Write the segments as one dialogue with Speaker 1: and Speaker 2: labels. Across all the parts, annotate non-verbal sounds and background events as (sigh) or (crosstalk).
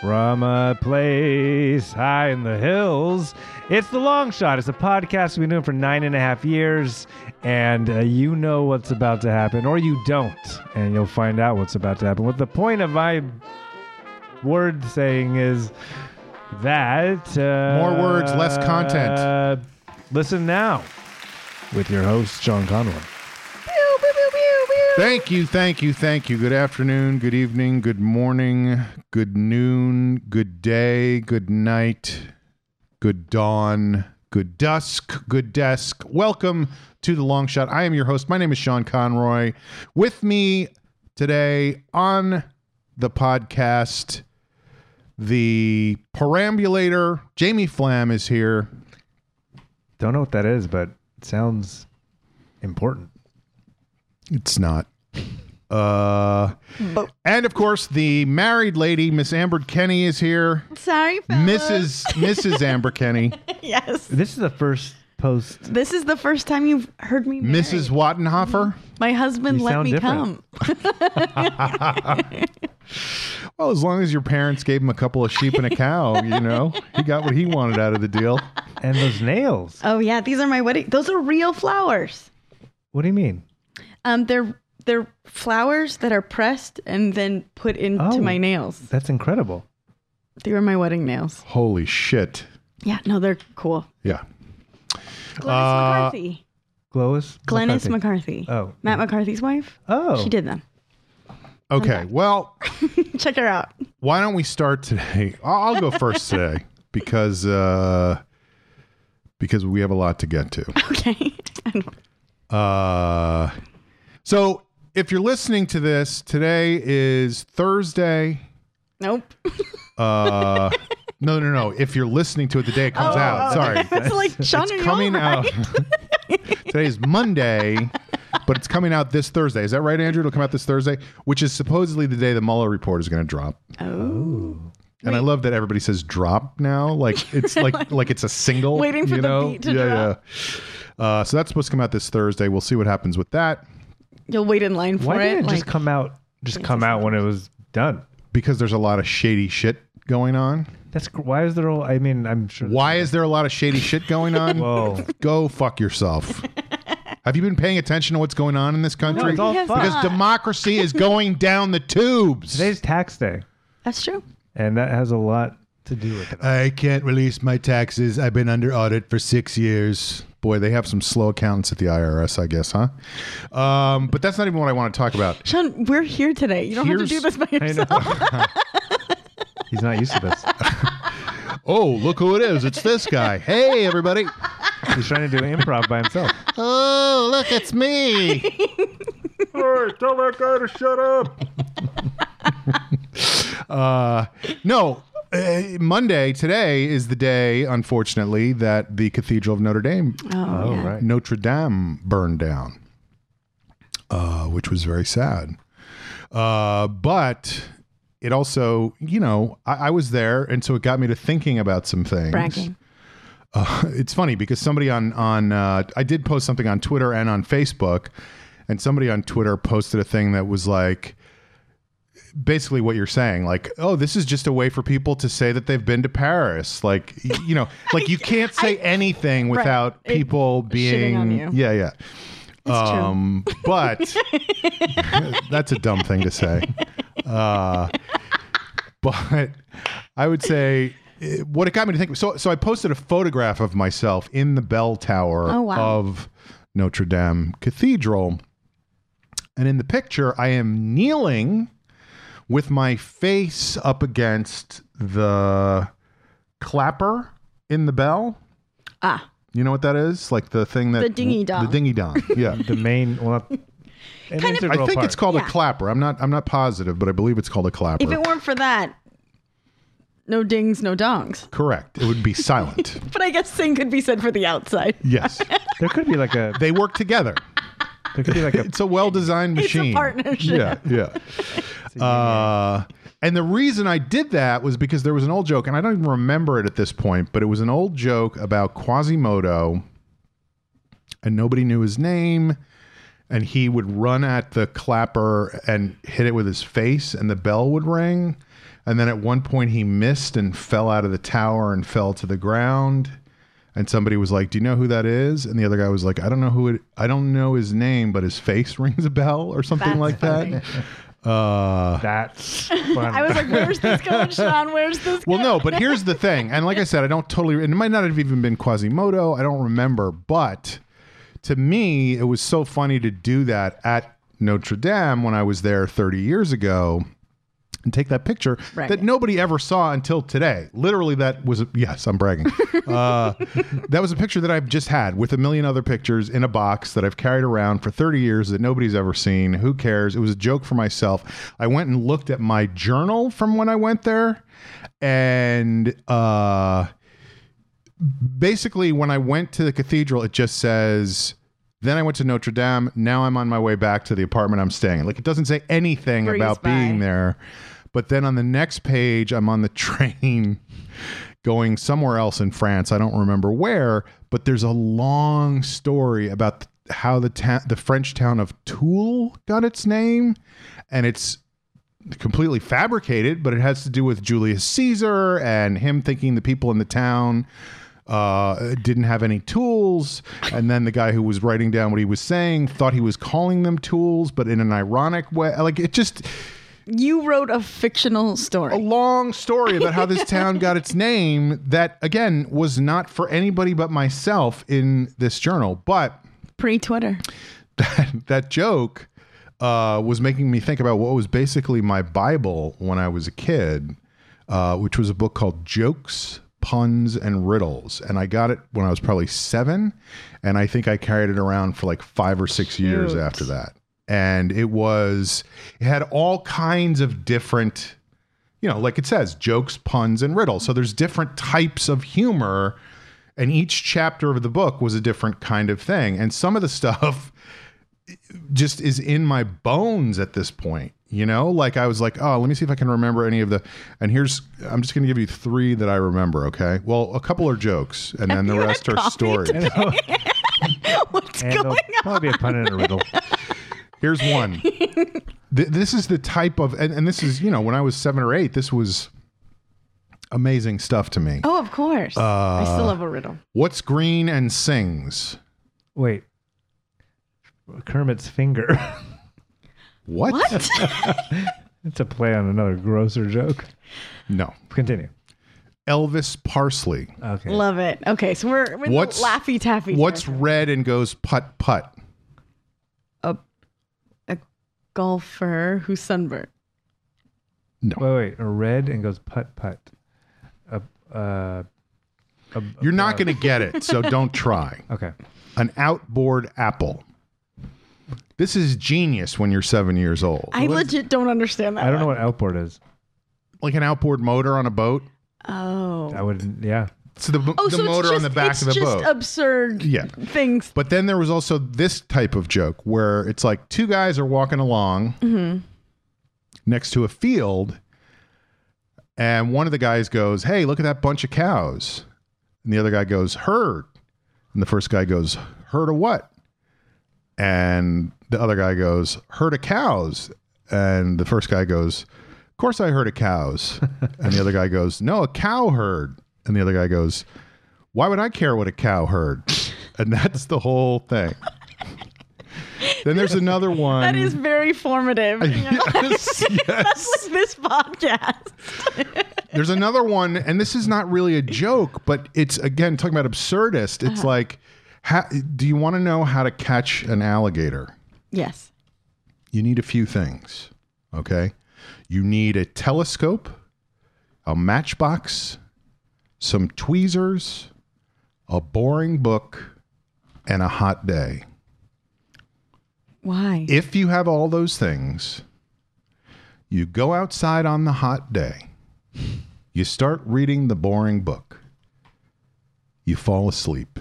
Speaker 1: From a place high in the hills, it's The Long Shot. It's a podcast we've been doing for nine and a half years, and uh, you know what's about to happen, or you don't, and you'll find out what's about to happen. What the point of my word saying is that. Uh,
Speaker 2: More words, less content.
Speaker 1: Uh, listen now with your host, John Conlon.
Speaker 2: Thank you, thank you, thank you. Good afternoon, good evening, good morning, good noon, good day, good night, good dawn, good dusk, good desk. Welcome to the Long Shot. I am your host. My name is Sean Conroy. With me today on the podcast, the perambulator Jamie Flam is here.
Speaker 1: Don't know what that is, but it sounds important.
Speaker 2: It's not. Uh, and of course, the married lady, Miss Amber Kenny, is here.
Speaker 3: Sorry, fellas.
Speaker 2: Mrs. Mrs. Amber Kenny,
Speaker 3: (laughs) Yes.
Speaker 1: This is the first post.
Speaker 3: This is the first time you've heard me. married.
Speaker 2: Mrs. Wattenhofer.
Speaker 3: My husband
Speaker 1: You
Speaker 3: let
Speaker 1: sound
Speaker 3: me
Speaker 1: different.
Speaker 3: come.
Speaker 2: Well, as long as your parents gave him a couple of sheep and a cow, you know, he got what he wanted out of the deal.
Speaker 1: And those nails.
Speaker 3: Oh yeah, these are my wedding. Those are real flowers.
Speaker 1: What do you mean?
Speaker 3: Um, they're they're flowers that are pressed and then put into
Speaker 1: Oh.
Speaker 3: my nails.
Speaker 1: That's incredible.
Speaker 3: They were my wedding nails.
Speaker 2: Holy shit!
Speaker 3: Yeah, no, they're cool.
Speaker 2: Yeah.
Speaker 3: Glennis
Speaker 2: Uh,
Speaker 3: McCarthy.
Speaker 1: Glois?
Speaker 3: Glennis McCarthy.
Speaker 1: Oh.
Speaker 3: Matt McCarthy's wife.
Speaker 1: Oh.
Speaker 3: She did them. (laughs)
Speaker 2: Okay. Well,
Speaker 3: Check her out. (laughs)
Speaker 2: why don't we start today? I- I'll go first today because uh, because we have a lot to get to.
Speaker 3: Okay. (laughs)
Speaker 2: Uh, so if you're listening to this, today is Thursday.
Speaker 3: nope. (laughs)
Speaker 2: Uh, no, no, no. If you're listening to it the day it comes out, sorry.
Speaker 3: (laughs) It's like Sean, are you
Speaker 2: Coming
Speaker 3: Oh, all right?
Speaker 2: out. (laughs) today is Monday, but it's coming out this Thursday. Is that right, Andrew? It'll come out this Thursday, which is supposedly the day the Mueller report is going to drop.
Speaker 3: Oh.
Speaker 2: And I love that everybody says drop now. Like
Speaker 3: (laughs)
Speaker 2: it's like like, it's a single.
Speaker 3: Waiting for
Speaker 2: you
Speaker 3: the
Speaker 2: know?
Speaker 3: beat to
Speaker 2: yeah,
Speaker 3: drop.
Speaker 2: Yeah. Uh, so that's supposed to come out this Thursday. We'll see what happens with that.
Speaker 3: You'll wait in line for
Speaker 1: Why
Speaker 3: it.
Speaker 1: didn't it just
Speaker 3: like-
Speaker 1: come out just come out when it was done?
Speaker 2: because there's a lot of shady shit going on.
Speaker 1: That's gr- why is there all I mean, I'm sure
Speaker 2: Why is there a lot of shady shit going
Speaker 1: (laughs)
Speaker 2: on?
Speaker 1: Whoa.
Speaker 2: Go fuck yourself. Have you been paying attention to what's going on in this
Speaker 1: No,
Speaker 2: country?
Speaker 1: it's all
Speaker 3: Because
Speaker 1: fun.
Speaker 2: because
Speaker 1: (laughs)
Speaker 2: democracy is going down the tubes.
Speaker 1: Today's tax day.
Speaker 3: That's true.
Speaker 1: And that has a lot to do with it.
Speaker 2: I can't release my taxes. I've been under audit for six years. Boy, they have some slow accountants at the IRS, I guess, huh? Um, but that's not even what I want to talk about.
Speaker 3: Sean, we're here today. You don't have to do
Speaker 2: Here's- (laughs)
Speaker 3: this by
Speaker 1: I
Speaker 3: yourself.
Speaker 1: know. (laughs) He's not used to this.
Speaker 2: Oh, look who it is. It's this guy. Hey, everybody.
Speaker 1: He's trying to do improv by himself.
Speaker 2: Oh, look, it's me.
Speaker 1: hey, tell that guy to shut (laughs) up.
Speaker 2: Uh, no, uh, Monday today is the day, unfortunately, that the Cathedral of Notre Dame,
Speaker 1: Oh, right.
Speaker 2: Notre Dame, burned down, uh, which was very sad. Uh, but it also, you know, I, I was there, and so it got me to thinking about some things.
Speaker 3: Bragging.
Speaker 2: It's funny because somebody on on uh, I did post something on Twitter and on Facebook, and somebody on Twitter posted a thing that was like basically what you're saying like oh this is just a way for people to say that they've been to paris like y- you
Speaker 3: (laughs)
Speaker 2: know like you can't say anything without
Speaker 3: It-
Speaker 2: people being
Speaker 3: on you.
Speaker 2: yeah yeah
Speaker 3: It's true.
Speaker 2: um
Speaker 3: (laughs)
Speaker 2: but (laughs) that's a dumb thing to say uh (laughs) but I would say eh, what it got me to think. So, so I posted a photograph of myself in the bell tower
Speaker 3: Oh, wow.
Speaker 2: of Notre Dame Cathedral, and in the picture, I am kneeling with my face up against the clapper in the bell.
Speaker 3: Ah,
Speaker 2: You know what that is? Like the thing that
Speaker 3: The dingy dong.
Speaker 2: The dingy
Speaker 3: (laughs)
Speaker 2: dong. Yeah.
Speaker 1: The main well kind
Speaker 2: I think it's called
Speaker 3: Yeah.
Speaker 2: a clapper. I'm not. I'm not positive, but I believe it's called a clapper.
Speaker 3: if it weren't for that, no dings, no dongs.
Speaker 2: Correct. It would be
Speaker 3: (laughs)
Speaker 2: silent.
Speaker 3: But I guess same could be said for the outside.
Speaker 2: yes.
Speaker 1: there could be like a
Speaker 2: They work together.
Speaker 1: there could be like a
Speaker 2: (laughs) It's a well-designed
Speaker 3: It's a
Speaker 2: machine.
Speaker 3: partnership.
Speaker 2: Yeah, yeah. uh, and the reason I did that was because there was an old joke, and I don't even remember it at this point, but it was an old joke about Quasimodo, and nobody knew his name, and he would run at the clapper and hit it with his face, and the bell would ring. And then at one point, he missed and fell out of the tower and fell to the ground. And somebody was like, "Do you know who that is?" And the other guy was like, "I don't know who it. I don't know his name, but his face (laughs) rings a bell or something
Speaker 3: That's
Speaker 2: like that." Uh,
Speaker 1: That's funny.
Speaker 3: (laughs) I was like, where's
Speaker 2: (laughs)
Speaker 3: this going, Sean? Where's this
Speaker 2: well,
Speaker 3: going?
Speaker 2: no, but here's the thing. And like I said, I don't totally, and it might not have even been Quasimodo. I don't remember. But to me, it was so funny to do that at Notre Dame when I was there 30 years ago and take that picture
Speaker 3: Right.
Speaker 2: that nobody ever saw until today. Literally, that was, a, yes, I'm bragging. uh, that was a picture that I've just had with a million other pictures in a box that I've carried around for 30 years that nobody's ever seen. Who cares? It was a joke for myself. I went and looked at my journal from when I went there and, uh, basically when I went to the cathedral, it just says. Then I went to Notre Dame. Now I'm on my way back to the apartment I'm staying. in." Like it doesn't say anything
Speaker 3: Breeze
Speaker 2: about
Speaker 3: by.
Speaker 2: being there. But then on the next page, I'm on the (laughs) train going somewhere else in France. I don't remember where, but there's a long story about th- how the ta- the French town of Toul got its name, and it's completely fabricated, but it has to do with Julius Caesar and him thinking the people in the town uh, didn't have any tools. And then the guy who was writing down what he was saying thought he was calling them tools, but in an ironic way. Like it just
Speaker 3: you wrote a fictional story.
Speaker 2: a long story about how this town got its name that, again, was not for anybody but myself in this journal. But
Speaker 3: Pre Twitter.
Speaker 2: (laughs) that joke uh, was making me think about what was basically my Bible when I was a kid, uh, which was a book called Jokes, Puns, and Riddles. And I got it when I was probably seven. And I think I carried it around for like five or six years
Speaker 3: Cute.
Speaker 2: after that. And it was, it had all kinds of different you know, like it says, jokes, puns, and riddles. So there's different types of humor, and each chapter of the book was a different kind of thing. And some of the (laughs) stuff just is in my bones at this point. You know, like I was like, oh, let me see if I can remember any of the. And here's, I'm just going to give you three that I remember. Okay, well, a couple are jokes, and then the rest are
Speaker 3: coffee
Speaker 2: stories.
Speaker 3: (laughs) What's
Speaker 1: and
Speaker 3: going
Speaker 1: there'll
Speaker 3: on?
Speaker 1: probably be a pun and a riddle.
Speaker 2: (laughs) Here's one. Th- this is the type of, and, and this is, you know, when I was seven or eight, this was amazing stuff to me.
Speaker 3: Oh, of course.
Speaker 2: Uh,
Speaker 3: I still love a riddle.
Speaker 2: What's green and sings?
Speaker 1: Wait. Kermit's finger. (laughs)
Speaker 2: What? (laughs)
Speaker 3: (laughs) What?
Speaker 1: it's a play on another grosser joke.
Speaker 2: No.
Speaker 1: Continue.
Speaker 2: Elvis Parsley.
Speaker 1: Okay.
Speaker 3: love it. Okay, so we're, we're in
Speaker 2: What's-
Speaker 3: the Laffy Taffy.
Speaker 2: What's
Speaker 3: territory.
Speaker 2: red and goes putt putt?
Speaker 3: a golfer who's sunburned?
Speaker 1: Wait, wait. A red and goes putt putt. A, uh, a,
Speaker 2: You're not going to get it,
Speaker 3: (laughs)
Speaker 2: so don't try.
Speaker 1: okay.
Speaker 2: An outboard apple. This is genius when you're seven years old.
Speaker 3: I legit don't understand that.
Speaker 1: I don't know what outboard is.
Speaker 2: like an outboard motor on a boat.
Speaker 3: Oh.
Speaker 1: I would. Yeah.
Speaker 2: So the,
Speaker 3: Oh,
Speaker 2: the
Speaker 3: so
Speaker 2: motor
Speaker 3: it's just,
Speaker 2: on the back
Speaker 3: it's
Speaker 2: of the
Speaker 3: just
Speaker 2: boat.
Speaker 3: absurd
Speaker 2: Yeah.
Speaker 3: things.
Speaker 2: But then there was also this type of joke where it's like two guys are walking along next to a field, and one of the guys goes, Hey, look at that bunch of cows. And the other guy goes, Herd. And the first guy goes, Herd of what? And the other guy goes, Herd of cows. And the first guy goes, Of course I heard of
Speaker 3: (laughs)
Speaker 2: cows. and the other guy goes, No, a cow herd. And the other guy goes, why would I care what a cow
Speaker 3: (laughs)
Speaker 2: heard? And that's the whole thing. then there's another one.
Speaker 3: That is very (laughs) formative. you know?
Speaker 2: (laughs) yes, yes.
Speaker 3: That's like this podcast.
Speaker 2: There's another one, and this is not really a joke, but it's again talking about absurdist. It's like, how, do you want to know how to catch an alligator?
Speaker 3: Yes.
Speaker 2: You need a few things. Okay, you need a telescope, a matchbox, some tweezers, a boring book, and a hot day.
Speaker 3: Why?
Speaker 2: if you have all those things, you go outside on the hot day, you start reading the boring book, you fall asleep.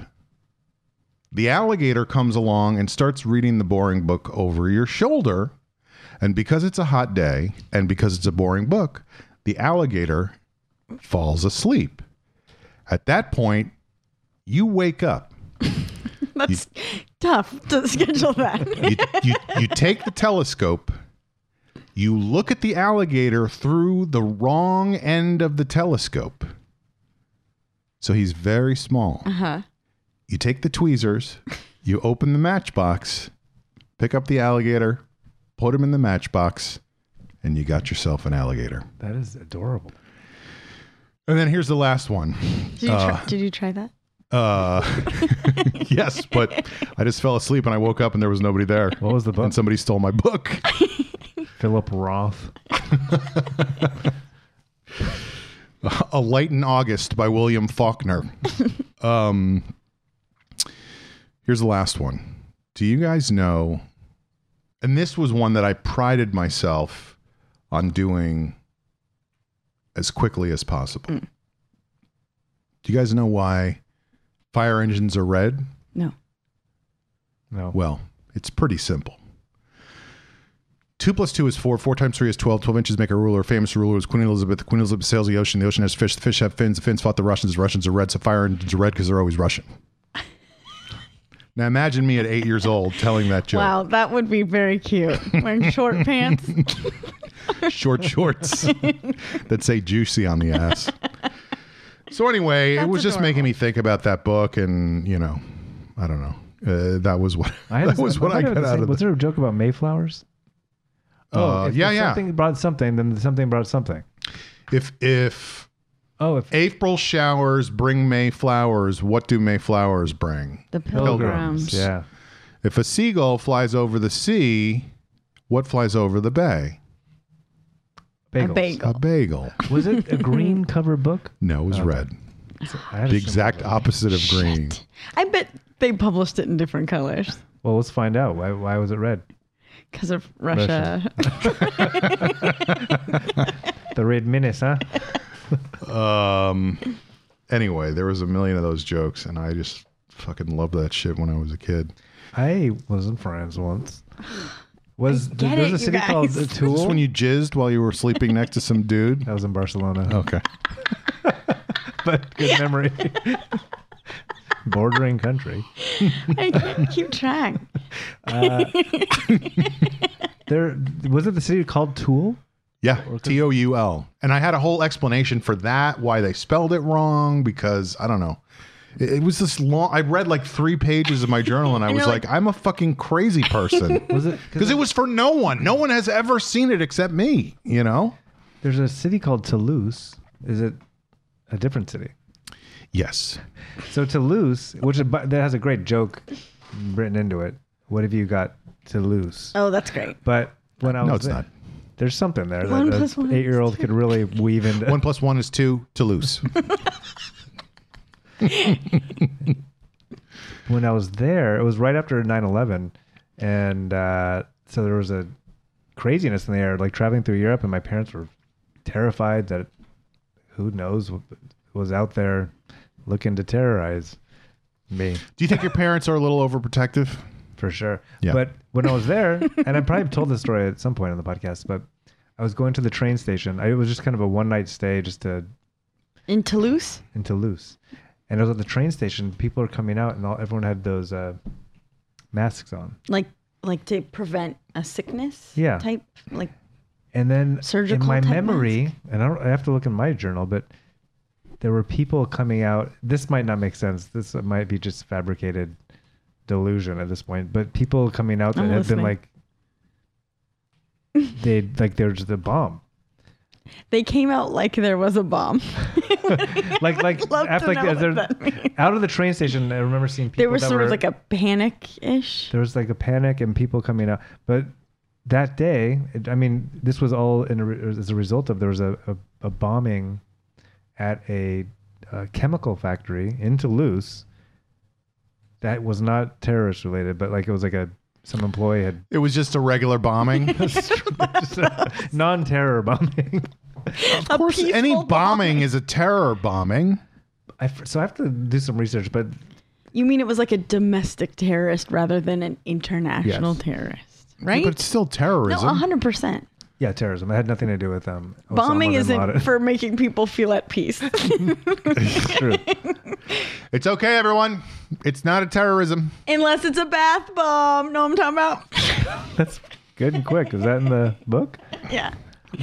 Speaker 2: The alligator comes along and starts reading the boring book over your shoulder. And because it's a hot day and because it's a boring book, the alligator falls asleep. At that point, you wake up.
Speaker 3: That's tough to
Speaker 1: (laughs)
Speaker 3: schedule that.
Speaker 2: you, you, you take the telescope, you look at the alligator through the wrong end of the telescope. So he's very small.
Speaker 3: huh.
Speaker 2: You take the tweezers, you open the matchbox, pick up the alligator, put him in the matchbox, and you got yourself an alligator.
Speaker 1: That is adorable.
Speaker 2: And then here's the last one.
Speaker 3: Did you, try, did you try that?
Speaker 2: Uh, (laughs) yes, but I just fell asleep and I woke up and there was nobody there.
Speaker 1: What was the book?
Speaker 2: And somebody stole my book.
Speaker 1: Philip Roth.
Speaker 2: (laughs) A Light in August by William Faulkner. um, here's the last one. Do you guys know? And this was one that I prided myself on doing as quickly as possible. Do you guys know why fire engines are red?
Speaker 3: No.
Speaker 1: No.
Speaker 2: Well, it's pretty simple. Two plus two is four. Four times three is twelve. Twelve inches make a ruler. Famous ruler was Queen Elizabeth. Queen Elizabeth sails the ocean. The ocean has fish. The fish have fins. The fins fought the Russians. The Russians are red. So fire engines are red because they're always
Speaker 3: (laughs)
Speaker 2: Russian. now imagine me at eight years old telling that joke.
Speaker 3: Wow, that would be very cute.
Speaker 1: (laughs)
Speaker 3: Wearing short pants.
Speaker 2: (laughs) Short
Speaker 3: (laughs)
Speaker 2: shorts that say juicy on the ass. So anyway, it
Speaker 3: That's
Speaker 2: was just
Speaker 3: adorable.
Speaker 2: making me think about that book, and you know, I don't know. Uh, that was what
Speaker 1: I had
Speaker 2: (laughs) that
Speaker 1: the-
Speaker 2: was what I
Speaker 1: think had
Speaker 2: got
Speaker 1: the
Speaker 2: out
Speaker 1: same-
Speaker 2: of
Speaker 1: Was
Speaker 2: it.
Speaker 1: there a joke about mayflowers? Oh,
Speaker 2: Uh,
Speaker 1: if-
Speaker 2: yeah,
Speaker 1: if
Speaker 2: yeah.
Speaker 1: Something brought something, then something brought something.
Speaker 2: If if
Speaker 1: Oh, if
Speaker 2: April showers bring May flowers. What do May flowers bring?
Speaker 3: The
Speaker 2: Pilgrims.
Speaker 3: pilgrims.
Speaker 1: yeah,
Speaker 2: If a seagull flies over the sea, what flies over the bay?
Speaker 1: bagels.
Speaker 3: A bagel.
Speaker 2: A bagel.
Speaker 1: Was it a green cover book?
Speaker 2: No, it was red.
Speaker 1: I had
Speaker 2: The
Speaker 1: a similar-
Speaker 2: exact opposite of green.
Speaker 3: I bet they published it in different colors
Speaker 1: Well, let's find out. Why, why was it red?
Speaker 3: because of Russia.
Speaker 1: The Red Menace,
Speaker 3: (laughs)
Speaker 1: huh?
Speaker 2: Um. Anyway, there was a million of those jokes, and I just fucking loved that shit when I was a kid.
Speaker 1: I was in France once. Was
Speaker 3: get
Speaker 1: there was a
Speaker 3: it, you
Speaker 1: city called
Speaker 3: guys. Is (laughs) this
Speaker 2: Is this
Speaker 1: Toul?
Speaker 2: when you jizzed while you were sleeping next to some dude?
Speaker 1: that was in Barcelona.
Speaker 2: (laughs)
Speaker 3: Oh.
Speaker 2: Okay.
Speaker 1: (laughs) But good
Speaker 3: (laughs)
Speaker 1: memory. Bordering country.
Speaker 3: (laughs) I can't keep track.
Speaker 1: There was it the city called Toul?
Speaker 2: Yeah, T O U L. And I had a whole explanation for that, why they spelled it wrong, because I don't know. It, it was this long. I read like three pages of my journal, and I was
Speaker 3: you're
Speaker 2: like, I'm a fucking crazy person.
Speaker 1: Was it
Speaker 3: (laughs)
Speaker 2: Because it was for no one. No one has ever seen it except me. You know?
Speaker 1: There's a city called Toulouse. Is it a different city?
Speaker 2: Yes.
Speaker 1: So Toulouse, which is, but that has a great joke written into it. What have you got Toulouse?
Speaker 3: Oh, that's great.
Speaker 1: But when I was
Speaker 2: No, it's
Speaker 1: there-
Speaker 2: not.
Speaker 1: There's something there
Speaker 3: One
Speaker 1: that
Speaker 3: plus
Speaker 1: an
Speaker 3: one
Speaker 1: eight-year-old could really weave into.
Speaker 2: One plus one is two. Toulouse.
Speaker 1: when I was there, it was right after 9/11, and uh, so there was a craziness in the air, like traveling through Europe, and my parents were terrified that who knows what was out there looking to terrorize me
Speaker 2: Do you think your parents are a little overprotective?
Speaker 1: for sure.
Speaker 2: Yeah.
Speaker 1: But when I was
Speaker 3: (laughs)
Speaker 1: there, and I probably told this story at some point on the podcast, but I was going to the train station. I, it was just kind of a one-night stay, just to
Speaker 3: In Toulouse?
Speaker 1: in Toulouse, and I was at the train station. People are coming out, and all, everyone had those uh, masks on.
Speaker 3: Like like to prevent a sickness
Speaker 1: Yeah.
Speaker 3: type like
Speaker 1: And then
Speaker 3: Surgical
Speaker 1: in my
Speaker 3: type
Speaker 1: memory, and I, don't, I have to look in my journal, but there were people coming out. This might not make sense. This might be just fabricated delusion at this point. But people coming out that
Speaker 3: I'm
Speaker 1: had been
Speaker 3: listening.
Speaker 1: like, they like they're just a bomb.
Speaker 3: they came out like there was a bomb. (laughs)
Speaker 1: Like like
Speaker 3: love to
Speaker 1: after like
Speaker 3: know
Speaker 1: as
Speaker 3: what
Speaker 1: they're
Speaker 3: that means.
Speaker 1: out of the train station, I remember seeing people.
Speaker 3: There was
Speaker 1: that
Speaker 3: sort
Speaker 1: were,
Speaker 3: of like a panic ish.
Speaker 1: there was like a panic and people coming out. But that day, it, I mean, this was all in a, re- as a result of there was a, a, a bombing at a, uh chemical factory in Toulouse that was not terrorist related, but like it was like a some employee had (laughs)
Speaker 2: It was just a regular bombing.
Speaker 1: non terror bombing.
Speaker 3: Of
Speaker 2: Of course, any bombing, is a terror bombing.
Speaker 1: I f so I have to do some research, but
Speaker 3: You mean it was like a domestic terrorist rather than an international
Speaker 1: Yes.
Speaker 3: terrorist, right?
Speaker 2: But it's still
Speaker 3: no,
Speaker 2: terrorism.
Speaker 3: 100%.
Speaker 1: Yeah, terrorism. It had nothing to do with them. Osama
Speaker 3: Bombing
Speaker 1: bin
Speaker 3: isn't
Speaker 1: Laden.
Speaker 3: (laughs) for making people feel at
Speaker 1: (laughs)
Speaker 3: peace.
Speaker 2: It's true. it's okay, everyone. It's not a terrorism.
Speaker 3: Unless it's a bath bomb. Know what
Speaker 1: (laughs)
Speaker 3: I'm talking
Speaker 1: That's good and quick. Is that in the book?
Speaker 3: about? yeah.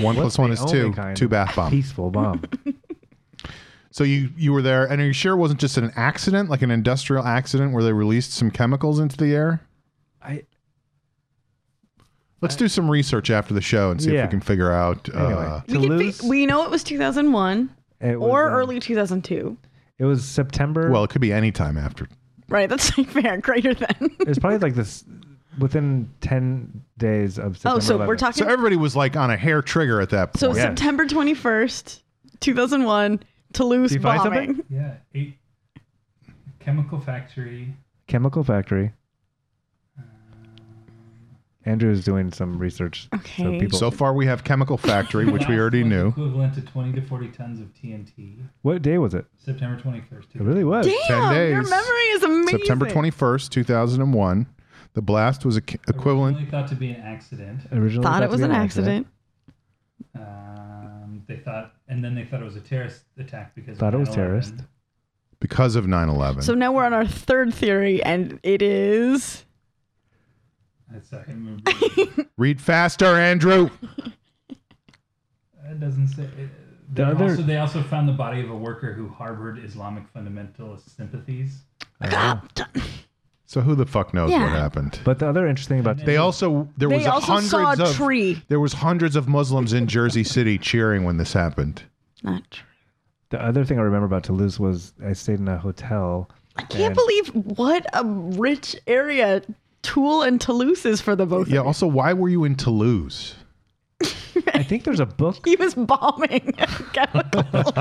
Speaker 2: One
Speaker 1: What's
Speaker 2: plus one
Speaker 1: the
Speaker 2: is
Speaker 1: only
Speaker 2: two.
Speaker 1: kind
Speaker 2: Two
Speaker 1: of
Speaker 2: bath
Speaker 1: (laughs)
Speaker 2: bombs.
Speaker 1: Peaceful bomb.
Speaker 2: So you you were there, and are you sure it wasn't just an accident, like an industrial accident, where they released some chemicals into the air?
Speaker 1: I
Speaker 2: Let's do some research after the show and see if
Speaker 1: Yeah.
Speaker 2: we can figure out.
Speaker 1: anyway.
Speaker 2: Uh,
Speaker 1: to
Speaker 3: we, could
Speaker 1: lose.
Speaker 3: fi- we know it was 2001
Speaker 1: it was,
Speaker 3: or
Speaker 1: um,
Speaker 3: early 2002.
Speaker 1: It was September.
Speaker 2: well, it could be any time after.
Speaker 3: Right, that's like fair, greater than. (laughs)
Speaker 1: it was probably like this within ten days of September.
Speaker 3: oh, so
Speaker 1: 11th.
Speaker 3: we're talking.
Speaker 2: So everybody was like on a hair trigger at that point.
Speaker 3: so
Speaker 1: Yeah.
Speaker 3: September 21st, 2001, Toulouse
Speaker 1: Did you find
Speaker 3: bombing.
Speaker 1: something?
Speaker 4: Yeah, eight chemical factory.
Speaker 1: Chemical factory. Andrew is doing some research. So
Speaker 3: Okay.
Speaker 1: people,
Speaker 2: so far, we have chemical factory, which we
Speaker 4: Last
Speaker 2: already
Speaker 4: was
Speaker 2: knew.
Speaker 4: Equivalent to 20 to 40 tons of TNT.
Speaker 1: what day was it?
Speaker 4: September 21st.
Speaker 1: It really was.
Speaker 3: (laughs) Damn, your
Speaker 2: days.
Speaker 3: memory is amazing.
Speaker 2: September twenty first, two thousand and one. The blast was equ- equivalent.
Speaker 4: Originally thought to be an accident.
Speaker 1: Originally
Speaker 3: Thought
Speaker 1: to
Speaker 3: it was
Speaker 1: be
Speaker 3: an accident.
Speaker 4: Um, they thought, and then they thought it was a terrorist attack because
Speaker 1: Thought it
Speaker 4: of
Speaker 1: was terrorist.
Speaker 4: 9/11.
Speaker 2: because of 9-11
Speaker 3: So now we're on our third theory, and it is
Speaker 4: That's I can't remember. it
Speaker 2: read faster andrew
Speaker 4: doesn't say. It, they,
Speaker 1: The other-
Speaker 4: also, they also found the body of a worker who harbored Islamic fundamentalist sympathies.
Speaker 1: Uh-huh.
Speaker 2: so who the fuck knows
Speaker 3: Yeah.
Speaker 2: what happened
Speaker 1: But the other interesting about
Speaker 2: they also there was
Speaker 3: they
Speaker 2: a
Speaker 3: also
Speaker 2: hundreds
Speaker 3: saw a
Speaker 2: of
Speaker 3: tree.
Speaker 2: there was hundreds of muslims in jersey city cheering when this happened
Speaker 3: Not tree.
Speaker 1: the other thing I remember about Toulouse was I stayed in a hotel.
Speaker 3: I can't
Speaker 1: And-
Speaker 3: believe what a rich area Tool and Toulouse is for the both.
Speaker 2: yeah
Speaker 3: of
Speaker 2: also why were you in toulouse
Speaker 1: I think there's a book.
Speaker 3: (laughs) you. He was bombing a
Speaker 1: (laughs)
Speaker 3: chemical.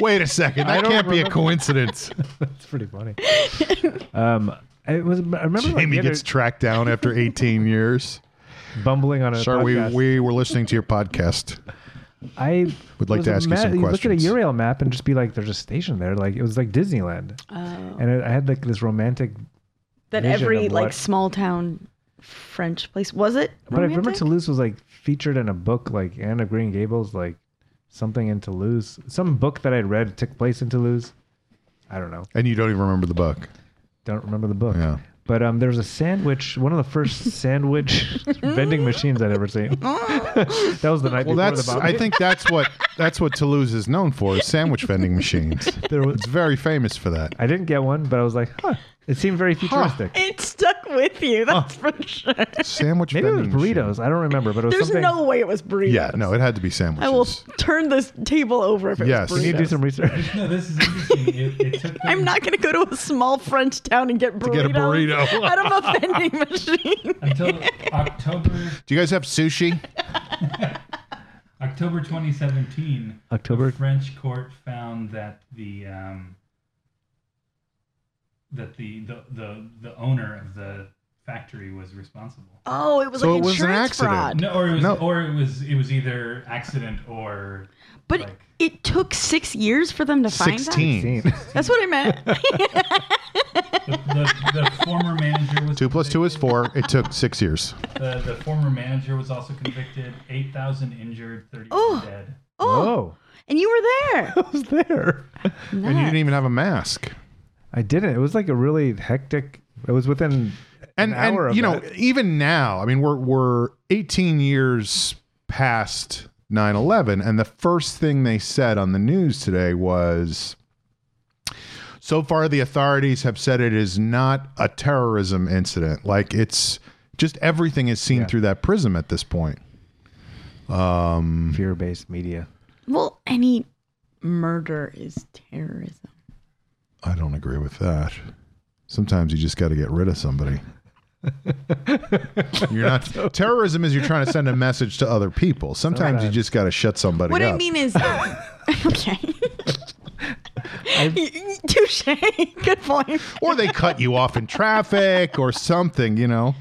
Speaker 2: wait a second that
Speaker 1: don't
Speaker 2: can't be a
Speaker 1: remember.
Speaker 2: coincidence
Speaker 1: It's pretty funny.
Speaker 3: (laughs)
Speaker 1: Um, it was. (laughs) I remember like,
Speaker 2: jamie
Speaker 1: the other-
Speaker 2: gets tracked down after 18 years
Speaker 1: bumbling on a
Speaker 2: sorry we,
Speaker 1: podcast.
Speaker 2: we were listening to your podcast
Speaker 1: I
Speaker 2: Would like
Speaker 1: was
Speaker 2: to ask you
Speaker 1: ima-
Speaker 2: some
Speaker 1: Look at
Speaker 2: questions.
Speaker 1: a Uriel map and just be like, "There's a station there." Like it was like Disneyland,
Speaker 3: Oh.
Speaker 1: and it, I had like this romantic.
Speaker 3: that
Speaker 1: Vision
Speaker 3: every
Speaker 1: of
Speaker 3: like
Speaker 1: what-
Speaker 3: small town French place was it?
Speaker 1: But I remember
Speaker 3: romantic?
Speaker 1: Toulouse was like featured in a book, like Anne of Green Gables, like something in Toulouse. Some book that I read took place in Toulouse. I don't know.
Speaker 2: and you don't even remember the book
Speaker 1: Don't remember the book.
Speaker 2: yeah
Speaker 1: But um, there was a sandwich, one of the
Speaker 3: (laughs)
Speaker 1: first sandwich (laughs) vending machines I'd ever seen.
Speaker 3: Oh.
Speaker 1: (laughs) that was the night
Speaker 2: well
Speaker 1: before
Speaker 2: that's
Speaker 1: the bomb.
Speaker 2: i think that's what that's what toulouse is known for is sandwich vending machines
Speaker 1: there was,
Speaker 2: it's very famous for that
Speaker 1: I didn't get one, but I was like, huh. It seemed very futuristic.
Speaker 3: It stuck with you, that's for sure.
Speaker 2: sandwich
Speaker 1: Maybe it was
Speaker 2: vending machine.
Speaker 1: burritos. I don't remember, but it was
Speaker 3: There's
Speaker 1: something.
Speaker 3: no way it was burritos.
Speaker 2: Yeah, no, it had to be sandwiches.
Speaker 3: I will turn this table over if it
Speaker 2: Yes.
Speaker 1: we
Speaker 3: was
Speaker 1: need to do
Speaker 3: burritos.
Speaker 1: some research.
Speaker 4: No, this is interesting. It, it took them,
Speaker 3: I'm not going to go to a small French town and get burritos
Speaker 2: get a
Speaker 1: (laughs)
Speaker 2: burrito.
Speaker 3: (laughs) out of a vending machine.
Speaker 4: until October
Speaker 2: Do you guys have sushi?
Speaker 4: October 2017.
Speaker 1: (laughs) October.
Speaker 4: The French court found that the um, that the, the the the owner of the factory was responsible.
Speaker 3: Oh, it was
Speaker 2: So
Speaker 3: like
Speaker 2: it was an
Speaker 3: insurance
Speaker 2: accident.
Speaker 3: fraud.
Speaker 4: No, or it was
Speaker 2: No.
Speaker 4: or it was it was either accident or
Speaker 3: but
Speaker 4: like-
Speaker 3: it took six years for them to find that.
Speaker 2: Sixteen.
Speaker 3: That's what
Speaker 2: (laughs)
Speaker 3: I meant.
Speaker 4: the, the, the former manager was
Speaker 2: Two plus two is four. It took six years.
Speaker 4: the, the former manager was also convicted. Eight thousand injured, thirty
Speaker 3: Oh.
Speaker 4: dead.
Speaker 3: Oh,
Speaker 1: Whoa.
Speaker 3: and you were there.
Speaker 1: I was there.
Speaker 2: (laughs) And you didn't even have a mask.
Speaker 1: I didn't. It was like a really hectic. It was within an
Speaker 2: And
Speaker 1: hour
Speaker 2: and
Speaker 1: of
Speaker 2: you know,
Speaker 1: that.
Speaker 2: even now, I mean, we're we're eighteen years past 9-11, and the first thing they said on the news today was so far the authorities have said it is not a terrorism incident. Like it's just everything is seen through that prism at this point.
Speaker 1: fear-based media.
Speaker 3: Well, any murder is terrorism.
Speaker 2: I don't agree with that. Sometimes you just got to get rid of somebody. you're not terrorism is you're trying to send a message to other people. Sometimes, you
Speaker 1: Sometimes.
Speaker 2: just got to shut somebody
Speaker 3: What
Speaker 2: up.
Speaker 3: I mean is,
Speaker 2: (laughs)
Speaker 3: okay. (laughs) Touche. Good point.
Speaker 2: or they cut you off in traffic or something, you know.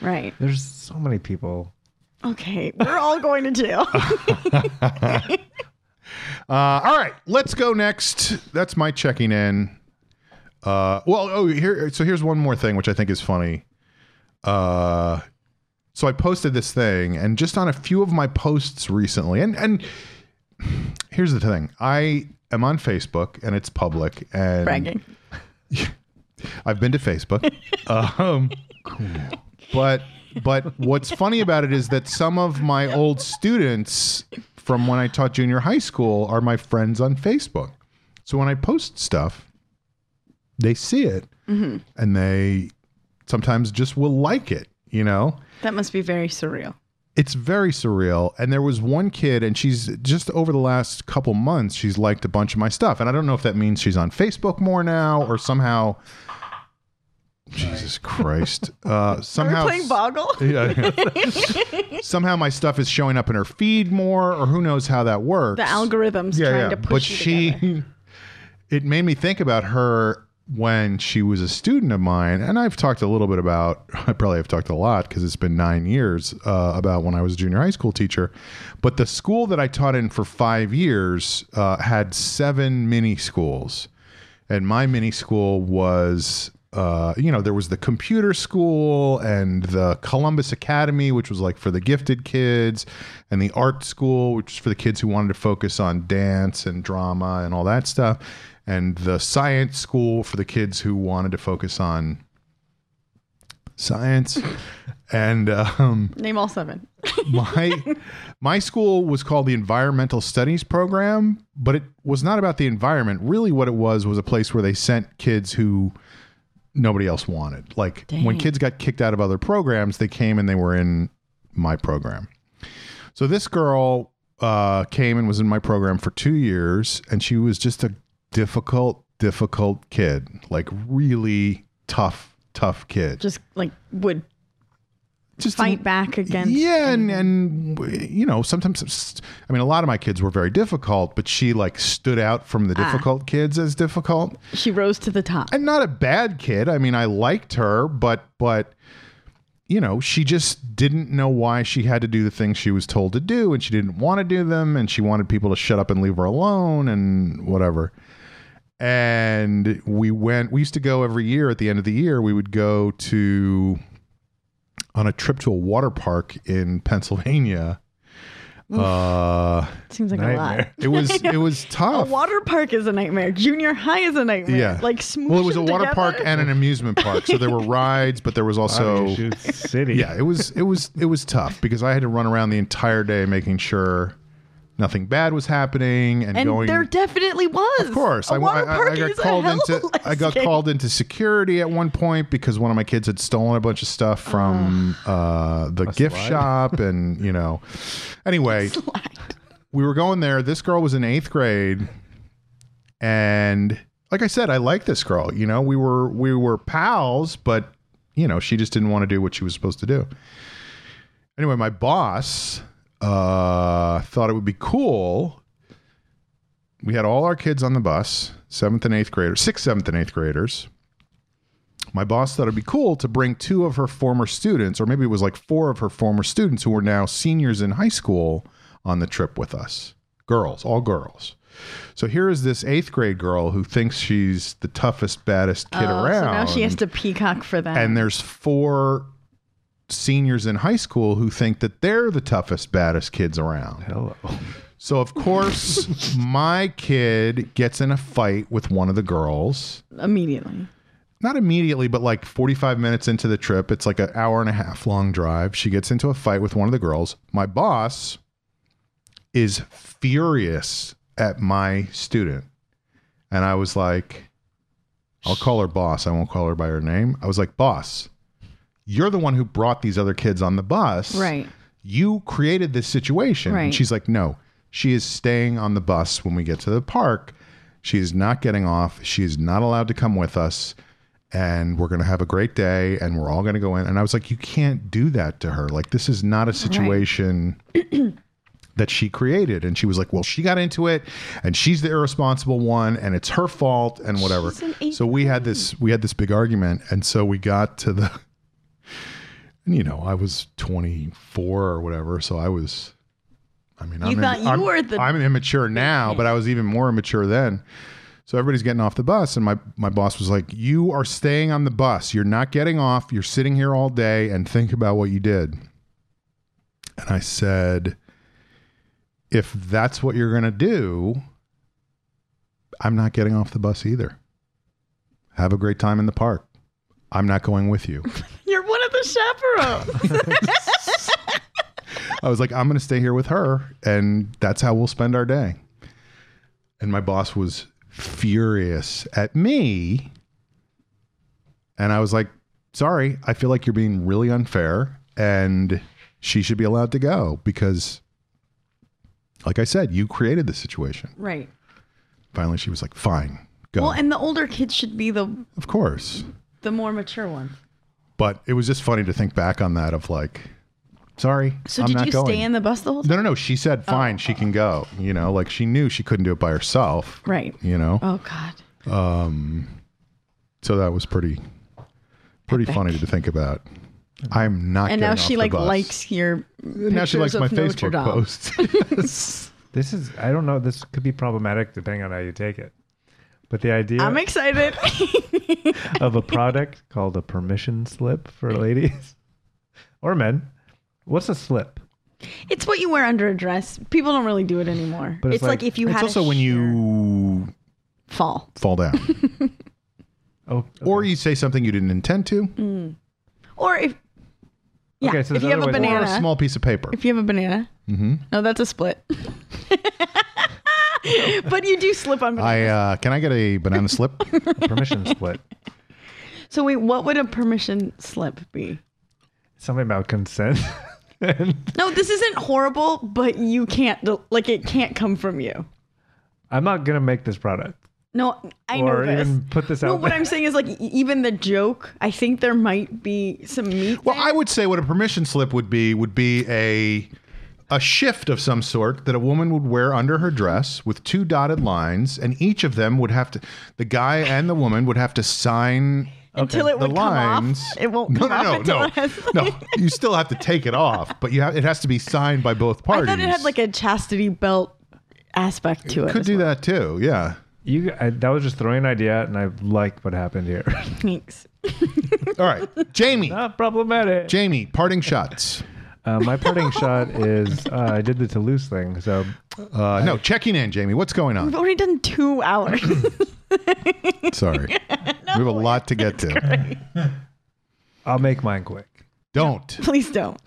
Speaker 3: Right.
Speaker 1: There's so many people.
Speaker 3: Okay. We're all going
Speaker 2: (laughs)
Speaker 3: to jail.
Speaker 2: Uh, all right, let's go next. That's my checking in. Uh, well, oh, here. So here's one more thing, which I think is funny. Uh, So I posted this thing, and just on a few of my posts recently, and and (sighs) here's the thing: I am on Facebook, and it's public, and
Speaker 3: bragging.
Speaker 2: I've been to Facebook. um, but but what's funny about it is that some of my old students from when I taught junior high school are my friends on Facebook. So when I post stuff, they see it and they sometimes just will like it, you know?
Speaker 3: That must be very surreal.
Speaker 2: it's very surreal. And there was one kid, and she's just over the last couple months, she's liked a bunch of my stuff. And I don't know if that means she's on Facebook more now or somehow. Jesus Christ. Uh,
Speaker 3: (laughs) Are we
Speaker 2: somehow.
Speaker 3: playing Boggle?
Speaker 2: (laughs) Yeah. (laughs) somehow my stuff is showing up in her feed more, or who knows how that works
Speaker 3: The algorithm's trying to push
Speaker 2: but
Speaker 3: you
Speaker 2: she
Speaker 3: together.
Speaker 2: (laughs) it made me think about her when she was a student of mine and i've talked a little bit about (laughs) i probably have talked a lot because it's been nine years uh, about when i was a junior high school teacher but the school that i taught in for five years uh, had seven mini schools and my mini school was uh, you know there was the computer school and the columbus academy which was like for the gifted kids and the art school which was for the kids who wanted to focus on dance and drama and all that stuff and the science school for the kids who wanted to focus on science (laughs) and um,
Speaker 3: Name all seven.
Speaker 2: my my school was called the environmental studies program but it was not about the environment really what it was was a place where they sent kids who nobody else wanted like when kids got kicked out of other programs they came and they were in my program so this girl uh, came and was in my program for two years, and she was just a difficult, difficult kid, like really tough, tough kid.
Speaker 3: Just like would
Speaker 2: Just
Speaker 3: fight back against.
Speaker 2: yeah, and and you know sometimes I mean a lot of my kids were very difficult, but she like stood out from the difficult kids as difficult.
Speaker 3: She rose to the top.
Speaker 2: and not a bad kid. I mean, I liked her, but but you know, she just didn't know why she had to do the things she was told to do and she didn't want to do them and she wanted people to shut up and leave her alone and whatever. And we went we used to go every year at the end of the year, we would go to on a trip to a water park in Pennsylvania. Uh,
Speaker 3: Seems like a lot.
Speaker 1: Nightmare.
Speaker 2: it was it was
Speaker 3: A
Speaker 2: tough.
Speaker 3: water park is a nightmare. Junior high is a nightmare.
Speaker 2: Yeah.
Speaker 3: Like smooth.
Speaker 2: well, it was a water park and an amusement park, so there
Speaker 3: (laughs)
Speaker 2: were rides, but there was also
Speaker 1: Barbecue Shoot city.
Speaker 2: yeah it was it was it was tough because i had to run around the entire day making sure nothing bad was happening and,
Speaker 3: And
Speaker 2: going
Speaker 3: there definitely was.
Speaker 2: of course
Speaker 3: A
Speaker 2: I-
Speaker 3: water
Speaker 2: I- I-
Speaker 3: park
Speaker 2: I got
Speaker 3: is a
Speaker 2: called
Speaker 3: hell
Speaker 2: into
Speaker 3: of a
Speaker 2: i got
Speaker 3: lesson. (laughs)
Speaker 2: called into security at one point because one of my kids had stolen a bunch of stuff from
Speaker 3: Ah.
Speaker 2: uh, the gift
Speaker 1: slide.
Speaker 2: shop and you know anyway we were going there this girl was in eighth grade and like i said i like this girl you know we were we were pals but you know she just didn't want to do what she was supposed to do anyway my boss uh thought it would be cool we had all our kids on the bus seventh and eighth graders sixth seventh and eighth graders my boss thought it'd be cool to bring two of her former students or maybe it was like four of her former students who were now seniors in high school on the trip with us girls all girls so here is this eighth grade girl who thinks she's the toughest baddest kid
Speaker 3: Oh,
Speaker 2: around
Speaker 3: So now she has to peacock for that.
Speaker 2: and there's four seniors in high school who think that they're the toughest baddest kids around
Speaker 1: Hello.
Speaker 2: so of course my kid gets in a fight with one of the girls
Speaker 3: immediately.
Speaker 2: not immediately but like 45 minutes into the trip it's like an hour and a half long drive she gets into a fight with one of the girls my boss is furious at my student and i was like i'll call her boss i won't call her by her name i was like boss you're the one who brought these other kids on the bus
Speaker 3: Right.
Speaker 2: you created this situation. And
Speaker 3: Right.
Speaker 2: she's like, no, she is staying on the bus when we get to the park. She is not getting off. She is not allowed to come with us. And we're going to have a great day and we're all going to go in. And I was like, you can't do that to her. Like, this is not a situation. (clears throat) That she created. And she was like, Well, she got into it and she's the irresponsible one and it's her fault and whatever.
Speaker 3: She's an eighth
Speaker 2: So we had this we had this big argument. And so we got to the and, you know, I was 24 or whatever, so I was. I mean, I'm,
Speaker 3: thought you
Speaker 2: I'm,
Speaker 3: were the-
Speaker 2: I'm immature now, but I was even more immature then. So everybody's getting off the bus, and my my boss was like, "You are staying on the bus. You're not getting off. You're sitting here all day, and think about what you did." and I said, if that's what you're going to do, I'm not getting off the bus either. Have a great time in the park. I'm not going with you.
Speaker 3: You're one of the chaperones.
Speaker 2: I was like, I'm going to stay here with her, and that's how we'll spend our day. And my boss was furious at me. And I was like, sorry, I feel like you're being really unfair, and she should be allowed to go because, like I said, you created the situation.
Speaker 3: (laughs) right.
Speaker 2: Finally, she was like, fine, go.
Speaker 3: Well, and the older kids should be the
Speaker 2: of course.
Speaker 3: the more mature ones.
Speaker 2: But it was just funny to think back on that of like, sorry,
Speaker 3: So
Speaker 2: I'm
Speaker 3: did
Speaker 2: not
Speaker 3: you
Speaker 2: going.
Speaker 3: stay in the bus the whole time?
Speaker 2: No, no, no. She said,
Speaker 3: Oh.
Speaker 2: fine, she can go. You know, like she knew she couldn't do it by herself.
Speaker 3: Right.
Speaker 2: You know,
Speaker 3: Oh God.
Speaker 2: so that was pretty, pretty
Speaker 3: Epic.
Speaker 2: funny to think about. I'm not.
Speaker 3: And now
Speaker 2: getting off
Speaker 3: she
Speaker 2: the
Speaker 3: like
Speaker 2: bus.
Speaker 3: likes your.
Speaker 2: And Now she likes my Facebook post.
Speaker 3: (laughs)
Speaker 1: This is, I don't know, this could be problematic depending on how you take it. But the idea
Speaker 3: I'm excited. (laughs)
Speaker 1: of a product (laughs) called a permission slip for ladies (laughs) or men. What's a slip?
Speaker 3: it's what you wear under a dress. People don't really do it anymore.
Speaker 1: But
Speaker 3: it's
Speaker 1: it's
Speaker 3: like,
Speaker 1: like-
Speaker 3: if you
Speaker 2: it's
Speaker 3: had
Speaker 2: also
Speaker 3: a
Speaker 2: when
Speaker 3: sheer
Speaker 2: you
Speaker 3: fall.
Speaker 2: fall down,
Speaker 3: (laughs)
Speaker 1: Oh, okay.
Speaker 2: or you say something you didn't intend to,
Speaker 3: Or if yeah,
Speaker 1: Okay, so there's
Speaker 3: if you have a
Speaker 1: other ways-
Speaker 2: or
Speaker 3: banana,
Speaker 2: a small Mm-hmm. piece of paper.
Speaker 3: if you have a banana, no, that's a split. (laughs) but you do slip on banana.
Speaker 2: I uh, can I get a banana slip?
Speaker 3: (laughs)
Speaker 1: a permission split.
Speaker 3: So wait, what would a permission slip be?
Speaker 1: Something about consent. (laughs) and
Speaker 3: No, this isn't horrible, but you can't like it can't come from you.
Speaker 1: I'm not going to make this product
Speaker 3: No, I
Speaker 1: or
Speaker 3: know this.
Speaker 1: even put this out
Speaker 3: no, what
Speaker 1: there.
Speaker 3: I'm saying is like e- even the joke. I think there might be some meat.
Speaker 2: Well,
Speaker 3: there.
Speaker 2: I would say what a permission slip would be would be a a shift of some sort that a woman would wear under her dress with two dotted lines, and each of them would have to the guy and the woman would have to sign
Speaker 3: until it
Speaker 2: the
Speaker 3: would
Speaker 2: lines.
Speaker 3: come off. It won't
Speaker 2: No,
Speaker 3: come
Speaker 2: no,
Speaker 3: off
Speaker 2: no,
Speaker 3: until
Speaker 2: no,
Speaker 3: it has. (laughs)
Speaker 2: no. (laughs) You still have to take it off, but you have, it has to be signed by both
Speaker 3: I
Speaker 2: parties.
Speaker 3: thought it had like a chastity belt aspect to it.
Speaker 2: could
Speaker 3: as
Speaker 2: do
Speaker 3: well.
Speaker 2: that too. Yeah.
Speaker 1: You, I, that was just throwing an idea out, and I like what happened here. (laughs)
Speaker 3: Thanks.
Speaker 2: All right,
Speaker 3: (laughs)
Speaker 2: Jamie.
Speaker 1: not problematic.
Speaker 2: Jamie, parting shots.
Speaker 1: Uh, my
Speaker 3: (laughs)
Speaker 1: parting shot is uh, I did the Toulouse thing. So
Speaker 2: Uh, no, checking in, Jamie. What's going on?
Speaker 3: (laughs) We've already done two hours. (laughs)
Speaker 2: Sorry, we have a lot to get to.
Speaker 1: I'll make mine quick.
Speaker 2: Don't.
Speaker 3: Please don't.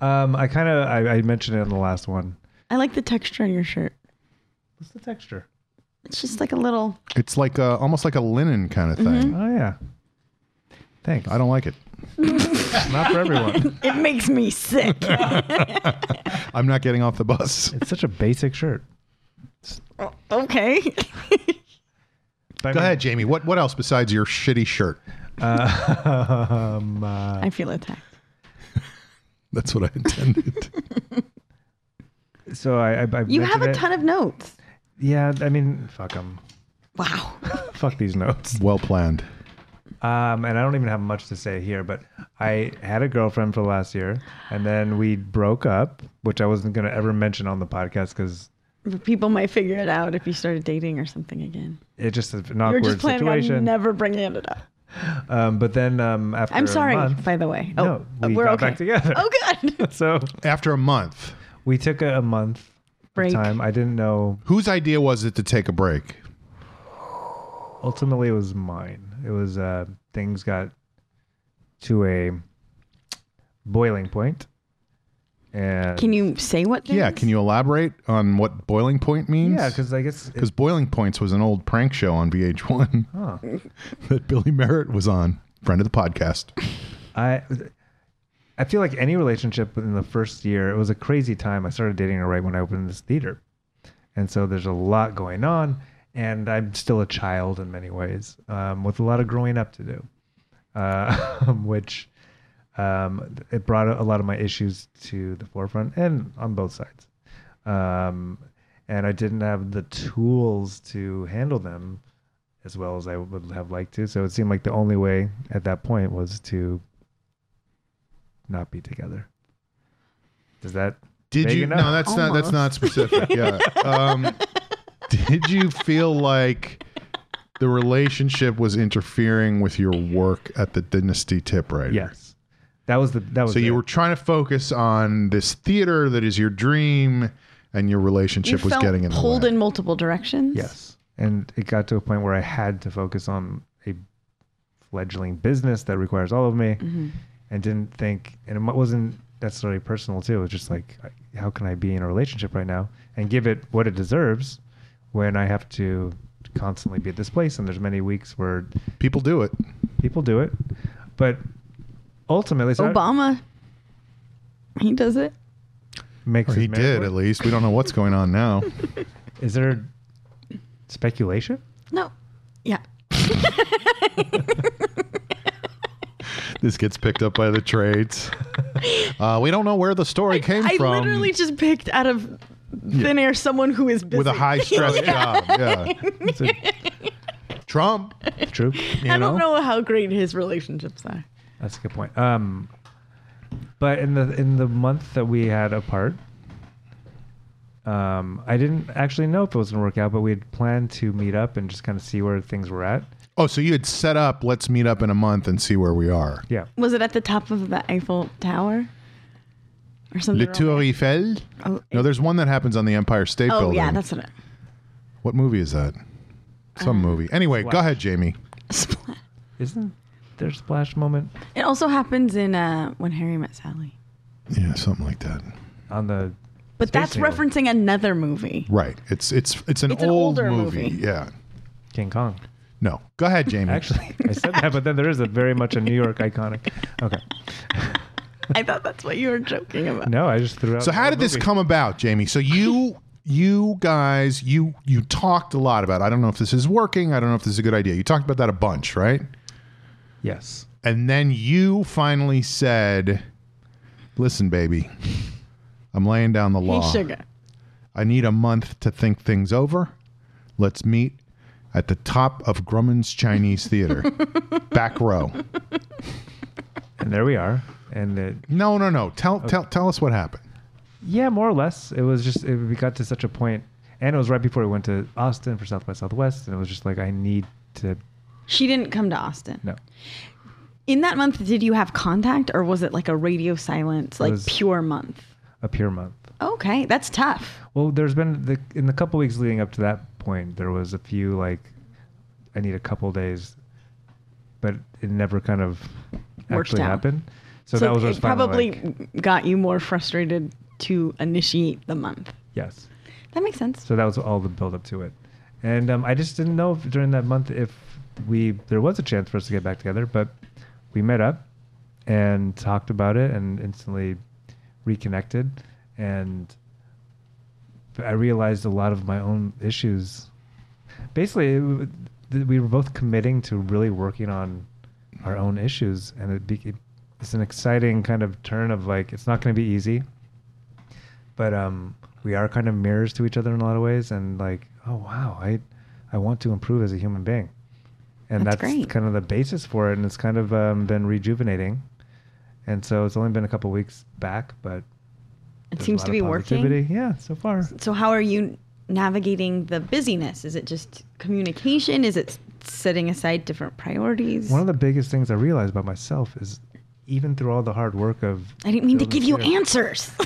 Speaker 1: Um, I kind of I, I mentioned it in the last one.
Speaker 3: I like the texture on your shirt.
Speaker 1: What's the texture?
Speaker 3: It's just like a little.
Speaker 2: It's like a, almost like a linen kind of thing.
Speaker 1: Oh yeah. Thanks.
Speaker 2: I don't like it.
Speaker 1: Not for
Speaker 3: (laughs)
Speaker 1: everyone.
Speaker 3: It makes me sick. (laughs)
Speaker 2: I'm not getting off
Speaker 1: (laughs)
Speaker 2: the bus.
Speaker 1: it's such a basic shirt.
Speaker 3: okay.
Speaker 1: But
Speaker 2: Go ahead, Jamie. What what else besides your shitty shirt?
Speaker 1: (laughs) Um, uh,
Speaker 3: I feel attacked.
Speaker 2: That's what I intended.
Speaker 1: (laughs) so I, I, I
Speaker 3: You have
Speaker 1: mentioned
Speaker 3: a
Speaker 1: it.
Speaker 3: ton of notes.
Speaker 1: Yeah, I mean, fuck them.
Speaker 3: Wow. (laughs)
Speaker 1: Fuck these notes.
Speaker 2: well planned.
Speaker 1: Um, and I don't even have much to say here, but I had a girlfriend for the last year, and then we broke up, which I wasn't gonna ever mention on the podcast because
Speaker 3: People might figure it out if you started dating or something again.
Speaker 1: it just an
Speaker 3: You're
Speaker 1: awkward
Speaker 3: just planning on
Speaker 1: situation.
Speaker 3: never bringing it up.
Speaker 1: um, but then um, after
Speaker 3: I'm
Speaker 1: a
Speaker 3: sorry,
Speaker 1: month-
Speaker 3: by the way. Oh,
Speaker 1: No, we
Speaker 3: we're
Speaker 1: got
Speaker 3: okay.
Speaker 1: back together.
Speaker 3: Oh,
Speaker 2: (laughs)
Speaker 3: good.
Speaker 1: so
Speaker 2: After a month,
Speaker 1: we took a, a month of
Speaker 3: Break.
Speaker 1: time. I didn't know.
Speaker 2: whose idea was it to take a break?
Speaker 1: Ultimately, it was mine. It was uh, things got to a boiling point, and
Speaker 3: Can you say what?
Speaker 2: Yeah,
Speaker 3: things?
Speaker 2: can you elaborate on what boiling point means?
Speaker 1: Yeah, because I guess it,
Speaker 2: because Boiling Points was an old prank show on VH1
Speaker 1: huh.
Speaker 2: (laughs) that Billy Merritt was on, friend of the podcast.
Speaker 1: I I feel like any relationship in the first year, it was a crazy time. I started dating her right when I opened this theater. And so there's a lot going on. And I'm still a child in many ways, um, with a lot of growing up to do, uh, (laughs) which um, it brought a lot of my issues to the forefront and on both sides. Um, and I didn't have the tools to handle them as well as I would have liked to. So it seemed like the only way at that point was to not be together. Does that
Speaker 2: Did
Speaker 1: Vague
Speaker 2: you?
Speaker 1: enough.
Speaker 2: No, that's not. That's
Speaker 3: Almost.
Speaker 2: not specific.
Speaker 3: (laughs)
Speaker 2: Yeah. Um, did you feel like the relationship was interfering with your work at the Dynasty Tip Writer?
Speaker 1: Yes. That was the that was
Speaker 2: So you
Speaker 1: it.
Speaker 2: were trying to focus on this theater that is your dream, and your
Speaker 3: You
Speaker 2: relationship was
Speaker 3: felt
Speaker 2: getting in
Speaker 3: pulled
Speaker 2: the way.
Speaker 3: in multiple directions.
Speaker 1: Yes. And it got to a point where I had to focus on a fledgling business that requires all of me and didn't think, and it mu- wasn't necessarily personal too. It was just like, I- how can I be in a relationship right now and give it what it deserves when I have to constantly be at this place? And there's many weeks where
Speaker 2: People do it.
Speaker 1: people do it, but ultimately, so I-
Speaker 3: Obama, he does it.
Speaker 1: makes
Speaker 2: Or
Speaker 1: his
Speaker 2: he
Speaker 1: marriage
Speaker 2: did,
Speaker 1: work.
Speaker 2: at least. We don't know what's going on now.
Speaker 1: Is there speculation?
Speaker 3: No. Yeah.
Speaker 2: (laughs) this gets picked up by the
Speaker 3: (laughs)
Speaker 2: trades. Uh, we don't know where the story came
Speaker 3: I
Speaker 2: from.
Speaker 3: literally just picked out of thin air someone who is busy.
Speaker 2: with a high
Speaker 3: (laughs)
Speaker 2: stress job. Yeah.
Speaker 1: It's a-
Speaker 2: Trump.
Speaker 1: true.
Speaker 2: You
Speaker 3: I don't know how great his relationships are.
Speaker 1: That's a good point. Um, but in the in the month that we had apart, um, I didn't actually know if it was gonna work out, but we had planned to meet up and just kind of see where things were at.
Speaker 2: Oh, so you had set up, let's meet up in a month and see where we are.
Speaker 1: Yeah,
Speaker 3: Was it at the top of the Eiffel Tower? Or something?
Speaker 2: Le Tour Eiffel?
Speaker 3: Oh,
Speaker 2: No, there's one that happens on the Empire State
Speaker 3: oh
Speaker 2: Building.
Speaker 3: yeah, that's what Uh, it
Speaker 2: what movie is that? Some movie. Anyway, go
Speaker 1: Flash.
Speaker 2: ahead, Jamie.
Speaker 3: Splat.
Speaker 1: isn't there a splash moment
Speaker 3: (laughs) It also happens in uh, When Harry Met Sally.
Speaker 2: Yeah, something like that.
Speaker 1: on the?
Speaker 3: But
Speaker 1: Space
Speaker 3: that's
Speaker 1: Needle.
Speaker 3: referencing another movie. (laughs)
Speaker 2: Right. It's it's it's an
Speaker 3: It's an
Speaker 2: old
Speaker 3: older
Speaker 2: movie.
Speaker 3: movie.
Speaker 2: Yeah.
Speaker 1: King Kong.
Speaker 2: No. Go ahead, Jamie.
Speaker 1: Actually, I said that, but then there is a very much a New York iconic. Okay,
Speaker 3: I thought that's what you were joking about.
Speaker 1: no, I just threw out.
Speaker 2: So
Speaker 1: the
Speaker 2: how
Speaker 1: whole
Speaker 2: did this
Speaker 1: movie.
Speaker 2: come about, Jamie? So you you guys you you talked a lot about. I don't know if this is working. I don't know if this is a good idea. You talked about that a bunch, right?
Speaker 1: Yes,
Speaker 2: And then you finally said, "Listen, baby, I'm laying down the
Speaker 3: Hey,
Speaker 2: law.
Speaker 3: sugar.
Speaker 2: I need a month to think things over. Let's meet at the top of Grumman's Chinese
Speaker 3: (laughs)
Speaker 2: Theater, back row."
Speaker 1: and there we are, and it,
Speaker 2: No, no, no. Tell tell tell us what happened.
Speaker 1: Yeah, more or less. It was just it, we got to such a point, and it was right before we went to Austin for South by Southwest, and it was just like I need to
Speaker 3: She didn't come to Austin.
Speaker 1: no.
Speaker 3: In that month, did you have contact or was it like a radio silence, like
Speaker 1: was-
Speaker 3: pure month?
Speaker 1: a peer month.
Speaker 3: Okay, that's tough.
Speaker 1: Well, there's been the in the couple weeks leading up to that point, there was a few like I need a couple days, but it never kind of
Speaker 3: Worked
Speaker 1: actually
Speaker 3: out.
Speaker 1: happened. So,
Speaker 3: So,
Speaker 1: that was
Speaker 3: it
Speaker 1: what's finally,
Speaker 3: probably
Speaker 1: like,
Speaker 3: got you more frustrated to initiate the month.
Speaker 1: yes.
Speaker 3: That makes sense.
Speaker 1: So that was all the build up to it, and um, I just didn't know if during that month if we there was a chance for us to get back together, but we met up and talked about it and instantly reconnected, and I realized a lot of my own issues. Basically, it, w- th- we were both committing to really working on our own issues, and it, be, it's an exciting kind of turn of like it's not going to be easy but um, we are kind of mirrors to each other in a lot of ways. And like, oh wow, I, I want to improve as a human being, and
Speaker 3: That's
Speaker 1: that's,
Speaker 3: great.
Speaker 1: kind of the basis for it. And it's kind of um, been rejuvenating, and so it's only been a couple weeks back, but
Speaker 3: It
Speaker 1: there's a
Speaker 3: seems
Speaker 1: lot
Speaker 3: to
Speaker 1: of
Speaker 3: be working.
Speaker 1: positivity. Yeah, so far.
Speaker 3: So, how are you navigating the busyness? Is it just communication? Is it s- setting aside different priorities?
Speaker 1: One of the biggest things I realized about myself is, even through all the hard work of
Speaker 3: I didn't mean to
Speaker 1: building
Speaker 3: give you
Speaker 1: theater-
Speaker 3: answers. (laughs)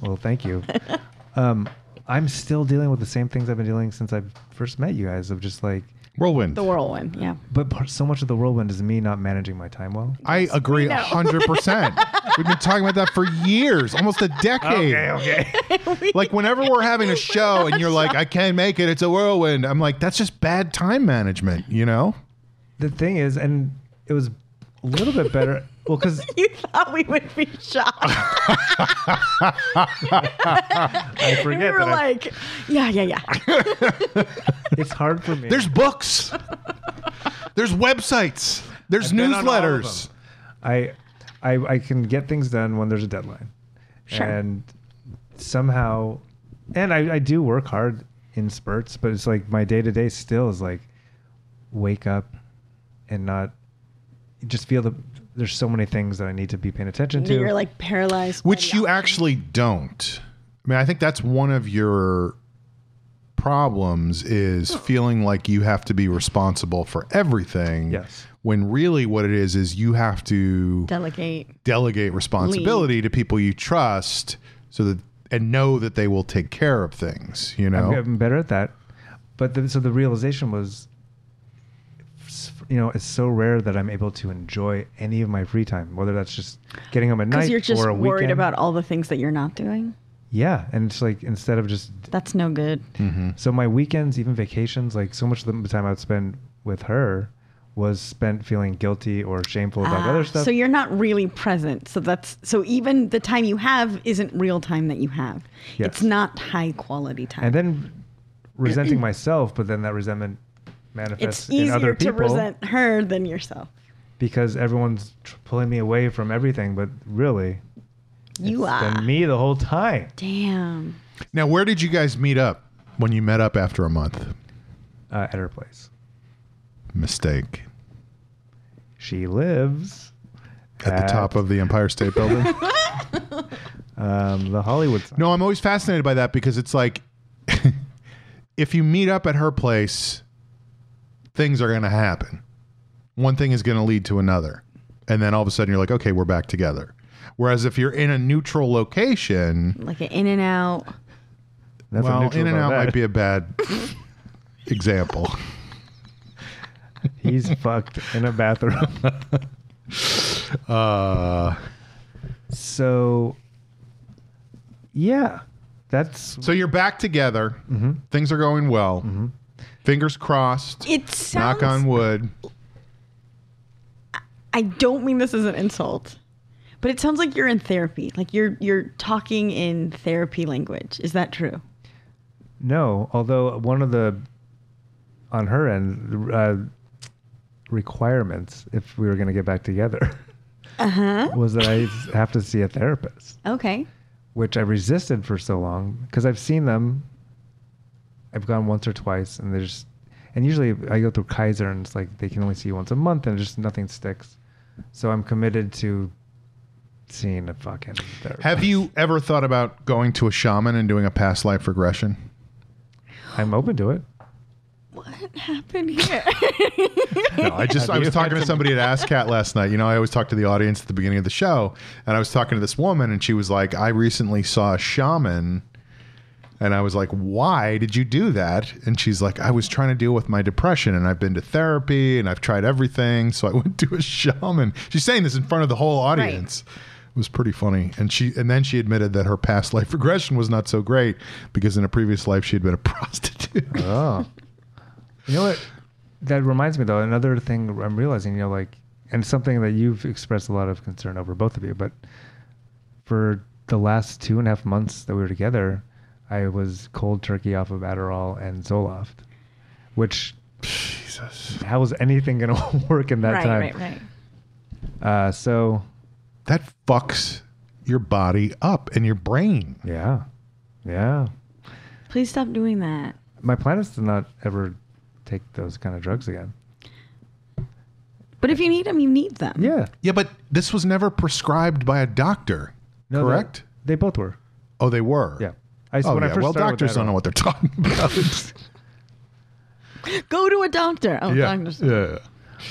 Speaker 1: Well, thank you. um, I'm still dealing with the same things I've been dealing since I first met you guys. Of just like,
Speaker 2: Whirlwind.
Speaker 3: the whirlwind, yeah. (laughs)
Speaker 1: but part, so much of the whirlwind is me not managing my time well.
Speaker 2: I agree
Speaker 3: know.
Speaker 2: 100%. We've been talking about that for years, almost a decade.
Speaker 1: okay.
Speaker 3: (laughs)
Speaker 2: Like whenever we're having a show and you're like, I can't make it, it's a whirlwind. I'm like, that's just bad time management, you know?
Speaker 1: the thing is, and it was a little bit better. Well, because
Speaker 3: (laughs) You thought we would be (laughs) shocked.
Speaker 1: I
Speaker 3: we
Speaker 1: forget
Speaker 3: were
Speaker 1: that I-
Speaker 3: like, yeah,
Speaker 1: (laughs)
Speaker 3: yeah, yeah.
Speaker 1: it's hard for me. (laughs)
Speaker 2: There's books. There's websites. There's
Speaker 1: I've been on all of
Speaker 2: newsletters.
Speaker 1: them. I, I, I can get things done when there's a deadline,
Speaker 3: Sure.
Speaker 1: and somehow, and I, I do work hard in spurts, but it's like my day to day still is like wake up and not just feel the. There's so many things that I need to be paying attention to.
Speaker 3: You're like paralyzed. by
Speaker 2: Which
Speaker 3: the-
Speaker 2: you actually don't. I mean, I think that's one of your problems is feeling like you have to be responsible for everything.
Speaker 1: Yes.
Speaker 2: When really what it is is you have to
Speaker 3: Delegate.
Speaker 2: delegate responsibility to people you trust so that and know that they will take care of things, you know.
Speaker 1: I'm getting better at that. But the, so the realization was, s- you know, it's so rare that I'm able to enjoy any of my free time, whether that's just getting home at night
Speaker 3: Because you're just
Speaker 1: or a
Speaker 3: worried
Speaker 1: weekend.
Speaker 3: about all the things that you're not doing.
Speaker 1: yeah, and it's like instead of just
Speaker 3: That's no good.
Speaker 2: Mm-hmm.
Speaker 1: so my weekends, even vacations, like so much of the time I would spend with her was spent feeling guilty or shameful about
Speaker 3: Ah,
Speaker 1: other stuff.
Speaker 3: So you're not really present. So that's so even the time you have isn't real time that you have.
Speaker 1: Yes.
Speaker 3: It's not high quality time.
Speaker 1: and then
Speaker 3: (clears throat)
Speaker 1: resenting myself, but then that resentment manifests
Speaker 3: it's
Speaker 1: in other
Speaker 3: easier to
Speaker 1: people.
Speaker 3: resent her than yourself.
Speaker 1: because everyone's tr- pulling me away from everything. But really,
Speaker 3: You
Speaker 1: it's
Speaker 3: are.
Speaker 1: been me the whole time.
Speaker 3: Damn. (laughs)
Speaker 2: now, where did you guys meet up when you met up after a month?
Speaker 1: Uh, at her place,
Speaker 2: Mistake.
Speaker 1: she
Speaker 3: (laughs)
Speaker 1: lives
Speaker 2: At the top of the Empire State Building.
Speaker 1: um, the Hollywood sign.
Speaker 2: No, I'm always fascinated by that because it's like (laughs) if you meet up at her place, things are going to happen. One thing is going to lead to another. And then all of a sudden you're like, okay, we're back together. Whereas if you're in a neutral location,
Speaker 3: Like an in and out.
Speaker 1: That's
Speaker 2: well,
Speaker 1: neutral
Speaker 2: in and out
Speaker 1: about
Speaker 2: might be a bad (laughs) example.
Speaker 1: that. He's fucked in a bathroom.
Speaker 2: Uh,
Speaker 1: So, yeah, that's
Speaker 2: so you're back together. Things are going well. Fingers crossed.
Speaker 3: It sounds
Speaker 2: knock on wood.
Speaker 3: I don't mean this as an insult. But it sounds like you're in therapy. Like you're you're talking in therapy language. Is that true?
Speaker 1: no. Although one of the on her end uh, requirements, if we were going to get back together, uh-huh. was that I have to see a therapist.
Speaker 3: Okay.
Speaker 1: which I resisted for so long because I've seen them. I've gone once or twice, and there's, and usually I go through Kaiser, and it's like they can only see you once a month, and just nothing sticks. So I'm committed to seeing a fucking therapist.
Speaker 2: Have you ever thought about going to a shaman and doing a past life regression?
Speaker 1: I'm open to it.
Speaker 3: What happened here? (laughs)
Speaker 2: No, I just I was talking to somebody at ASCAT last night. You know, I always talk to the audience at the beginning of the show, and I was talking to this woman, and she was like, "I recently saw a shaman," and I was like, "Why did you do that?" And she's like, "I was trying to deal with my depression, and I've been to therapy, and I've tried everything, so I (laughs) went to a shaman." She's saying this in front of the whole audience. It was pretty funny, and she and then she admitted that her past (laughs) life regression was not so great because in a previous life she had been a prostitute. (laughs)
Speaker 1: Oh, you know what? That reminds me though. Another thing I'm realizing, you know, like, and something that you've expressed a lot of concern over, both of you. But for the last two and a half months that we were together, I was cold turkey off of Adderall and Zoloft, which
Speaker 2: Jesus,
Speaker 1: how is anything going to (laughs) work in that
Speaker 3: right,
Speaker 1: time?
Speaker 3: right, right.
Speaker 1: Uh, so
Speaker 2: that fucks your body up and your brain.
Speaker 1: yeah, yeah.
Speaker 3: Please stop doing that.
Speaker 1: My plan is to not ever take those kind of drugs again.
Speaker 3: But if you need them, you need them.
Speaker 1: Yeah,
Speaker 2: Yeah, but this was never prescribed by a doctor,
Speaker 1: no, they-
Speaker 2: correct?
Speaker 1: They, both were.
Speaker 2: oh, they were.
Speaker 1: Yeah. I,
Speaker 2: Oh,
Speaker 1: when I
Speaker 2: yeah.
Speaker 1: first
Speaker 2: well,
Speaker 1: started with
Speaker 2: doctors don't know
Speaker 1: Adderall-
Speaker 2: what they're (laughs) talking about.
Speaker 1: (laughs)
Speaker 3: Go to a doctor. Oh,
Speaker 2: yeah.
Speaker 3: doctors.
Speaker 2: yeah.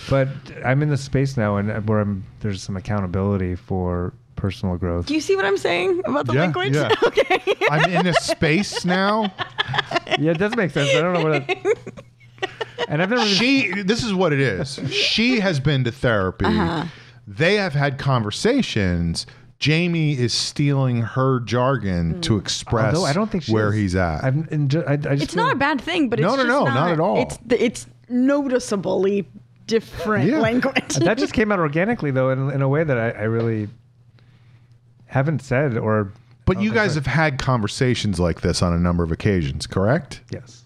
Speaker 1: But I'm in the space now, and uh, where I'm there's some accountability for personal growth.
Speaker 3: Do you see what I'm saying about the
Speaker 2: Yeah,
Speaker 3: language?
Speaker 2: yeah.
Speaker 3: (laughs) Okay.
Speaker 2: I'm in a space now.
Speaker 1: yeah, it does make sense. I don't know where. That,
Speaker 3: (laughs)
Speaker 1: and I've never.
Speaker 2: She, this is what it is. She has been to therapy.
Speaker 3: Uh-huh.
Speaker 2: They have had conversations. Jamie is stealing her jargon
Speaker 3: Hmm.
Speaker 2: to express
Speaker 1: although I don't think she
Speaker 2: where
Speaker 1: is.
Speaker 2: he's at.
Speaker 1: I've, and ju- I, I just
Speaker 3: it's not a bad thing, but
Speaker 2: No,
Speaker 3: it's
Speaker 2: no,
Speaker 3: just
Speaker 2: no,
Speaker 3: not,
Speaker 2: not at all.
Speaker 3: It's it's noticeably different
Speaker 2: Yeah.
Speaker 3: language.
Speaker 1: that just came out organically though, in, in a way that I, I really haven't said or.
Speaker 2: but you
Speaker 1: Okay,
Speaker 2: guys
Speaker 1: sorry.
Speaker 2: have had conversations like this on a number of occasions, correct?
Speaker 1: Yes.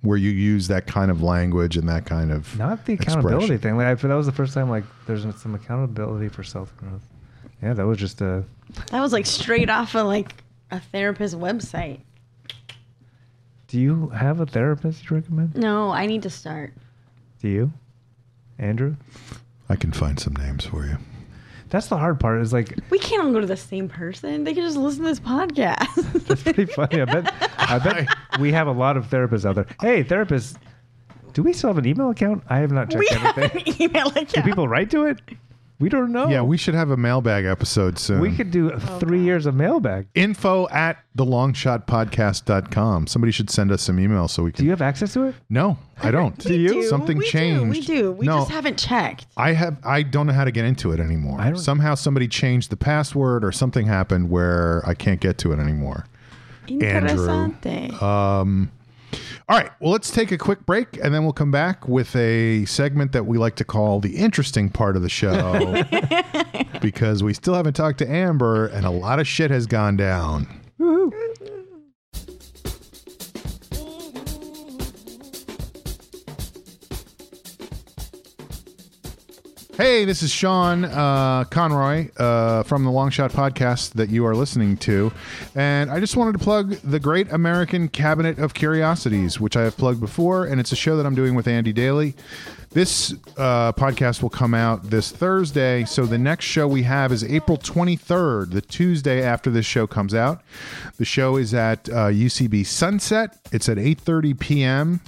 Speaker 2: where you use that kind of language and that kind of
Speaker 1: Not the
Speaker 2: expression.
Speaker 1: accountability thing. Like I, that was the first time. Like there's some accountability for self growth. Yeah, that was just a.
Speaker 3: (laughs) that was like straight off of like a therapist website.
Speaker 1: Do you have a therapist you recommend?
Speaker 3: No, I need to start.
Speaker 1: Do you, Andrew?
Speaker 2: I can find some names for you.
Speaker 1: That's the hard part. Is
Speaker 3: (laughs)
Speaker 1: like
Speaker 3: We can't all go to the same person. They can just listen to this podcast.
Speaker 1: that's pretty funny. I bet. I bet we have a lot of therapists out there. Hey, therapists, do we still have an email account? I have not checked
Speaker 3: (laughs) we have
Speaker 1: everything.
Speaker 3: an email account.
Speaker 1: Do people write to it? We don't know.
Speaker 2: Yeah, we should have a mailbag episode soon.
Speaker 1: we could
Speaker 3: Oh,
Speaker 1: do three years of mailbag.
Speaker 2: Info at thelongshotpodcast.com. Somebody should send us some emails so we
Speaker 1: Do
Speaker 2: can.
Speaker 1: you have access to it?
Speaker 2: no,
Speaker 1: (laughs)
Speaker 2: I don't. Do
Speaker 3: We do.
Speaker 2: Something
Speaker 3: we
Speaker 2: changed.
Speaker 3: Do. We do. We
Speaker 2: no,
Speaker 3: just haven't checked.
Speaker 2: I have. I don't know how to get into it anymore.
Speaker 1: don't-
Speaker 2: Somehow somebody changed the password or something happened where I can't get to it anymore.
Speaker 3: Interessante.
Speaker 2: All right. Well, let's take a quick break and then we'll come back with a segment that we like to call the interesting part of the show because we still haven't talked to Amber and a lot of shit has gone down. Hey, this is Sean uh, Conroy uh, from the Long Shot podcast that you are listening to. And I just wanted to plug the Great American Cabinet of Curiosities, which I have plugged before. And it's a show that I'm doing with Andy Daly. This uh, podcast will come out this Thursday. So the next show we have is April 23rd, the Tuesday after this show comes out. The show is at uh, UCB Sunset, it's at 8.30 p.m.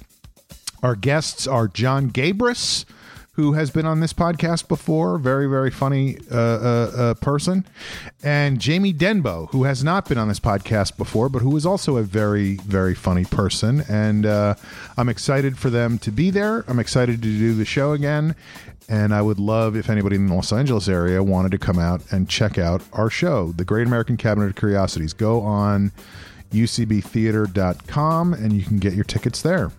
Speaker 2: Our guests are John Gabris, who has been on this podcast before, very, very funny uh, uh, uh, person, and Jamie Denbo, who has not been on this podcast before, but who is also a very, very funny person. And uh, I'm excited for them to be there. I'm excited to do the show again. And I would love if anybody in the Los Angeles area wanted to come out and check out our show, The Great American Cabinet of Curiosities. Go on ucbtheater.com and you can get your tickets there.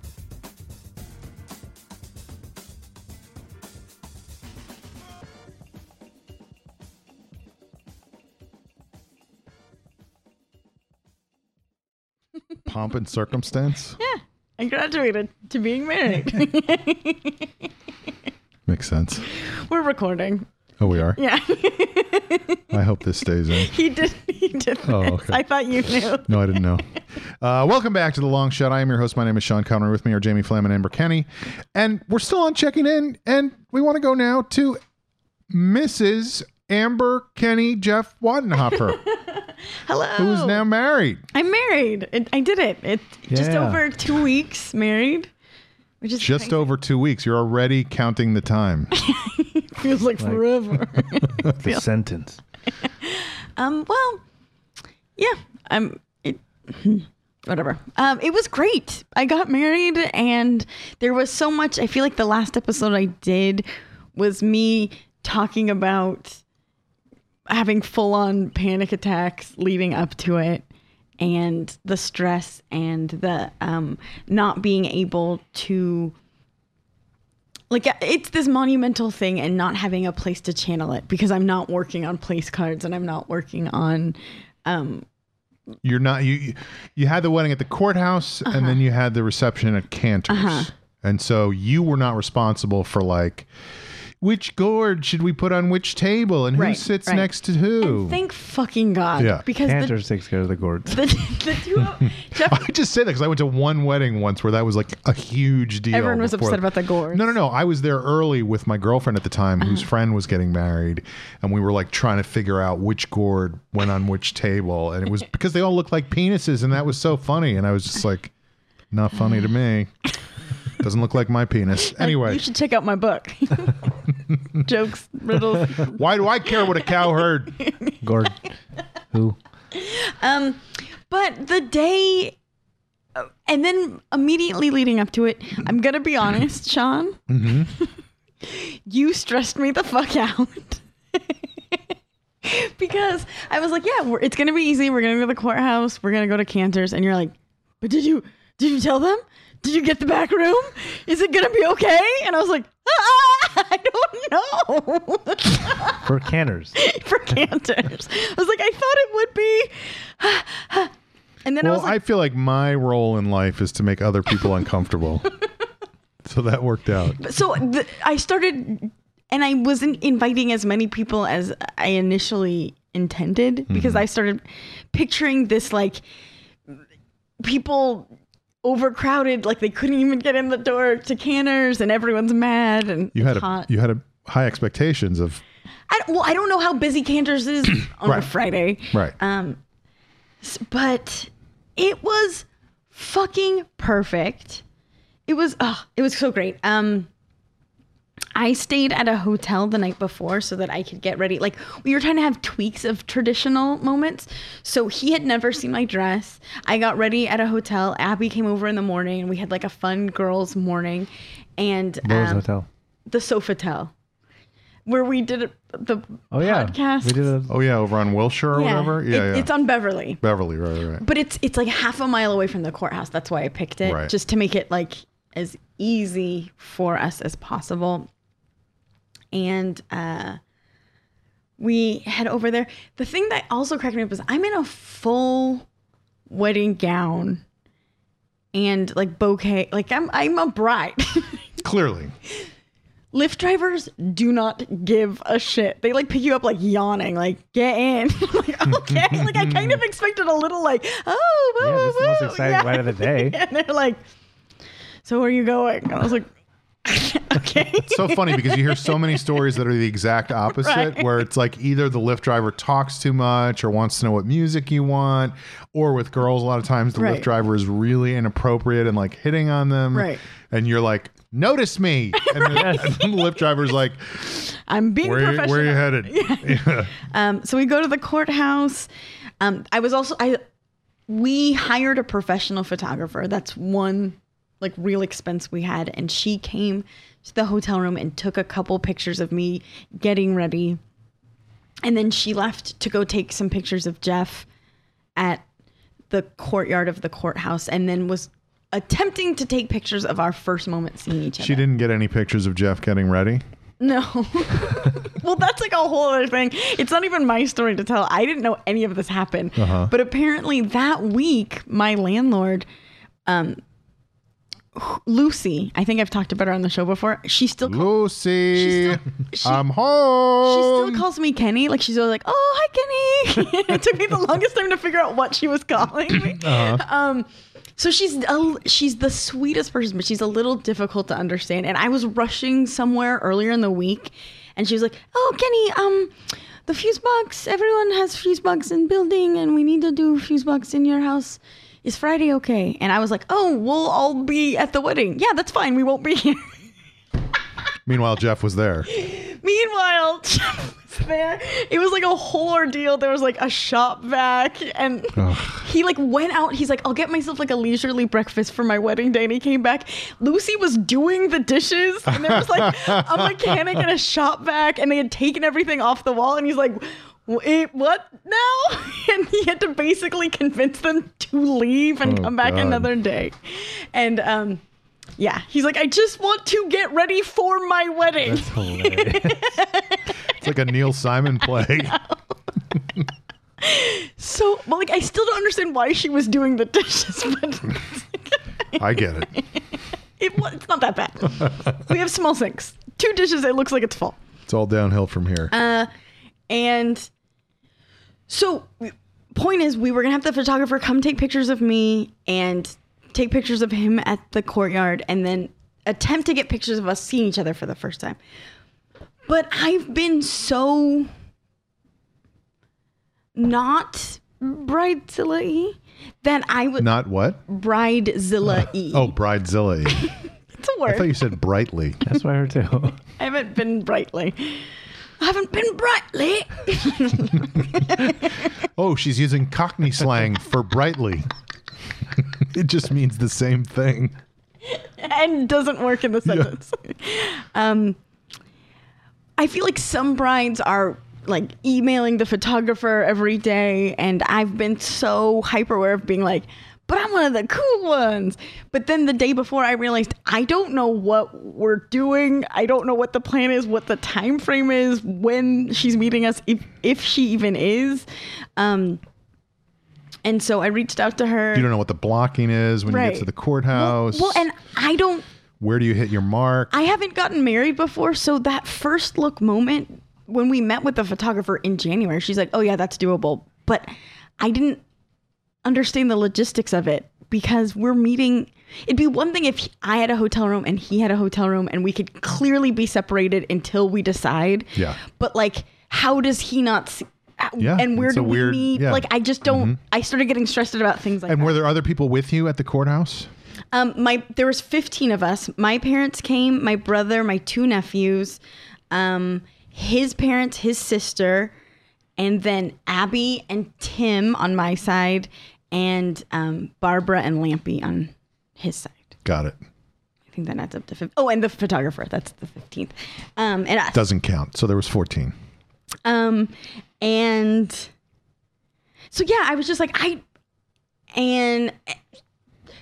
Speaker 2: pomp and circumstance
Speaker 3: I graduated to
Speaker 2: (laughs)
Speaker 3: being married. (laughs)
Speaker 2: makes sense
Speaker 3: We're recording.
Speaker 2: oh we are
Speaker 3: Yeah. (laughs)
Speaker 2: i hope this stays in
Speaker 3: he did. He did.
Speaker 2: Oh,
Speaker 3: this.
Speaker 2: okay.
Speaker 3: I thought you knew.
Speaker 2: no i didn't know uh, welcome back to the long shot i am your host my name is sean conroy with me are jamie flam and amber kenny and we're still on checking in and we want to go now to mrs amber kenny jeff wadenhopper
Speaker 3: Hello.
Speaker 2: who's now married
Speaker 3: I'm married. It, I did it. It just
Speaker 1: Yeah.
Speaker 3: over two weeks married, which is
Speaker 2: just over two weeks you're already counting the time
Speaker 3: feels like, forever.
Speaker 2: (laughs)
Speaker 1: The sentence.
Speaker 3: um. Well, yeah. I'm. It, (laughs) whatever. Um. It was great. I got married, and there was so much. I feel like the last episode I did was me talking about having full on panic attacks leading up to it and the stress and the um, not being able to like it's this monumental thing and not having a place to channel it because i'm not working on place cards and i'm not working on
Speaker 2: you're not you you had the wedding at the courthouse and
Speaker 3: Uh-huh.
Speaker 2: then you had the reception at Cantor's. And so you were not responsible for like which gourd should we put on which table and who
Speaker 3: Right,
Speaker 2: sits
Speaker 3: right.
Speaker 2: next to who?
Speaker 3: thank fucking god
Speaker 2: Yeah.
Speaker 3: because
Speaker 1: Cantor
Speaker 3: the,
Speaker 1: takes care of the gourds.
Speaker 3: (laughs) the, the two
Speaker 2: (laughs)
Speaker 3: of,
Speaker 2: (laughs)
Speaker 3: Jeff,
Speaker 2: I just say that because I went to one wedding once where that was like a huge deal.
Speaker 3: everyone was
Speaker 2: before-
Speaker 3: upset about the gourd
Speaker 2: No, no, no. I was there early with my girlfriend at the time, whose
Speaker 3: Uh-huh.
Speaker 2: friend was getting married, and we were like trying to figure out which gourd went on which table, and it
Speaker 3: (laughs)
Speaker 2: was because they all looked like penises, and that was so funny, and I was just like, not funny to me. Doesn't look like my penis. Anyway,
Speaker 3: you should check out
Speaker 2: (laughs)
Speaker 3: my book (laughs) jokes riddles
Speaker 2: why do I care what a cow heard?
Speaker 3: (laughs)
Speaker 1: Gourd. Who?
Speaker 3: Um, but the day, and then immediately leading up to it, I'm gonna be honest, Sean.
Speaker 2: Mm-hmm.
Speaker 3: (laughs) you stressed me the fuck out. (laughs) because I was like, yeah, we're, it's gonna be easy. We're gonna go to the courthouse. We're gonna go to Cantor's, and you're like, but did you did you tell them? Did you get the back room? Is it gonna be okay? And I was like, (laughs) ah, I don't know. (laughs)
Speaker 1: For canners.
Speaker 3: for Cantors. I was like, I thought it would be. (sighs) And then I
Speaker 2: Well,
Speaker 3: was like,
Speaker 2: I feel like my role in life is to make other people uncomfortable.
Speaker 3: (laughs)
Speaker 2: so that worked out.
Speaker 3: so th- I started, and I wasn't inviting as many people as I initially intended because
Speaker 2: Mm-hmm.
Speaker 3: I started picturing this like people overcrowded, like they couldn't even get in the door to Canners, and everyone's mad and
Speaker 2: You had
Speaker 3: it's hot.
Speaker 2: a, you had a high expectations of
Speaker 3: I don't, well, I don't know how busy Cantor's
Speaker 2: (clears throat)
Speaker 3: is on
Speaker 2: Right.
Speaker 3: a Friday.
Speaker 2: Right.
Speaker 3: Um, s- but it was fucking perfect. It was oh, it was so great. Um, I stayed at a hotel the night before so that I could get ready. Like we were trying to have tweaks of traditional moments. So he had never seen my dress. I got ready at a hotel. Abby came over in the morning and we had like a fun girls morning. And
Speaker 1: Rose
Speaker 3: um,
Speaker 1: Hotel.
Speaker 3: the Sofitel, where we did the
Speaker 1: Oh yeah,
Speaker 3: podcast.
Speaker 1: we did a
Speaker 2: Oh yeah, over on Wilshire or
Speaker 3: Yeah.
Speaker 2: whatever. Yeah,
Speaker 3: It-
Speaker 2: yeah.
Speaker 3: It's on Beverly,
Speaker 2: Beverly, right, right.
Speaker 3: but it's it's like half a mile away from the courthouse. That's why I picked it,
Speaker 2: Right.
Speaker 3: just to make it like as easy for us as possible. And uh, we head over there. The thing that also cracked me up is I'm in a full wedding gown and like bouquet. Like I'm I'm a bride. (laughs)
Speaker 2: Clearly,
Speaker 3: Lyft drivers do not give a shit. They like pick you up like yawning, like get in. (laughs) I'm like okay, like I kind of expected a little like oh woo
Speaker 1: yeah. This is the
Speaker 3: woo.
Speaker 1: most exciting
Speaker 3: yeah.
Speaker 1: ride of the day.
Speaker 3: (laughs) And they're like, so where are you going? And I was like, (laughs)
Speaker 1: (laughs)
Speaker 3: okay.
Speaker 2: so funny because you hear so many stories that are the exact opposite,
Speaker 3: Right.
Speaker 2: where it's like either the Lyft driver talks too much or wants to know what music you want, or with girls, a lot of times the Lyft
Speaker 3: Right.
Speaker 2: driver is really inappropriate and like hitting on them,
Speaker 3: Right.
Speaker 2: And you're like, notice me, and, the, and the Lyft driver's like,
Speaker 3: I'm being
Speaker 2: where, you-
Speaker 3: professional.
Speaker 2: where you headed?
Speaker 3: Um, so we go to the courthouse. Um, I was also I we hired a professional photographer. That's one like real expense we had, and she came to the hotel room and took a couple pictures of me getting ready, and then she left to go take some pictures of Jeff at the courtyard of the courthouse, and then was attempting to take pictures of our first moment seeing each other.
Speaker 2: She didn't get any pictures of Jeff getting ready.
Speaker 3: No. (laughs) well, that's like a whole other thing. It's not even my story to tell. I didn't know any of this happened. But apparently that week, my landlord, um, Lucy, I think I've talked about her on the show before. She still calls,
Speaker 2: Lucy, (laughs)
Speaker 3: She's still- she-
Speaker 2: I'm
Speaker 3: she
Speaker 2: home.
Speaker 3: still calls me Kenny. Like she's always like, "Oh, hi, Kenny." (laughs) it took me the longest time to figure out what she was calling me. Um, so she's a, she's the sweetest person, but she's a little difficult to understand. And I was rushing somewhere earlier in the week, and she was like, "Oh, Kenny, um, the fuse box. Everyone has fuse box in building, and we need to do fuse box in your house." Is Friday okay? And I was like, "Oh, we'll all be at the wedding. Yeah, that's fine. We won't be here."
Speaker 2: Meanwhile, Jeff was there.
Speaker 3: Meanwhile, (laughs) Jeff was there. It was like a whole ordeal. There was like a shop vac, and he like went out. He's like, "I'll get myself like a leisurely breakfast for my wedding day." And he came back. Lucy was doing the dishes, and there was like
Speaker 2: (laughs)
Speaker 3: a mechanic and a shop vac, and they had taken everything off the wall. And he's like. Wait, what now? (laughs) And he had to basically convince them to leave and
Speaker 2: Oh,
Speaker 3: come back
Speaker 2: God.
Speaker 3: another day. And um, yeah, he's like, I just want to get ready for my wedding.
Speaker 1: That's hilarious.
Speaker 2: It's like a Neil
Speaker 3: (laughs)
Speaker 2: Simon play.
Speaker 3: So, well, like, I still don't understand why she was doing the dishes, (laughs) but
Speaker 2: I get it.
Speaker 3: it was, it's not that bad. we have small sinks, two dishes. It looks like it's full.
Speaker 2: It's all downhill from here.
Speaker 3: Um, And so, point is, we were gonna have the photographer come take pictures of me and take pictures of him at the courtyard, and then attempt to get pictures of us seeing each other for the first time. But I've been so not bridezilla that I was
Speaker 2: Not what?
Speaker 3: bridezilla y.
Speaker 2: Oh,
Speaker 3: (laughs)
Speaker 2: Bridezilla.
Speaker 3: it's a
Speaker 2: I
Speaker 3: word.
Speaker 2: thought
Speaker 3: I,
Speaker 2: you said brightly.
Speaker 1: That's what I heard too.
Speaker 3: haven't been brightly. I haven't been brightly.
Speaker 2: Oh, she's using Cockney slang for brightly. (laughs) It just means the same thing.
Speaker 3: (laughs) and doesn't work in the sentence. (laughs) um, I feel like some brides are like emailing the photographer every day, and I've been so hyper aware of being like, but I'm one of the cool ones. But then the day before, I realized I don't know what we're doing. I don't know what the plan is, what the time frame is, when she's meeting us, if if she even is. Um, and so I reached out to her.
Speaker 2: You don't know what the blocking is when you
Speaker 3: Right.
Speaker 2: get to the courthouse.
Speaker 3: well, and I don't
Speaker 2: where do you hit your mark?
Speaker 3: I haven't gotten married before, so that first look moment when we met with the photographer in January, she's like, "Oh yeah, that's doable." But I didn't understand the logistics of it because we're meeting. It'd be one thing if he- I had a hotel room and he had a hotel room and we could clearly be separated until we decide.
Speaker 2: Yeah.
Speaker 3: But like, how does he not see?
Speaker 2: Yeah,
Speaker 3: And where
Speaker 2: it's a
Speaker 3: do we
Speaker 2: weird-
Speaker 3: meet?
Speaker 2: yeah. Mm-hmm.
Speaker 3: Like, I just don't. I started getting stressed about things like
Speaker 2: And
Speaker 3: that.
Speaker 2: were there other people with you at the courthouse?
Speaker 3: Um, my there was fifteen of us. My parents came, my brother, my two nephews, um, his parents, his sister, and then Abby and Tim on my side, and um, Barbara and Lampy on his side.
Speaker 2: Got it.
Speaker 3: I think that adds up to fif- oh, and the photographer. That's the fifteenth, um, and us.
Speaker 2: Doesn't count. So there was 14.
Speaker 3: Um, and so yeah, I was just like I, and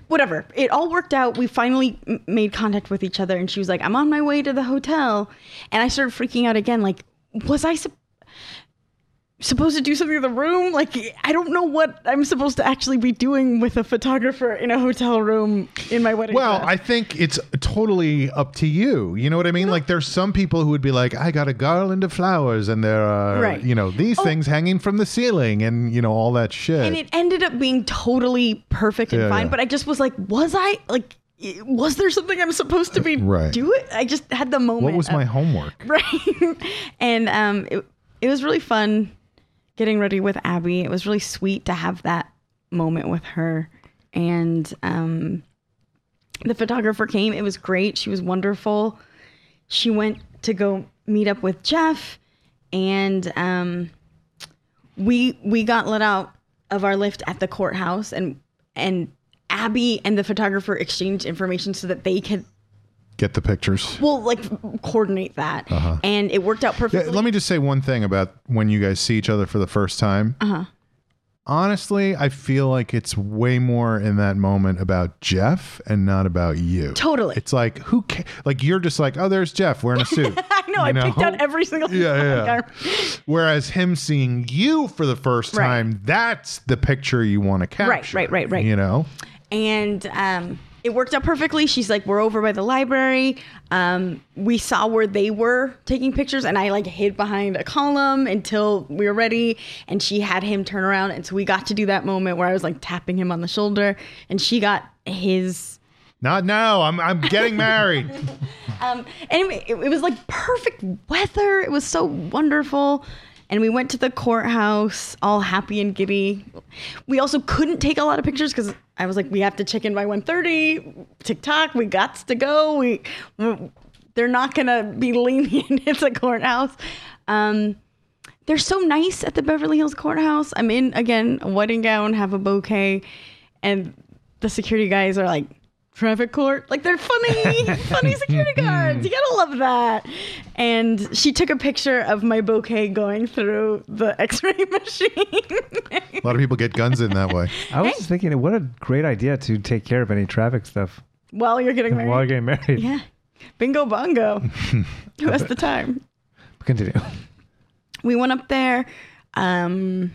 Speaker 3: whatever. It all worked out. We finally m- made contact with each other, and she was like, "I'm on my way to the hotel," and I started freaking out again. Like, was I sup- supposed to do something in the room? Like, I don't know what I'm supposed to actually be doing with a photographer in a hotel room in my wedding.
Speaker 2: Well,
Speaker 3: dress.
Speaker 2: I think it's totally up to you. You know what I mean? Like there's some people who would be like, I got a garland of flowers and there are,
Speaker 3: Right.
Speaker 2: you know, these
Speaker 3: Oh.
Speaker 2: things hanging from the ceiling and, you know, all that shit.
Speaker 3: and it ended up being totally perfect and
Speaker 2: Yeah,
Speaker 3: fine
Speaker 2: yeah.
Speaker 3: but i just was like was i like i- was there something i'm supposed to be
Speaker 2: Right.
Speaker 3: doing i just had the moment
Speaker 2: what was
Speaker 3: of-
Speaker 2: my homework?
Speaker 3: (laughs) right and um it, it was really fun getting ready with abby it was really sweet to have that moment with her and um the photographer came it was great she was wonderful she went to go meet up with jeff and um we we got let out of our lift at the courthouse and and abby and the photographer exchanged information so that they could
Speaker 2: Get the pictures.
Speaker 3: well like coordinate that and it worked out
Speaker 2: Uh-huh. Yeah,
Speaker 3: perfectly
Speaker 2: let me just say one thing about when you guys see each other for the first time. Uh-huh. Honestly, I feel like it's way more in that moment about Jeff and not about you.
Speaker 3: Totally.
Speaker 2: It's like who ca- like you're just like, "Oh, there's Jeff
Speaker 3: (laughs)
Speaker 2: wearing a suit."
Speaker 3: (laughs) i know i
Speaker 2: you
Speaker 3: picked
Speaker 2: know?
Speaker 3: out every
Speaker 2: (laughs)
Speaker 3: single
Speaker 2: Yeah, yeah.
Speaker 3: Like, I-
Speaker 2: Whereas him seeing you for the first
Speaker 3: Right.
Speaker 2: time, that's the picture you want to capture.
Speaker 3: right, right, right.
Speaker 2: You know?
Speaker 3: and um it worked out perfectly she's like we're over by the library um we saw where they were taking pictures and i like hid behind a column until we were ready and she had him turn around and so we got to do that moment where i was like tapping him on the shoulder and she got his
Speaker 2: Not now. I'm I'm getting
Speaker 3: (laughs)
Speaker 2: married.
Speaker 3: Um, anyway, it, it was like perfect weather. It was so wonderful. And we went to the courthouse all happy and giddy. We also couldn't take a lot of pictures because I was like, we have to check in by 1.30, TikTok, we got to go. We, they're not going to be (laughs) lenient at the courthouse. Um, they're so nice at the Beverly Hills courthouse. I'm in, again, a wedding gown, have a bouquet. And the security guys are like, traffic court. Like
Speaker 1: (laughs)
Speaker 3: they're funny, funny security guards. You gotta love that. And she took a picture of my bouquet going through the X-ray (laughs) machine. (laughs)
Speaker 2: a lot of people get guns in that way.
Speaker 1: I was just thinking, what a great idea to take care of any traffic stuff
Speaker 3: While you're getting married.
Speaker 1: while you're getting married.
Speaker 3: yeah.
Speaker 1: (laughs)
Speaker 3: Bingo bongo. Who has the time?
Speaker 1: Continue.
Speaker 3: We went up there. Um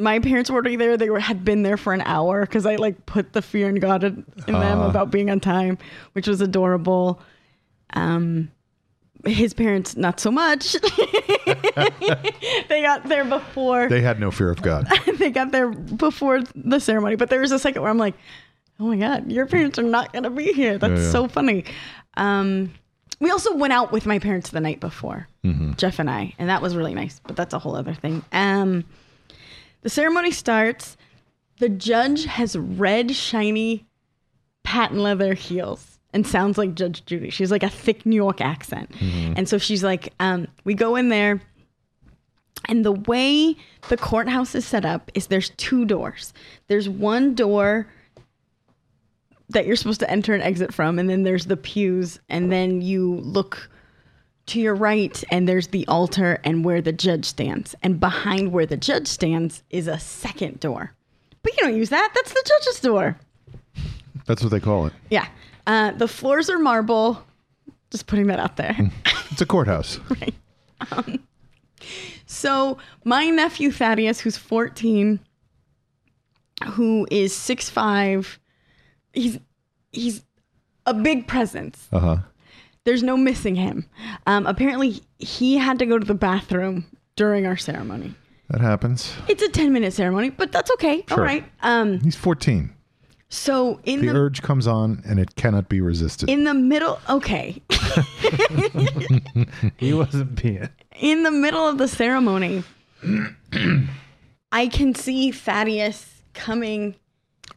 Speaker 3: my parents were already there. They were had been there for an hour because I like put the fear in God in, in them about being on time, which was adorable. Um, his parents not so much. (laughs) they got there before
Speaker 2: They had no fear of God.
Speaker 3: (laughs) they got there before the ceremony, but there was a second where I'm like, oh my God, your parents are not going to be here. That's
Speaker 2: yeah.
Speaker 3: so funny. Um, we also went out with my parents the night before,
Speaker 2: Mm-hmm.
Speaker 3: Jeff and I, and that was really nice, but that's a whole other thing. Um, the ceremony starts. The judge has red, shiny, patent leather heels and sounds like Judge Judy. She's like a thick New York accent.
Speaker 2: Mm-hmm.
Speaker 3: And so she's like, um, we go in there. And the way the courthouse is set up is there's two doors. There's one door that you're supposed to enter and exit from, and then there's the pews, and then you look to your right, and there's the altar and where the judge stands. And behind where the judge stands is a second door. But you don't use that, that's the judge's door.
Speaker 2: That's what they call it.
Speaker 3: Yeah. Uh, the floors are marble. Just putting that out there.
Speaker 2: It's a courthouse.
Speaker 3: So my nephew Thaddeus, who's 14, who is 6'5, he's he's a big presence.
Speaker 2: Uh-huh.
Speaker 3: There's no missing him. Um, apparently he had to go to the bathroom during our ceremony.
Speaker 2: That happens.
Speaker 3: It's a 10 minute ceremony, but that's okay.
Speaker 2: Sure.
Speaker 3: All right. Um,
Speaker 2: He's 14.
Speaker 3: So in
Speaker 2: The
Speaker 3: the
Speaker 2: urge comes on and it cannot be resisted.
Speaker 3: in the middle, okay, (laughs)
Speaker 1: He wasn't peeing.
Speaker 3: in the middle of the ceremony, (clears throat) I can see Thaddeus coming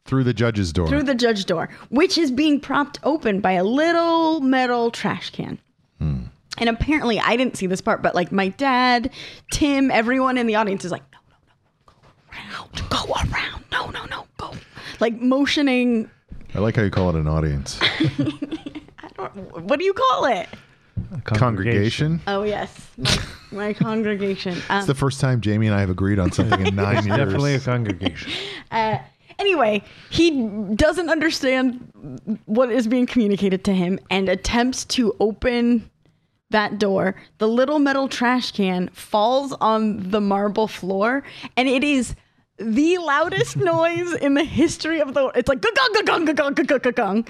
Speaker 2: through the judge's door.
Speaker 3: through the judge door, which is being propped open by a little metal trash can. And apparently, I didn't see this part, but like my dad, Tim, everyone in the audience is like, no, no, no, go around, go around, no, no, no, go. Like motioning,
Speaker 2: I like how you call it an audience.
Speaker 3: I don't, what do you call it?
Speaker 2: Congregation.
Speaker 3: Oh, yes, my, my congregation. Um,
Speaker 2: It's the first time Jamie and I have agreed on something in nine years.
Speaker 1: Definitely a congregation.
Speaker 3: Uh, anyway, he doesn't understand what is being communicated to him and attempts to open that door. The little metal trash can falls on the marble floor, and it is
Speaker 2: (laughs)
Speaker 3: the loudest noise in the history of the. It's like gong gong gong gong gong gong gong.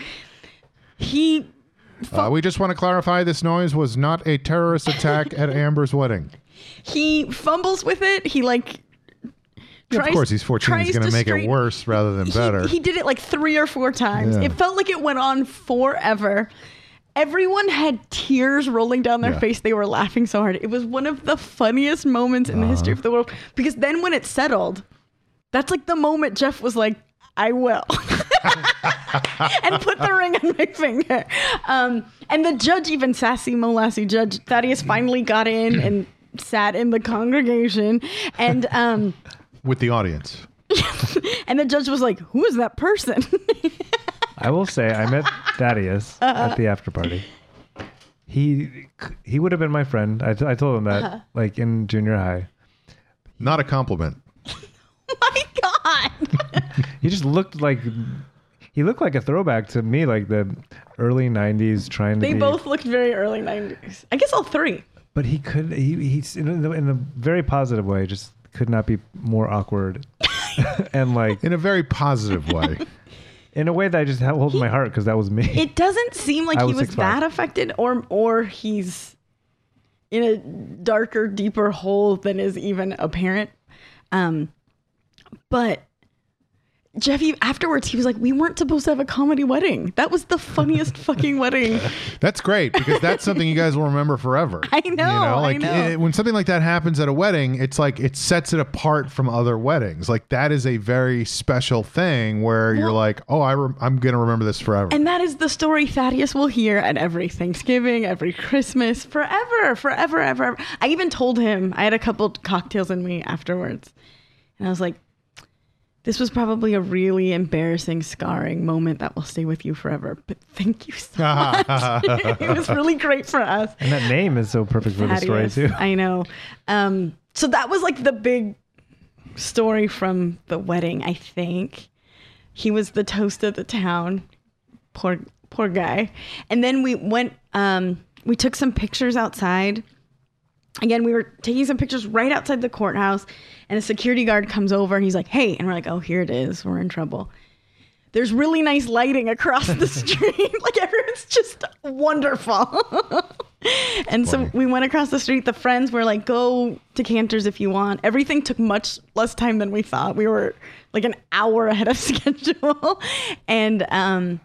Speaker 3: He
Speaker 2: Uh, we just want to clarify this noise was not a terrorist attack at Amber's wedding.
Speaker 3: he fumbles with it. He like.
Speaker 2: Of
Speaker 3: tries-
Speaker 2: course, he's fortunate he's
Speaker 3: tries
Speaker 2: going to make it
Speaker 3: straighten-
Speaker 2: worse rather than
Speaker 3: he-
Speaker 2: better.
Speaker 3: He, did it like three or four times.
Speaker 2: Yeah.
Speaker 3: It felt like it went on forever. Everyone had tears rolling down their
Speaker 2: Yeah.
Speaker 3: face. They were laughing so hard. It was one of the funniest moments in the history
Speaker 2: Uh-huh.
Speaker 3: of the world because then when it settled, that's like the moment Jeff was like, I will. (laughs) and put the ring on my finger. Um, and the judge, even sassy molassy judge Thaddeus, finally got in and sat in the congregation. And um,
Speaker 2: With the audience.
Speaker 3: and the judge was like, "Who is that person?" (laughs)
Speaker 1: I will say I met Thaddeus
Speaker 3: Uh-huh.
Speaker 1: at the after party. He he would have been my friend. I, t- I told him that
Speaker 3: Uh-huh.
Speaker 1: like in junior high.
Speaker 2: Not a compliment.
Speaker 3: (laughs) my god
Speaker 1: He just looked like he looked like a throwback to me, like the early '90s trying to
Speaker 3: they
Speaker 1: be.
Speaker 3: both looked very early 90s i guess all three
Speaker 1: But he could. He he's in a, in a very positive way. Just could not be more
Speaker 3: (laughs)
Speaker 1: awkward. (laughs) and like
Speaker 2: In a very positive way.
Speaker 1: in a way that I just held hold in my heart because that was me.
Speaker 3: it doesn't seem like
Speaker 1: I
Speaker 3: he
Speaker 1: was
Speaker 3: was
Speaker 1: 6'5".
Speaker 3: that affected or or he's in a darker deeper hole than is even apparent um but Jeffy afterwards he was like we weren't supposed to have a comedy wedding that was the funniest fucking wedding
Speaker 2: That's great because
Speaker 3: (laughs)
Speaker 2: that's something you guys will remember forever.
Speaker 3: I know,
Speaker 2: You
Speaker 3: I
Speaker 2: know, like
Speaker 3: know.
Speaker 2: eh, when something like that happens at a wedding, it's like it sets it apart from other weddings. Like that is a very special thing where you're
Speaker 3: Well-
Speaker 2: like, oh, I rem- I'm going to remember this forever. (laughs)
Speaker 3: And that is the story Thaddeus will hear at every Thanksgiving, every Christmas, forever, forever, ever. ever. I even told him I had a couple cocktails in me afterwards, and I was like, "This was probably a really embarrassing, scarring moment that will stay with you forever." But thank you
Speaker 2: (laughs)
Speaker 3: so much. it was really great for us.
Speaker 1: and that name is so perfect for the story
Speaker 3: Thaddeus,
Speaker 1: too.
Speaker 3: I know. Um, so that was like the big story from the wedding. I think he was the toast of the town. Poor, poor guy. And then we went. Um, we took some pictures outside. Again, we were taking some pictures right outside the courthouse, and a security guard comes over and he's like, "Hey," and we're like, "Oh, here it is. We're in trouble." There's really nice lighting across the street. (laughs) like everyone's just wonderful. (laughs) And so we went across the street. The friends were like, go to Cantor's if you want. Everything took much less time than we thought. We were like an hour ahead of (laughs) schedule. And um,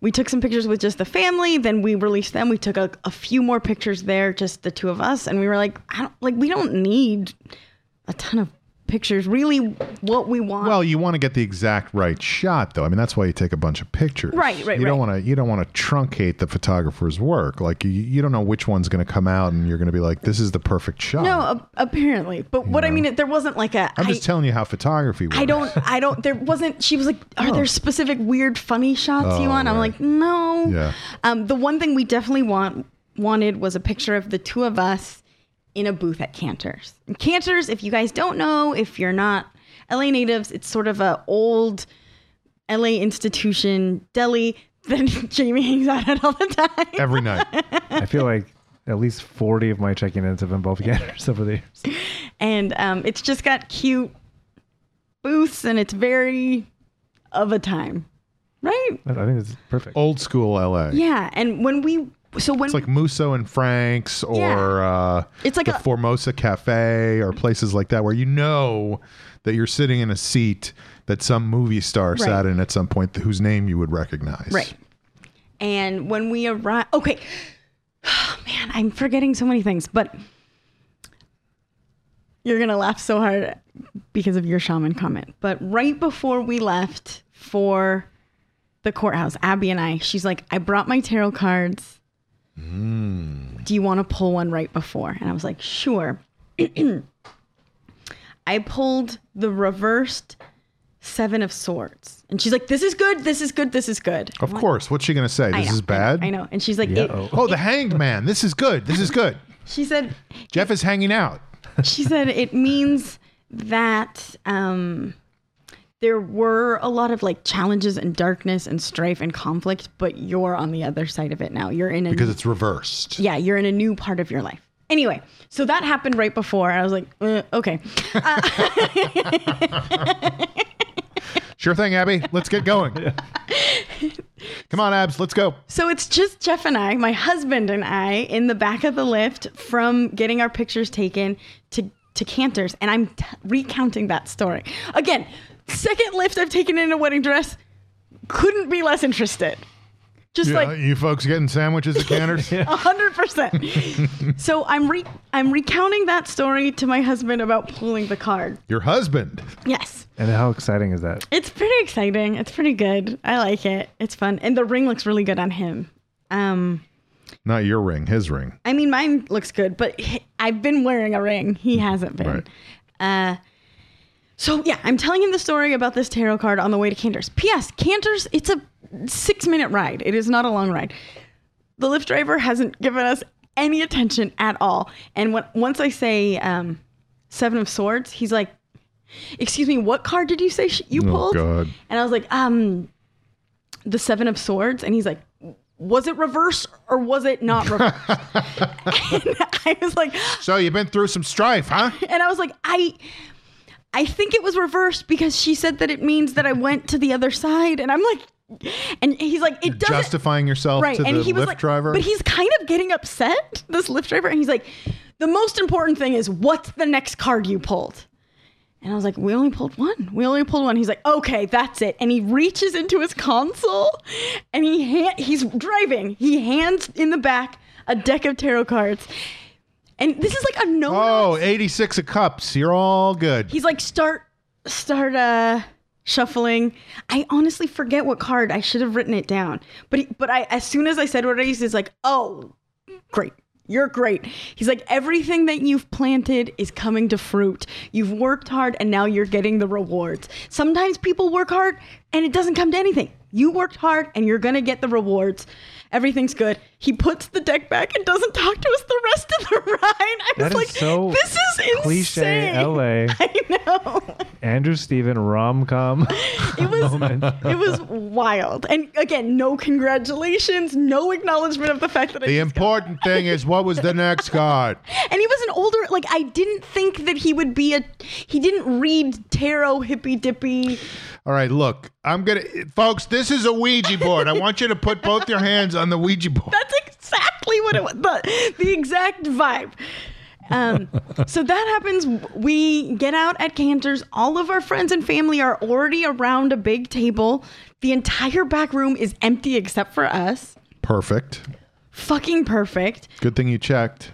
Speaker 3: we took some pictures with just the family. Then we released them. We took a, a few more pictures there, just the two of us. And we were like, I don't, like, we don't need a ton of pictures. Really, what we want.
Speaker 2: Well, you want to get the exact right shot, though. I mean, that's why you take a bunch of pictures.
Speaker 3: Right, right,
Speaker 2: You don't
Speaker 3: right.
Speaker 2: want to. You don't want to truncate the photographer's work. Like you, you don't know which one's going to come out, and you're going to be like, "This is the perfect shot."
Speaker 3: no, a- apparently. But what I mean, it- there wasn't like a.
Speaker 2: Oh. I'm
Speaker 3: I-
Speaker 2: just telling you how photography works.
Speaker 3: I don't. I don't. There wasn't. She was like, "Are there specific weird, funny shots you
Speaker 2: Oh,
Speaker 3: want?" I'm
Speaker 2: right.
Speaker 3: like, "No."
Speaker 2: Yeah.
Speaker 3: Um, the one thing we definitely want wanted was a picture of the two of us in a booth at Cantor's. And Cantor's, if you guys don't know, if you're not LA natives, it's sort of a old LA institution deli that (laughs) Jamie hangs out at all the time.
Speaker 2: Every night.
Speaker 3: (laughs)
Speaker 1: I feel like at least 40 of my checking ins have involved
Speaker 3: (laughs)
Speaker 1: Ganners (laughs) over the years.
Speaker 3: and um, it's just got cute booths, and it's very of a time, right?
Speaker 1: I think it's perfect.
Speaker 3: Oh.
Speaker 2: Old school LA.
Speaker 3: Yeah, and when we so when
Speaker 2: It's like Musso and Frank's or uh,
Speaker 3: It's like
Speaker 2: the
Speaker 3: a-
Speaker 2: Formosa Cafe or places like that where you know that you're sitting in a seat that some movie star sat in at some point whose name you would recognize.
Speaker 3: Right. And when we arrive, okay, (sighs) man, I'm forgetting so many things, but you're gonna laugh so hard because of your shaman comment. But right before we left for the courthouse, Abby and I, she's like, I brought my tarot cards. Do you want to pull one right before? And I was like, sure. (clears throat) I pulled the reversed seven of swords. And she's like, this is good, this is good, this is good.
Speaker 2: Of course. What's she going to say?
Speaker 3: I
Speaker 2: This
Speaker 3: know,
Speaker 2: is bad.
Speaker 3: I know. I know. And she's like, it-
Speaker 2: Oh, the hanged man. This is good. This is
Speaker 3: (laughs)
Speaker 2: good.
Speaker 3: she said,
Speaker 2: Jeff is hanging out.
Speaker 3: she said it means that um, there were a lot of like challenges and darkness and strife and conflict, but you're on the other side of it now. You're in a
Speaker 2: because it's reversed.
Speaker 3: yeah, you're in a new part of your life. Anyway, so that happened right before. I was like, uh, okay.
Speaker 2: Sure thing, Abby. Let's get going. Come on, Abs. Let's go.
Speaker 3: So it's just Jeff and I, my husband and I, in the back of the lift from getting our pictures taken to to Cantor's, and I'm t- recounting that story again. Second lift I've taken in a wedding dress. Couldn't be less interested. Just like
Speaker 2: you folks getting sandwiches at Canners?
Speaker 3: hundred percent. So I'm re- I'm recounting that story to my husband about pulling the card.
Speaker 2: Your husband.
Speaker 3: Yes,
Speaker 1: And how exciting is that?
Speaker 3: it's pretty exciting. It's pretty good. I like it. It's fun, and the ring looks really good on him. Um.
Speaker 2: Not your ring, his ring.
Speaker 3: I mean, mine looks good, but h- I've been wearing a ring. He hasn't been.
Speaker 2: Right.
Speaker 3: Uh, so yeah, I'm telling him the story about this tarot card on the way to Cantor's. P.S. Cantor's, it's a six minute ride. It is not a long ride. The Lyft driver hasn't given us any attention at all. And when, once I say um, Seven of Swords, he's like, "Excuse me, what card did you say sh- you pulled?"
Speaker 2: God.
Speaker 3: And I was like, "Um, the Seven of Swords." And he's like, "Was it reverse or was it not reverse?" (laughs) and I was like,
Speaker 2: So you've been through some strife, huh?
Speaker 3: and I was like, I I think it was reversed because she said that it means that I went to the other side. And I'm like and he's like, it (laughs) doesn't
Speaker 2: Justifying yourself
Speaker 3: right.
Speaker 2: to
Speaker 3: and
Speaker 2: the
Speaker 3: he was
Speaker 2: Lyft
Speaker 3: like,
Speaker 2: driver.
Speaker 3: But he's kind of getting upset, this Lyft driver, and he's like, the most important thing is what's the next card you pulled? And I was like, we only pulled one. We only pulled one. He's like, okay, that's it. And he reaches into his console and he ha- he's driving. He hands in the back a deck of tarot cards. And this is like a no
Speaker 2: oh, 86 of cups. You're all good.
Speaker 3: he's like start start uh shuffling i honestly forget what card i should have written it down but he, but i as soon as i said what it is he's like oh great you're great he's like everything that you've planted is coming to fruit you've worked hard and now you're getting the rewards sometimes people work hard and it doesn't come to anything you worked hard and you're gonna get the rewards everything's good he puts the deck back and doesn't talk to us the rest of the (laughs) ride i was
Speaker 1: That is
Speaker 3: like
Speaker 1: so
Speaker 3: this is insane
Speaker 1: Cliche LA,
Speaker 3: (laughs) I know.
Speaker 1: Andrew Steven rom
Speaker 3: (laughs)
Speaker 1: com.
Speaker 3: It was it was wild. And again, no congratulations, no acknowledgement of the fact that I
Speaker 2: The
Speaker 3: just got-
Speaker 2: important thing is what was the
Speaker 3: (laughs)
Speaker 2: next card?
Speaker 3: And he was an older like I didn't think that he would be a he didn't read tarot hippy dippy.
Speaker 2: All right, look, I'm gonna, folks. This is a Ouija board. I want you to put both your hands on the Ouija board.
Speaker 3: That's exactly what it was. The, the exact vibe. Um, so that happens. We get out at Cantor's. All of our friends and family are already around a big table. The entire back room is empty except for us.
Speaker 2: Perfect.
Speaker 3: Fucking perfect.
Speaker 2: Good thing you checked.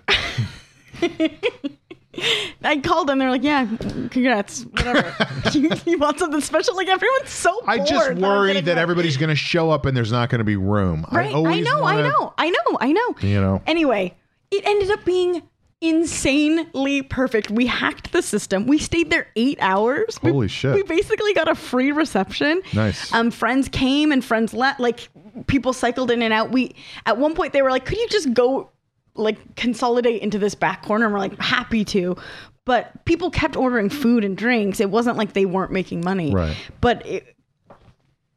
Speaker 3: I called them. They're like, "Yeah, congrats,
Speaker 2: (laughs)
Speaker 3: whatever. (laughs) you, you want something special? Like everyone's so
Speaker 2: I
Speaker 3: bored
Speaker 2: just
Speaker 3: I'm
Speaker 2: worry
Speaker 3: getting
Speaker 2: that
Speaker 3: my-
Speaker 2: everybody's gonna show up and there's not gonna be room.
Speaker 3: Right?
Speaker 2: I
Speaker 3: I,
Speaker 2: always
Speaker 3: know, I
Speaker 2: wanna-
Speaker 3: know, I know, I know.
Speaker 2: You know.
Speaker 3: Anyway, it ended up being insanely perfect. We hacked the system. We stayed there eight hours. We-
Speaker 2: Holy shit.
Speaker 3: We basically got a free reception.
Speaker 2: Nice.
Speaker 3: Um, friends came and friends left. Like people cycled in and out. We at one point they were like, "Could you just go like consolidate into this back corner?" And we're like, "Happy to." But people kept ordering food and drinks. It wasn't like they weren't making money.
Speaker 2: Right.
Speaker 3: But it,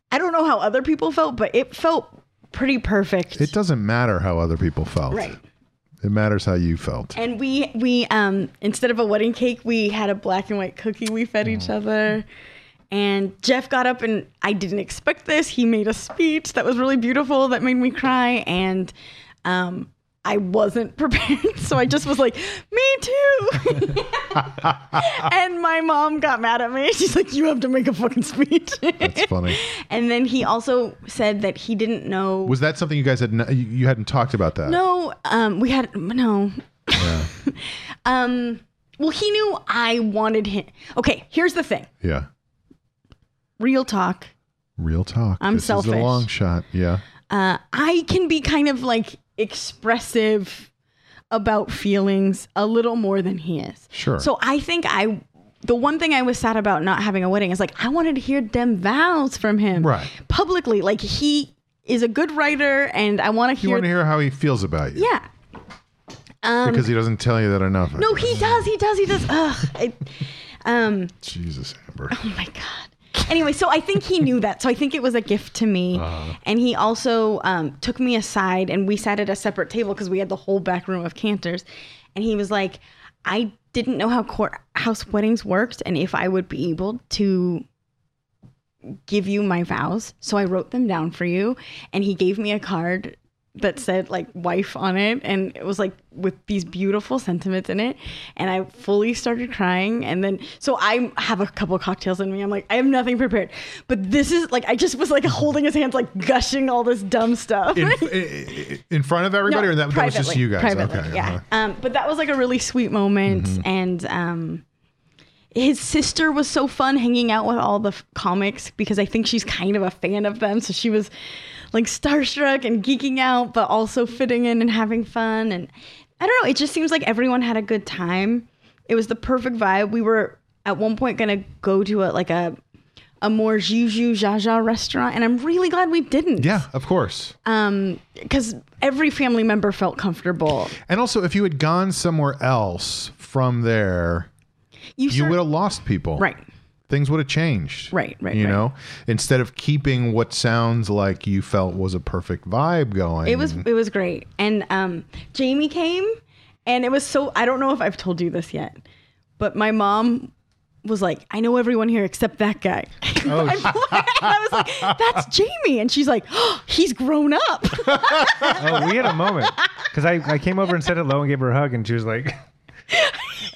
Speaker 3: I don't know how other people felt, but it felt pretty perfect.
Speaker 2: It doesn't matter how other people felt.
Speaker 3: Right.
Speaker 2: It matters how you felt.
Speaker 3: And we we um instead of a wedding cake, we had a black and white cookie we fed each
Speaker 2: Mm.
Speaker 3: other. And Jeff got up and I didn't expect this. He made a speech that was really beautiful that made me cry and Um, I wasn't (laughs) prepared, so I just was like, "Me too."
Speaker 2: (laughs)
Speaker 3: and my mom got mad at me. She's like, "You have to make a fucking speech."
Speaker 2: That's funny.
Speaker 3: and then he also said that he didn't know.
Speaker 2: Was that something you guys had? N- you- you hadn't talked about that.
Speaker 3: No, um, we had no. (laughs) um, well, he knew I wanted him. Okay, here's the thing.
Speaker 2: Yeah.
Speaker 3: Real talk.
Speaker 2: Real talk.
Speaker 3: I'm
Speaker 2: this Is a
Speaker 3: selfish.
Speaker 2: long shot. Yeah.
Speaker 3: Uh, I can be kind of like expressive about feelings a little more than he is.
Speaker 2: Sure.
Speaker 3: So I think I. The one thing I was sad about not having a wedding is like I wanted to hear them vows from him
Speaker 2: Right.
Speaker 3: publicly. Like he is a good writer, and I want to
Speaker 2: You
Speaker 3: hear.
Speaker 2: want to hear how he feels about you?
Speaker 3: yeah,
Speaker 2: Because he doesn't tell you that enough. I
Speaker 3: no,
Speaker 2: guess.
Speaker 3: he does, he does, he does. Ugh, I, um,
Speaker 2: Jesus,
Speaker 3: (laughs)
Speaker 2: Amber.
Speaker 3: Oh my god. Anyway, so I think he knew that. So I think it was a gift to me. and he also um, took me aside and we sat at a separate table because we had the whole back room of Cantors. And he was like, I didn't know how courthouse weddings worked and if I would be able to give you my vows. So I wrote them down for you. And he gave me a card that said like wife on it. And it was like with these beautiful sentiments in it. And I fully started crying. And then, so I have a couple cocktails in me. I'm like, I have nothing prepared. But this is like, I just was like holding his hands, like gushing all this dumb stuff.
Speaker 2: In, i- i- in front of
Speaker 3: No,
Speaker 2: everybody, or that, that was just
Speaker 3: privately,
Speaker 2: you guys?
Speaker 3: privately,
Speaker 2: okay.
Speaker 3: yeah.
Speaker 2: uh-huh. Mm-hmm.
Speaker 3: Um, but that was like a really sweet moment, and um, his sister was so fun hanging out with all the f- comics because I think she's kind of a fan of them, so she was like starstruck and geeking out, but also fitting in and having fun. And I don't know, it just seems like everyone had a good time. It was the perfect vibe. We were at one point gonna go to a like a a more juju jaja restaurant, and I'm really glad we didn't
Speaker 2: Yeah, of course.
Speaker 3: um because every family member felt comfortable
Speaker 2: And also, if you had gone somewhere else from there, you
Speaker 3: you, cer-
Speaker 2: would have lost people.
Speaker 3: right
Speaker 2: Things would have changed.
Speaker 3: Right, right,
Speaker 2: You
Speaker 3: right.
Speaker 2: know, instead of keeping what sounds like you felt was a perfect vibe going.
Speaker 3: it
Speaker 1: Mm-hmm.
Speaker 3: was it was great and um jamie came and it was so i don't know if i've told you this yet but my mom was like i know everyone here except that guy (laughs) oh, i was like that's jamie and she's like oh, he's grown up (laughs)
Speaker 1: Oh, we had a moment because I, I came over and said hello and gave her a hug, and she was
Speaker 3: (laughs)
Speaker 1: like,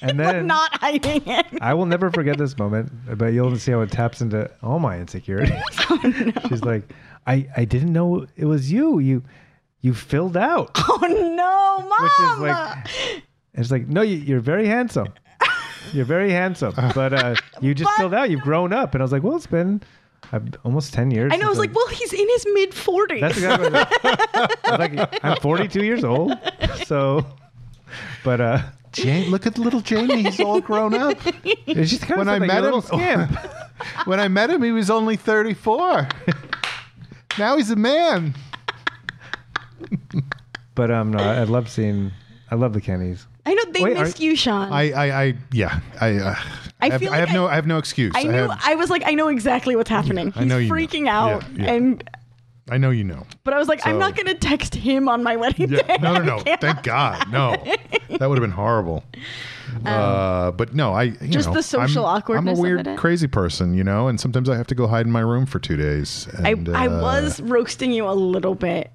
Speaker 1: and then
Speaker 3: not hiding it (laughs)
Speaker 1: I will never forget this moment, but you'll see how it taps into all my
Speaker 3: (laughs)
Speaker 1: insecurities.
Speaker 3: Oh,
Speaker 1: She's like, I, I didn't know it was you. You you filled out,
Speaker 3: oh no mom
Speaker 1: which is like, it's like no, you, you're very handsome. You're very handsome, but uh, you just
Speaker 3: But-
Speaker 1: filled out. You've grown up, and I was like, well, it's been uh, almost ten years.
Speaker 3: i know i was
Speaker 1: since
Speaker 3: like well he's in his mid
Speaker 1: (laughs)
Speaker 3: 40s
Speaker 1: That's exactly what I was like, I'm 42 years old, so. (laughs) But uh,
Speaker 2: Jane, look at little Jamie. He's all grown up.
Speaker 3: (laughs)
Speaker 1: it's just kind
Speaker 2: When
Speaker 1: of
Speaker 2: I
Speaker 1: like a
Speaker 2: met
Speaker 1: little
Speaker 2: him-
Speaker 1: skimp.
Speaker 2: when I met him, he was only 34. now he's a man.
Speaker 1: (laughs) But um, no, I I love seeing. I love the Kennys.
Speaker 3: i know they
Speaker 1: Wait, are-
Speaker 3: missed you sean
Speaker 2: I, I, I yeah. I, uh, I, have,
Speaker 3: feel
Speaker 2: I
Speaker 3: like
Speaker 2: have no,
Speaker 3: I-
Speaker 2: I have no excuse.
Speaker 3: I knew.
Speaker 2: have-
Speaker 3: I was like, I know exactly what's happening.
Speaker 2: I
Speaker 3: He's
Speaker 2: know you know.
Speaker 3: freaking
Speaker 2: Yeah,
Speaker 3: out,
Speaker 2: yeah.
Speaker 3: and
Speaker 2: I know you
Speaker 3: (laughs)
Speaker 2: know.
Speaker 3: but I was like,
Speaker 2: So-
Speaker 3: I'm not gonna text him on my wedding day. (laughs)
Speaker 2: No, no, no. Thank God. No. That would have been horrible. uh, but no, I. You
Speaker 3: Um, just
Speaker 2: know,
Speaker 3: the social
Speaker 2: I'm,
Speaker 3: awkwardness
Speaker 2: I'm a
Speaker 3: of
Speaker 2: weird,
Speaker 3: it.
Speaker 2: crazy person, you know, and sometimes I have to go hide in my room for two days.
Speaker 3: I,
Speaker 2: And,
Speaker 3: I
Speaker 2: uh,
Speaker 3: was roasting you a little bit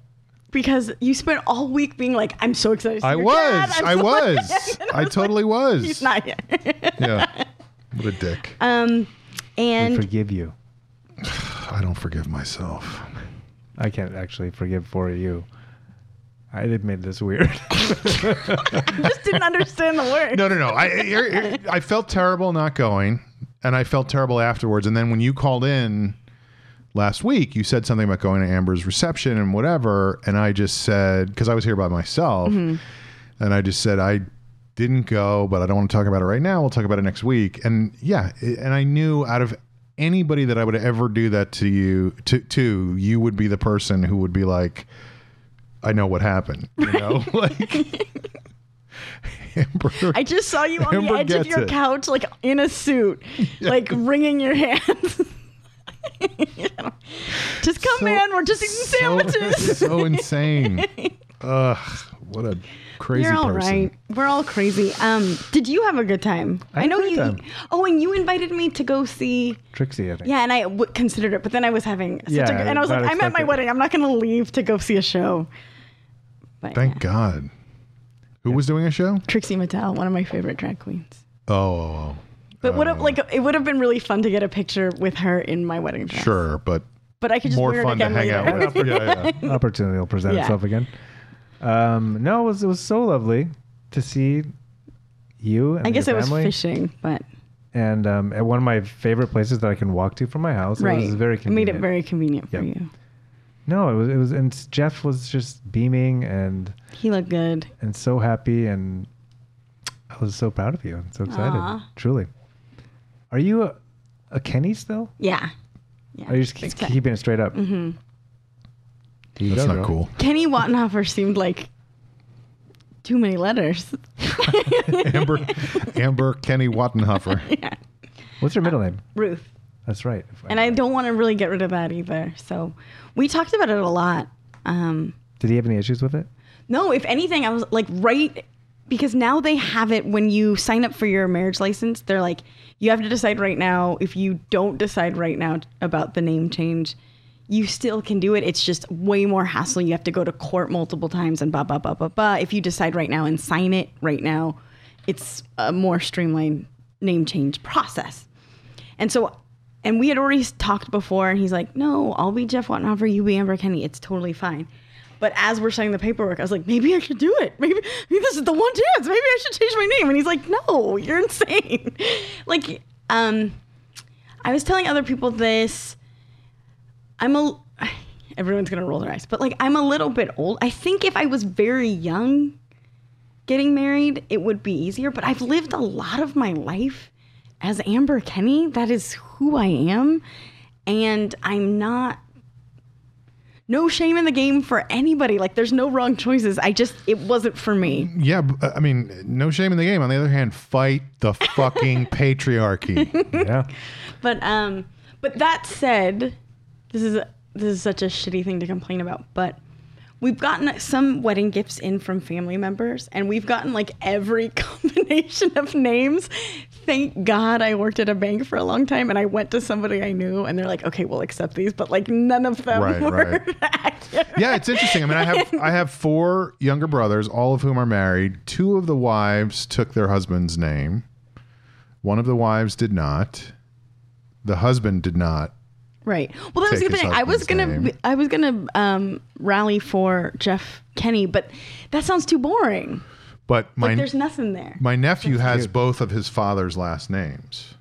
Speaker 3: because you spent all week being like, I'm so excited. To see
Speaker 2: I
Speaker 3: your
Speaker 2: was.
Speaker 3: dad. I'm
Speaker 2: I
Speaker 3: so (laughs)
Speaker 2: was.
Speaker 3: excited." And
Speaker 2: I
Speaker 3: was
Speaker 2: totally was.
Speaker 3: Like, He's
Speaker 2: (laughs)
Speaker 3: not here.
Speaker 2: Yeah. What a dick.
Speaker 3: um,
Speaker 1: We
Speaker 3: and
Speaker 1: forgive you.
Speaker 2: I don't forgive myself.
Speaker 1: I can't actually forgive for you. I did made this weird. (laughs)
Speaker 3: just didn't understand the
Speaker 2: (laughs)
Speaker 3: word.
Speaker 2: No, no, no. I I- I felt terrible not going, and I felt terrible afterwards. And then when you called in last week, you said something about going to Amber's reception and whatever, and I just said because I was here by myself, and I just said I didn't go, but I don't want to talk about it right now. We'll talk about it next week. And yeah, i- and I knew out of anybody that I would ever do that to you to to you would be the person who would be like. I know what happened, you know, (laughs) like Amber.
Speaker 3: I just saw you on
Speaker 2: Amber
Speaker 3: the edge of
Speaker 2: gets
Speaker 3: your
Speaker 2: it.
Speaker 3: couch, like in
Speaker 2: (laughs)
Speaker 3: a suit, like wringing your hands. (laughs) just come
Speaker 2: So-
Speaker 3: in. We're just eating
Speaker 2: (laughs)
Speaker 3: sandwiches.
Speaker 2: so
Speaker 3: (laughs)
Speaker 2: insane. Ugh, what a crazy
Speaker 3: You're all
Speaker 2: person.
Speaker 3: We're all crazy. Um, did you have a good time?
Speaker 1: I had a
Speaker 3: know
Speaker 1: great
Speaker 3: you.
Speaker 1: time.
Speaker 3: Oh, and you invited me to go see.
Speaker 1: Trixie, I think.
Speaker 3: Yeah, and I w- considered it, but then I was having such
Speaker 1: Yeah,
Speaker 3: a good, and I was
Speaker 1: not
Speaker 3: like, I'm at my
Speaker 1: expected.
Speaker 3: wedding. I'm not going to leave to go see a show. But
Speaker 2: Thank
Speaker 3: yeah.
Speaker 2: God. Who was doing a show?
Speaker 3: Trixie Mattel, one of my favorite drag queens.
Speaker 2: Oh, Oh,
Speaker 3: But would have like it would have been really fun to get a picture with her in my wedding
Speaker 2: oh.
Speaker 3: dress.
Speaker 2: sure, but
Speaker 3: But I could just
Speaker 2: more
Speaker 3: wear
Speaker 2: fun
Speaker 3: it
Speaker 2: to
Speaker 3: again
Speaker 2: hang
Speaker 3: later.
Speaker 2: out
Speaker 3: (laughs)
Speaker 2: with. yeah, yeah.
Speaker 1: (laughs) opportunity will present
Speaker 3: Yeah.
Speaker 1: itself again. Um, no, it was, it was so lovely to see you. And
Speaker 3: I guess I
Speaker 1: your
Speaker 3: was
Speaker 1: family.
Speaker 3: fishing, but
Speaker 1: And um, at one of my favorite places that I can walk to from my house.
Speaker 3: right.
Speaker 1: It was very
Speaker 3: I
Speaker 1: convenient.
Speaker 3: Made it very convenient for
Speaker 1: Yep.
Speaker 3: you.
Speaker 1: No, it was it was and Jeff was just beaming and
Speaker 3: He looked good.
Speaker 1: and so happy and I was so proud of you and so excited.
Speaker 3: Aw.
Speaker 1: Truly. Are you a, a Kenny still?
Speaker 3: Yeah. Yeah.
Speaker 1: Are you just
Speaker 3: Big
Speaker 1: keep-
Speaker 3: time.
Speaker 1: keeping it straight up? Mm-hmm.
Speaker 2: That's not cool.
Speaker 3: Kenny Wattenhofer seemed like too many letters. (laughs)
Speaker 2: Amber, Amber Kenny Wattenhofer.
Speaker 1: What's your middle name?
Speaker 3: Ruth.
Speaker 1: That's right.
Speaker 3: Uh, And I don't want to really get rid of that either. So we talked about it a lot. Um,
Speaker 1: Did he have any issues
Speaker 3: (laughs)
Speaker 1: with it?
Speaker 3: No, if anything, I was like right because now they have it when you sign up for your marriage license, they're like, you have to decide right now. If you don't decide right now about the name change, you still can do it. It's just way more hassle. You have to go to court multiple times and blah blah blah blah blah. If you decide right now and sign it right now, it's a more streamlined name change process. And so, and we had already talked before, and he's like, no, I'll be Jeff Wattenhofer, you be Amber Kenny. It's totally fine. But as we're signing the paperwork, I was like, maybe I should do it. Maybe, maybe this is the one chance. Maybe I should change my name. And he's like, no, you're insane. (laughs) like, um, I was telling other people this. I'm a. (sighs) Everyone's gonna roll their eyes, but like I'm a little bit old. I think if I was very young, getting married, it would be easier. But I've lived a lot of my life as Amber Kenny. That is who I am, and I'm not. No shame in the game for anybody. Like there's no wrong choices. I just it wasn't for me.
Speaker 2: Yeah, b- I mean, no shame in the game. On the other hand, fight the
Speaker 3: (laughs)
Speaker 2: fucking patriarchy.
Speaker 1: Yeah.
Speaker 3: But um, but that said, this is this is such a shitty thing to complain about. But we've gotten some wedding gifts in from family members, and we've gotten like every (laughs) combination of names. Thank God I worked at a bank for a long time, and I went to somebody I knew, and they're like, "Okay, we'll accept these," but like none of them
Speaker 2: Right,
Speaker 3: were. (laughs) accurate.
Speaker 2: Yeah, it's interesting. I mean, I
Speaker 3: (laughs)
Speaker 2: have I have four younger brothers, all of whom are married. Two of the wives took their husband's name. One of the wives did not. The husband did not.
Speaker 3: Right. Well, that was the
Speaker 2: Take his
Speaker 3: thing. I was
Speaker 2: husband's
Speaker 3: gonna,
Speaker 2: name.
Speaker 3: be- I was gonna um, rally for Jeff Kenny, but that sounds too boring.
Speaker 2: But my
Speaker 3: Like, there's nothing there.
Speaker 2: my nephew has both of his father's last names.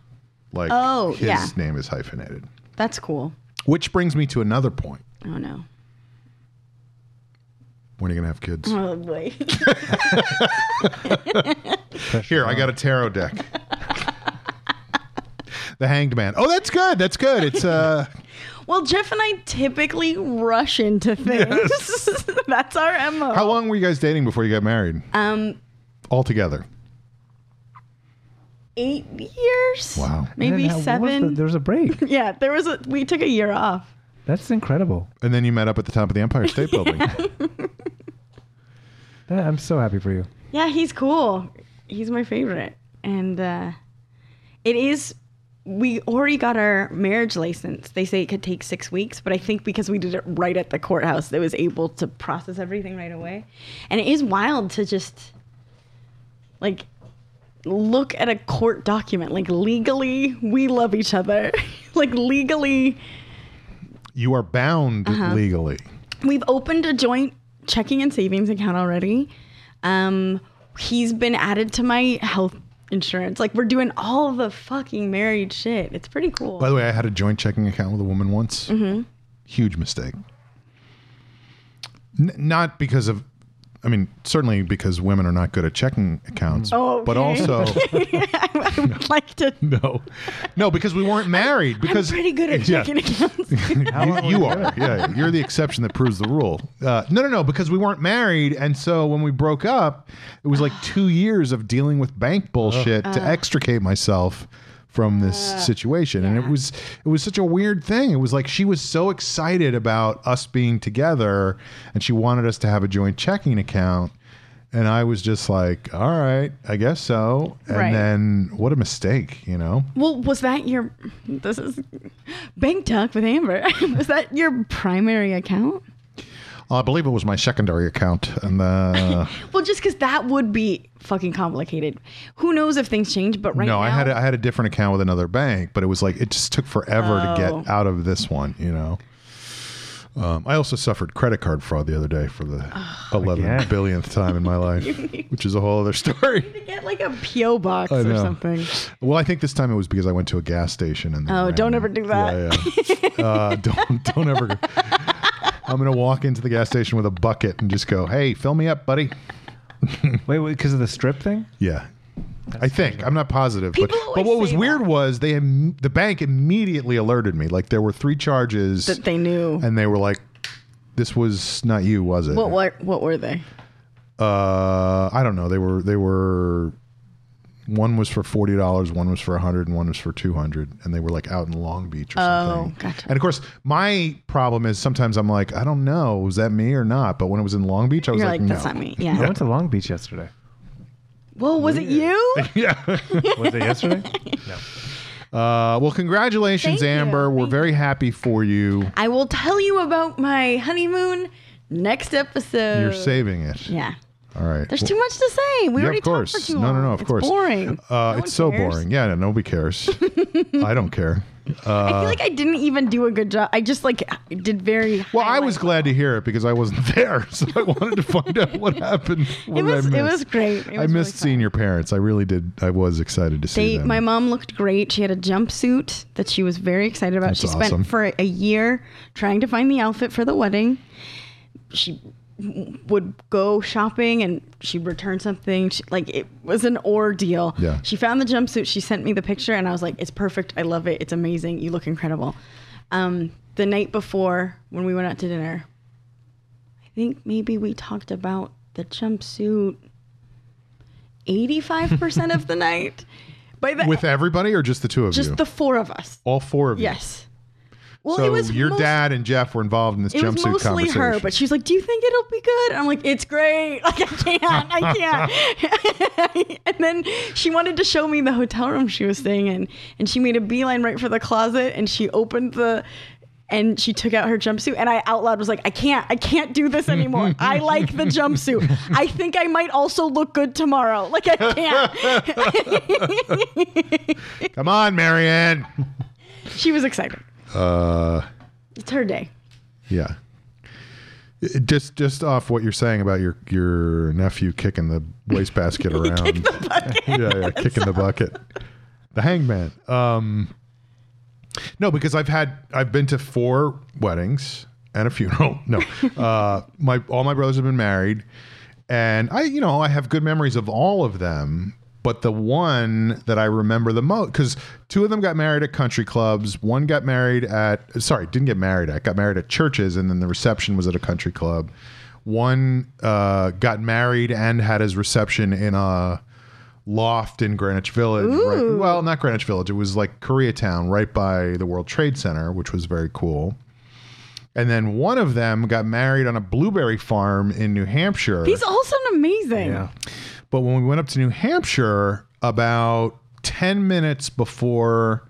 Speaker 2: Like
Speaker 3: Oh,
Speaker 2: his
Speaker 3: yeah.
Speaker 2: name is hyphenated.
Speaker 3: That's cool.
Speaker 2: Which brings me to another point.
Speaker 3: Oh no.
Speaker 2: When are you gonna have kids?
Speaker 1: (laughs)
Speaker 3: Oh boy.
Speaker 2: Here, I got a tarot deck. the Hanged Man. Oh, that's good. That's good. It's uh
Speaker 3: well, Jeff and I typically rush into things. (laughs) That's our MO.
Speaker 2: how long were you guys dating before you got married?
Speaker 3: um,
Speaker 2: All together.
Speaker 3: eight years.
Speaker 2: Wow.
Speaker 1: And
Speaker 3: Maybe
Speaker 1: how- what was
Speaker 3: seven.
Speaker 1: The, there was a break.
Speaker 3: yeah, there was a. We took a year off.
Speaker 1: That's incredible.
Speaker 2: And then you met up at the top of the Empire
Speaker 3: (laughs)
Speaker 2: State Building.
Speaker 1: That, I'm so happy for you.
Speaker 3: Yeah, he's cool. He's my favorite. And uh, it is, we already got our marriage license. They say it could take six weeks, but I think because we did it right at the courthouse, it was able to process everything right away. And it is wild to just, like, look at a court document. Like, legally, we love each other. (laughs) like, legally,
Speaker 2: You are bound
Speaker 3: Uh-huh.
Speaker 2: legally.
Speaker 3: We've opened a joint checking and savings account already. Um, he's been added to my health insurance. Like we're doing all the fucking married shit. It's pretty cool.
Speaker 2: By the way, I had a joint checking account with a woman once.
Speaker 3: Mm-hmm.
Speaker 2: Huge mistake. N- not because of, I mean, certainly because women are not good at checking accounts.
Speaker 3: Oh,
Speaker 2: But
Speaker 3: okay.
Speaker 2: also,
Speaker 3: (laughs)
Speaker 2: (laughs)
Speaker 3: I, (laughs) I would like to.
Speaker 2: no, no, because we weren't married.
Speaker 3: I'm
Speaker 2: Because
Speaker 3: pretty good
Speaker 2: (laughs)
Speaker 3: at
Speaker 2: Yeah.
Speaker 3: checking accounts.
Speaker 2: you, you are. Yeah, yeah. you're the exception that proves the rule. Uh, no, no, no. Because we weren't married, and so when we broke up, it was like two years of dealing with bank bullshit to extricate myself from this situation, and it was it was such a weird thing. It was like she was so excited about us being together, and she wanted us to have a joint checking account. And I was just like, all right, I guess so. And
Speaker 3: Right.
Speaker 2: then what a mistake, you know?
Speaker 3: well, was that your? This (laughs) is bank talk with Amber. was that your primary account?
Speaker 2: I believe it was my secondary account, and uh,
Speaker 3: Well, just because that would be fucking complicated. Who knows if things change? But right
Speaker 2: no,
Speaker 3: now,
Speaker 2: I had a, I had a different account with another bank, but it was like it just took forever to
Speaker 3: Oh.
Speaker 2: get out of this one. You know, um, I also suffered credit card fraud the other day for the eleven
Speaker 1: Again.
Speaker 2: billionth time in my life, which is a whole other story.
Speaker 3: (laughs) get like a PO box or
Speaker 2: know.
Speaker 3: something.
Speaker 2: Well, I think this time it was because I went to a gas station and.
Speaker 3: Oh,
Speaker 2: ran-
Speaker 3: don't ever do that.
Speaker 2: Yeah, yeah. uh, (laughs) don't don't ever. go- I'm gonna walk into the gas station with a bucket and just go, "Hey, fill me up, buddy."
Speaker 1: Wait, wait, because of the strip thing?
Speaker 2: Yeah. I think I'm not positive,
Speaker 3: People
Speaker 2: but
Speaker 3: always
Speaker 2: but what was
Speaker 3: say
Speaker 2: weird was they im- the bank immediately alerted me. Like there were three charges,
Speaker 3: That they knew.
Speaker 2: and they were like, "This was not you, was it?"
Speaker 3: what were what were they?
Speaker 2: Uh, I don't know. They were they were one was for forty dollars, one was for a hundred, and one was for two hundred, and they were like out in Long Beach or something.
Speaker 3: Oh, gotcha.
Speaker 2: And of course, my problem is sometimes I'm like, I don't know, was that me or not? But when it was in Long Beach, I was
Speaker 3: You're
Speaker 2: like,
Speaker 3: like,
Speaker 2: no.
Speaker 3: that's not me. Yeah.
Speaker 1: I went to Long Beach yesterday.
Speaker 3: Whoa, was
Speaker 2: (laughs)
Speaker 3: it you?
Speaker 1: Was it yesterday? no.
Speaker 2: Uh, well, congratulations,
Speaker 3: Thank you.
Speaker 2: Amber. We're
Speaker 3: Thank
Speaker 2: very happy for you.
Speaker 3: I will tell you about my honeymoon next episode.
Speaker 2: You're saving it.
Speaker 3: Yeah.
Speaker 2: All right.
Speaker 3: There's too much to say. We
Speaker 2: Yeah,
Speaker 3: already
Speaker 2: of course.
Speaker 3: talked for too
Speaker 2: no,
Speaker 3: long.
Speaker 2: no, no. Of
Speaker 3: It's
Speaker 2: course.
Speaker 3: boring.
Speaker 2: Uh,
Speaker 3: No
Speaker 2: it's so
Speaker 3: one cares.
Speaker 2: boring. Yeah, no, nobody
Speaker 3: (laughs)
Speaker 2: cares. I don't care.
Speaker 3: I
Speaker 2: Uh,
Speaker 3: feel like I didn't even do a good job. I just like did very.
Speaker 2: Well, I
Speaker 3: highlight.
Speaker 2: was glad to hear it because I wasn't (laughs) there, so I wanted to find out what happened. What
Speaker 3: It
Speaker 2: did I
Speaker 3: was it
Speaker 2: miss?
Speaker 3: was great. It was
Speaker 2: I missed
Speaker 3: really fun.
Speaker 2: seeing your parents. I really did. I was excited to see
Speaker 3: They,
Speaker 2: them.
Speaker 3: my mom looked great. She had a jumpsuit that she was very excited about.
Speaker 2: That's
Speaker 3: she
Speaker 2: awesome.
Speaker 3: spent for a year trying to find the outfit for the wedding. She would go shopping and she'd return something. She, like it was an ordeal.
Speaker 2: Yeah.
Speaker 3: She found the jumpsuit. She sent me the picture and I was like, "It's perfect. I love it. It's amazing. You look incredible." Um, the night before when we went out to dinner, I think maybe we talked about the jumpsuit 85% of the night. By the
Speaker 2: With everybody or just the two of
Speaker 3: just
Speaker 2: you?
Speaker 3: the four of us.
Speaker 2: All four of you.
Speaker 3: Yes. Well,
Speaker 2: So
Speaker 3: it was
Speaker 2: your
Speaker 3: most-
Speaker 2: dad and Jeff were involved in this
Speaker 3: It
Speaker 2: jumpsuit
Speaker 3: was mostly
Speaker 2: conversation.
Speaker 3: her, but she's like, "Do you think it'll be good?" And I'm like, "It's great. (laughs) Like I can't, I can't." (laughs) and then she wanted to show me the hotel room she was staying in, and she made a beeline right for the closet, and she opened the. And she took out her jumpsuit, and I out loud was like, "I can't, I can't do this anymore.
Speaker 2: (laughs)
Speaker 3: I like the jumpsuit. I think I might also look good tomorrow. Like I
Speaker 2: (laughs)
Speaker 3: can't."
Speaker 2: Come on, Marianne.
Speaker 3: she was excited.
Speaker 2: Uh,
Speaker 3: It's her day. (laughs)
Speaker 2: Yeah. It- Just just off what you're saying about your your nephew kicking the wastebasket around. yeah, yeah, kicking the bucket. The hangman. Um No, because I've had I've been to four weddings and a funeral. (laughs) No. Uh my all my brothers have been married and I you know, I have good memories of all of them. But the one that I remember the most, because two of them got married at country clubs, one got married at, sorry, didn't get married at, got married at churches, and then the reception was at a country club. One uh, got married and had his reception in a loft in Greenwich Village. Right, well, not Greenwich Village. It was like Koreatown, right by the World Trade Center, which was very cool. And then one of them got married on a blueberry farm in New Hampshire.
Speaker 3: He's also amazing.
Speaker 1: Yeah.
Speaker 2: But when we went up to New Hampshire, about 10 minutes before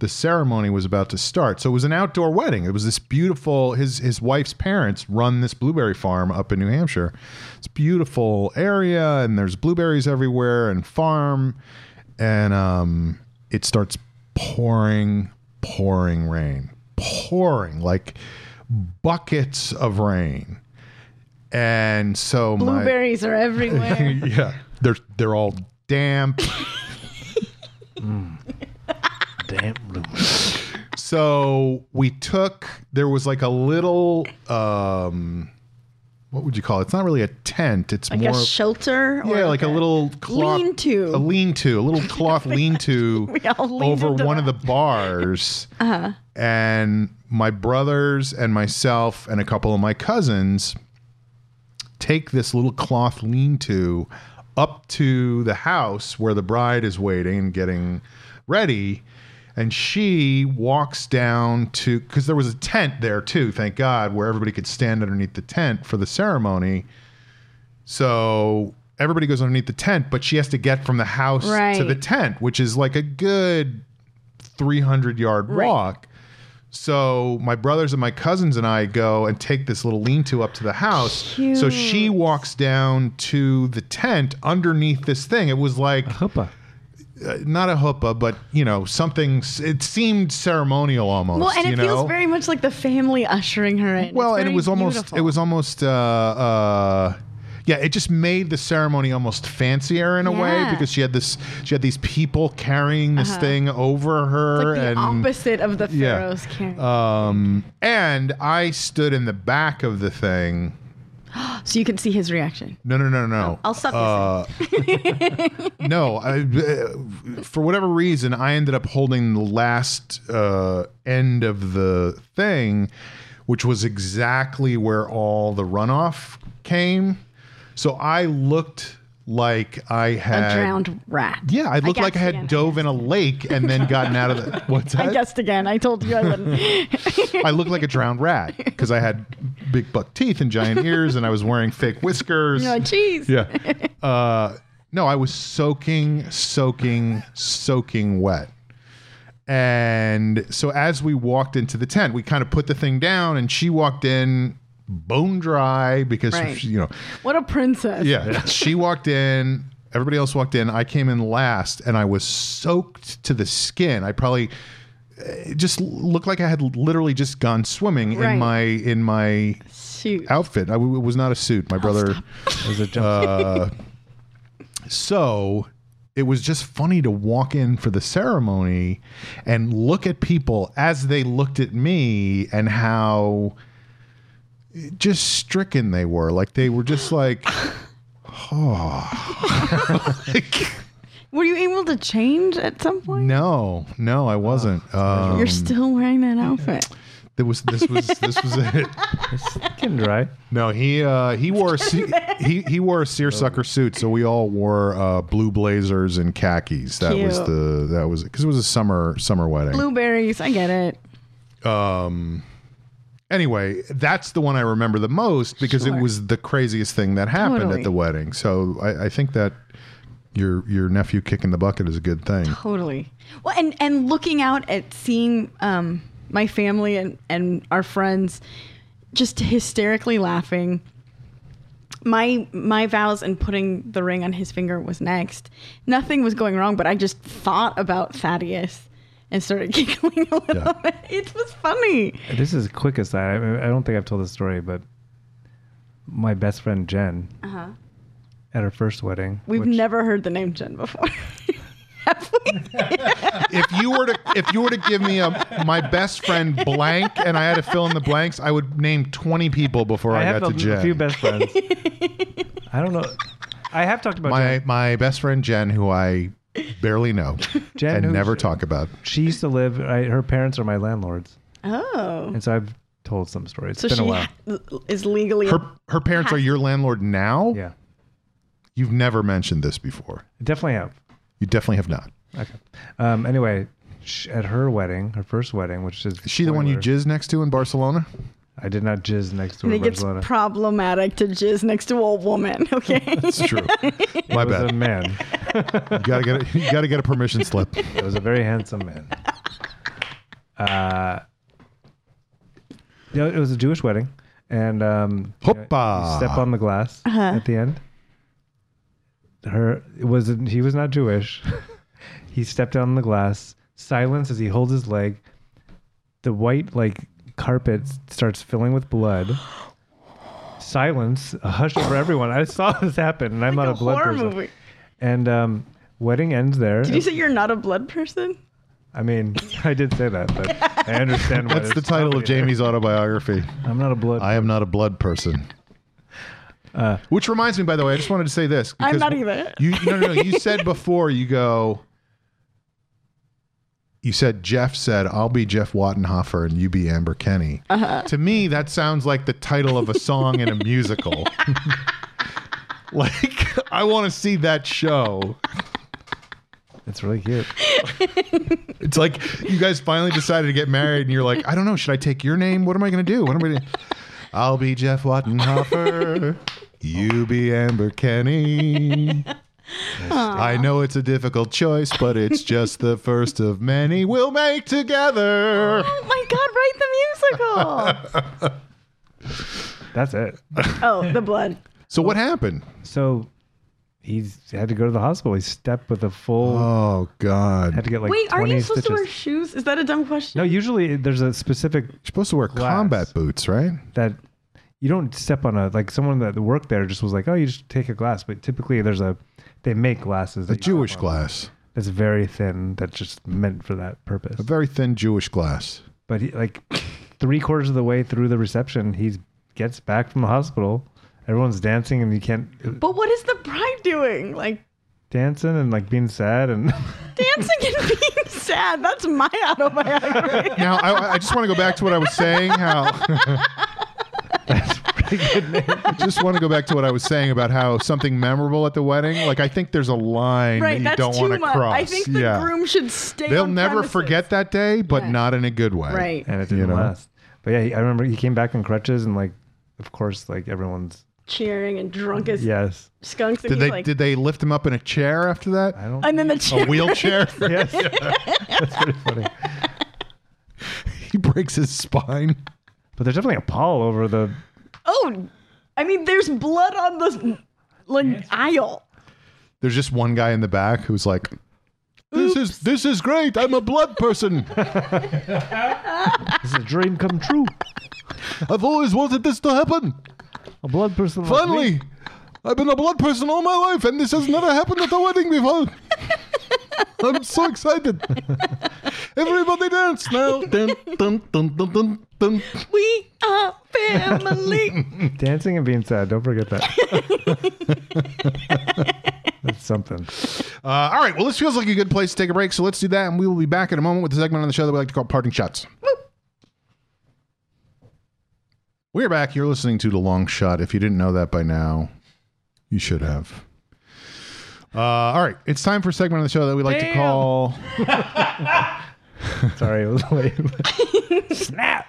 Speaker 2: the ceremony was about to start. So it was an outdoor wedding. It was this beautiful his his wife's parents run this blueberry farm up in New Hampshire. It's a beautiful area and there's blueberries everywhere and farm and um it starts pouring pouring rain. Pouring like buckets of rain. And so my
Speaker 3: Blueberries
Speaker 2: (laughs)
Speaker 3: are everywhere.
Speaker 2: yeah, they're they're all damp.
Speaker 1: Damn
Speaker 2: So we took there was like a little um, what would you call it? It's not really a tent. It's
Speaker 3: like
Speaker 2: more
Speaker 3: a shelter or
Speaker 2: yeah, like a little cloth
Speaker 3: lean-to.
Speaker 2: a lean-to, a
Speaker 3: (laughs)
Speaker 2: little cloth lean-to
Speaker 3: We all leaned
Speaker 2: over
Speaker 3: into
Speaker 2: one of the
Speaker 3: that.
Speaker 2: bars. uh-huh. And my brothers and myself and a couple of my cousins take this little cloth lean-to up to the house where the bride is waiting and getting ready. And she walks down to because there was a tent there too, thank God, where everybody could stand underneath the tent for the ceremony. So everybody goes underneath the tent, but she has to get from the house to
Speaker 3: Right.
Speaker 2: the tent, which is like a good 300 yard
Speaker 3: Right.
Speaker 2: walk. So my brothers and my cousins and I go and take this little lean-to up to the house. So she walks down to the tent underneath this thing. It was like uh,
Speaker 1: Hoopa.
Speaker 2: not a hoopah, but you know something. It seemed ceremonial almost.
Speaker 3: Well, and
Speaker 2: you
Speaker 3: it
Speaker 2: know?
Speaker 3: feels very much like the family ushering her in.
Speaker 2: well
Speaker 3: It's
Speaker 2: and it
Speaker 3: very
Speaker 2: was almost
Speaker 3: beautiful.
Speaker 2: it was almost uh uh yeah, it just made the ceremony almost fancier in a way
Speaker 3: Yeah. Uh-huh.
Speaker 2: because she had this she had these people carrying this thing over
Speaker 3: It's
Speaker 2: her
Speaker 3: like the
Speaker 2: and
Speaker 3: opposite of the
Speaker 2: yeah.
Speaker 3: pharaoh's carriage.
Speaker 2: um and I stood in the back of the thing.
Speaker 3: so you can see his reaction.
Speaker 2: No, no, no, no.
Speaker 3: I'll stop
Speaker 2: Uh, (laughs) no, I, uh, for whatever reason, I ended up holding the last uh, end of the thing, which was exactly where all the runoff came. So I looked like I
Speaker 3: A
Speaker 2: had
Speaker 3: drowned rat.
Speaker 2: Yeah, I looked like I
Speaker 3: guessed
Speaker 2: had
Speaker 3: again.
Speaker 2: dove in a lake and then gotten out of
Speaker 3: (laughs)
Speaker 2: the. What's that?
Speaker 3: I guessed again. I told you I
Speaker 2: (laughs)
Speaker 3: wouldn't. (laughs)
Speaker 2: I looked like a drowned rat because I had big buck teeth and giant ears, and I was wearing fake whiskers.
Speaker 3: no, jeez.
Speaker 2: Yeah. (laughs) Uh, no, I was soaking, soaking, soaking wet. And so as we walked into the tent, we kind of put the thing down, and she walked in bone dry because
Speaker 3: Right.
Speaker 2: she, you know,
Speaker 3: What a princess.
Speaker 2: yeah, (laughs) she walked in. Everybody else walked in. I came in last, and I was soaked to the skin. I probably it just looked like I had literally just gone swimming
Speaker 3: Right.
Speaker 2: in my in my
Speaker 3: Shoot.
Speaker 2: outfit. I, it was not a suit.
Speaker 3: Oh,
Speaker 2: My brother.
Speaker 1: There's a jump.
Speaker 2: So it was just funny to walk in for the ceremony and look at people as they looked at me and how just stricken they were. Like they were just like, oh. (laughs) Like,
Speaker 3: Were you able to change at some point?
Speaker 2: no, no, I wasn't. Um,
Speaker 3: You're still wearing that outfit.
Speaker 2: there was this was this was it.
Speaker 1: it's getting dry.
Speaker 2: No, he uh, he wore a se- he he wore a seersucker suit, so we all wore uh, blue blazers and khakis. That was
Speaker 3: Cute.
Speaker 2: the that was because it was a summer summer wedding.
Speaker 3: Blueberries. I get it.
Speaker 2: anyway, that's the one I remember the most because
Speaker 3: Sure.
Speaker 2: it was the craziest thing that happened
Speaker 3: Totally.
Speaker 2: at the wedding. So I, I think that your your nephew kicking the bucket is a good thing.
Speaker 3: Totally. Well, and and looking out at seeing um, my family and and our friends just hysterically laughing. My my vows and putting the ring on his finger was next. Nothing was going wrong, but I just thought about Thaddeus and started (laughs) giggling a little
Speaker 2: Yeah.
Speaker 3: bit. It was funny.
Speaker 1: This is quick as that. I, I don't think I've told this story, but my best friend Jen, at her first wedding,
Speaker 3: Uh-huh. We've
Speaker 1: which-
Speaker 3: never heard the name Jen before. (laughs) Have
Speaker 1: (laughs)
Speaker 3: we?
Speaker 2: If you were to if you were to give me a my best friend blank and I had to fill in the blanks, I would name twenty people before
Speaker 1: I
Speaker 2: Oh, I,
Speaker 1: have
Speaker 2: got
Speaker 1: a,
Speaker 2: to Jen.
Speaker 1: a few best friends.
Speaker 3: (laughs)
Speaker 1: I don't know. I have talked about
Speaker 2: my
Speaker 1: Jen.
Speaker 2: my best friend Jen, who I barely know
Speaker 1: (laughs) Jen,
Speaker 2: and
Speaker 1: who's-
Speaker 2: never talk about.
Speaker 1: She used to live. I, her parents are my landlords,
Speaker 3: Oh.
Speaker 1: and so I've told some stories. It's
Speaker 3: So
Speaker 1: been a
Speaker 3: she
Speaker 1: while.
Speaker 3: ha- is legally
Speaker 2: Her her parents are your landlord now.
Speaker 1: yeah,
Speaker 2: You've never mentioned this before.
Speaker 1: definitely have.
Speaker 2: You definitely have not.
Speaker 1: Okay. Um, anyway, sh at her wedding, her first wedding, which is
Speaker 2: Is she the one you
Speaker 1: spoiler,
Speaker 2: jizz next to in Barcelona?
Speaker 1: I did not jizz next to
Speaker 3: I
Speaker 1: her.
Speaker 3: think it's
Speaker 1: Barcelona.
Speaker 3: problematic to jizz next to a woman. (laughs)
Speaker 2: (laughs)
Speaker 3: Okay.
Speaker 2: It's true. My
Speaker 1: it was a
Speaker 2: bad.
Speaker 1: man.
Speaker 2: (laughs) You gotta get a, you gotta get a permission (laughs) slip.
Speaker 1: It was a very handsome man.
Speaker 3: (laughs)
Speaker 1: Uh, you know, it was a Jewish wedding, and um, you know,
Speaker 2: Hoppa.
Speaker 1: you step on the glass
Speaker 3: Uh-huh.
Speaker 1: at the end. Her it was he was not Jewish. (laughs) he stepped on the glass. Silence as he holds his leg. The white like carpet s- starts filling with blood.
Speaker 3: (gasps)
Speaker 1: Silence, a hush over everyone. I saw (laughs) this happen, and I'm not a,
Speaker 3: a
Speaker 1: blood
Speaker 3: horror
Speaker 1: person.
Speaker 3: movie.
Speaker 1: And um, wedding ends there.
Speaker 3: Did you say you're not a blood person?
Speaker 1: I mean, (laughs) I did say that, but I understand why
Speaker 2: That's the
Speaker 1: there's
Speaker 2: title of
Speaker 1: comedy there.
Speaker 2: Jamie's autobiography.
Speaker 1: I'm not a blood.
Speaker 2: I am not a blood person. Uh, Which reminds me, by the way, I just wanted to say this.
Speaker 3: I'm
Speaker 2: because
Speaker 3: not either.
Speaker 2: You no, no no. You said before you go. You said Jeff said I'll be Jeff Wattenhofer and you be Amber Kenny.
Speaker 3: Uh-huh.
Speaker 2: To me, that sounds like the title of a song in a musical.
Speaker 3: (laughs)
Speaker 2: (laughs) like I want to see that show.
Speaker 1: it's really cute.
Speaker 2: It's like you guys finally decided to get married, and you're like, I don't know, should I take your name? What am I going to do? What am I? Gonna... I'll be Jeff Wattenhofer. You be Amber Kenny. I know it's a difficult choice, but it's just the first of many we'll make together.
Speaker 3: Oh my
Speaker 2: (laughs)
Speaker 3: God, write the
Speaker 1: That's it.
Speaker 3: musical. oh, the blood.
Speaker 2: So what happened?
Speaker 1: So he's had to go to the hospital. He stepped with a full.
Speaker 2: Oh
Speaker 1: had
Speaker 2: God!
Speaker 1: to get like
Speaker 3: Wait,
Speaker 1: 20
Speaker 3: are you supposed to
Speaker 1: stitches.
Speaker 3: wear shoes? Is that a dumb question?
Speaker 1: No, usually there's a specific
Speaker 2: You're supposed to wear combat boots, right?
Speaker 1: that you don't step on a like someone that worked there just was like, oh, you just take a glass. But typically there's a they make glasses.
Speaker 2: A
Speaker 1: that you step
Speaker 2: Jewish
Speaker 1: on.
Speaker 2: glass,
Speaker 1: That's very thin. That's just meant for that purpose.
Speaker 2: a very thin Jewish glass.
Speaker 1: But he, like three quarters of the way through the reception, he gets back from the hospital. Everyone's dancing and you can't
Speaker 3: But what is the bride doing? Like
Speaker 1: dancing and like being sad and (laughs)
Speaker 3: dancing and (laughs) being sad. That's my autobiography.
Speaker 2: Now I, I just want to go back to what I was
Speaker 1: (laughs)
Speaker 2: saying. How I (laughs) just want to go back to what I was saying about how something memorable at the wedding. Like I think there's a line
Speaker 3: right,
Speaker 2: that you
Speaker 3: that's
Speaker 2: don't
Speaker 3: too
Speaker 2: want to
Speaker 3: much.
Speaker 2: cross.
Speaker 3: I think the
Speaker 2: yeah,
Speaker 3: groom should stay.
Speaker 2: they'll
Speaker 3: on
Speaker 2: never
Speaker 3: premises.
Speaker 2: forget that day, but
Speaker 3: Yeah.
Speaker 2: not in a good way.
Speaker 3: Right.
Speaker 1: and it didn't
Speaker 2: know?
Speaker 1: last. But yeah, he- I remember he came back on crutches and like of course like everyone's
Speaker 3: Cheering and drunk as
Speaker 1: yes.
Speaker 3: skunks. And
Speaker 2: Did
Speaker 3: he's
Speaker 2: they
Speaker 3: like,
Speaker 2: did Oh, they lift him up in a chair after that?
Speaker 1: I don't
Speaker 3: and then the
Speaker 2: A
Speaker 3: chair.
Speaker 2: wheelchair.
Speaker 1: (laughs) Yes. That's pretty funny.
Speaker 2: he breaks his spine.
Speaker 1: But there's definitely a pall over the
Speaker 3: (laughs) oh, I mean, there's blood on the like, aisle.
Speaker 2: There's just one guy in the back who's like, "This is this is great. I'm a blood person.
Speaker 1: This is a dream come true.
Speaker 2: I've always wanted this to happen.
Speaker 1: A blood person. like me.
Speaker 2: Finally, I've been a blood person all my life, and this has never happened at a wedding before. I'm so excited. Everybody dance now. Dun, dun, dun, dun, dun, dun.
Speaker 3: We are family.
Speaker 1: dancing and being sad. Don't forget
Speaker 3: (laughs)
Speaker 1: that. That's something.
Speaker 2: Uh, all right. Well, this feels like a good place to take a break, so let's do that, and we will be back in a moment with the segment on the show that we like to call Parting Shots. We're back. You're listening to The Long Shot. If you didn't know that by now, you should have. Uh, all right. It's time for a segment on the show that we like to call
Speaker 1: Sorry, it was (laughs) late. Snap.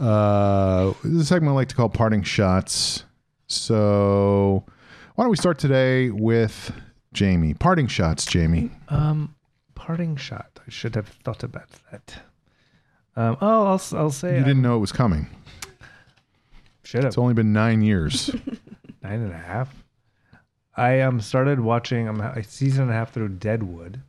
Speaker 2: uh, this is a segment I like to call parting shots. So why don't we start today with Jamie? Parting shots, Jamie.
Speaker 1: Um, parting shot. I should have thought about that. Um, oh, I'll s- I'll say
Speaker 2: You
Speaker 1: I
Speaker 2: didn't know it was coming.
Speaker 1: should have
Speaker 2: It's only been nine
Speaker 3: (laughs)
Speaker 2: years.
Speaker 1: nine and a half. I um started watching. I'm a season and a half through Deadwood,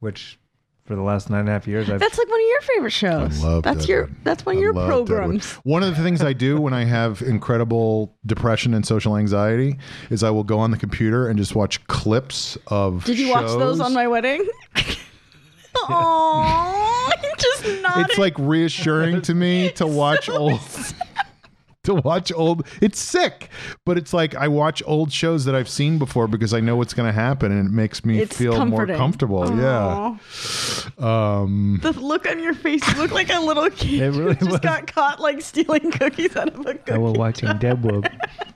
Speaker 1: which for the last nine and a half years I've
Speaker 3: that's like one of your favorite
Speaker 2: I
Speaker 3: shows.
Speaker 2: love
Speaker 3: that's
Speaker 2: Deadwood.
Speaker 3: your that's one of
Speaker 2: I
Speaker 3: your
Speaker 2: love Deadwood.
Speaker 3: programs.
Speaker 2: One of the things I
Speaker 3: (laughs)
Speaker 2: do when I have incredible depression and social anxiety is I will go on the computer and just watch clips of.
Speaker 3: Did you watch those
Speaker 2: shows.
Speaker 3: on my (laughs) wedding? (laughs) Oh, just nodded.
Speaker 2: It's like reassuring to
Speaker 3: (laughs)
Speaker 2: me to watch old. (laughs) To watch old, it's sick, but it's like I watch old shows that I've seen before because I know what's going to happen, and it makes me
Speaker 3: It's
Speaker 2: feel
Speaker 3: comforting.
Speaker 2: more comfortable.
Speaker 3: Aw. the look on your face you look like a little kid
Speaker 1: It really
Speaker 3: who just
Speaker 1: was.
Speaker 3: got caught like stealing cookies out of a
Speaker 1: (laughs)
Speaker 3: cookie.
Speaker 1: I was watching Deadwood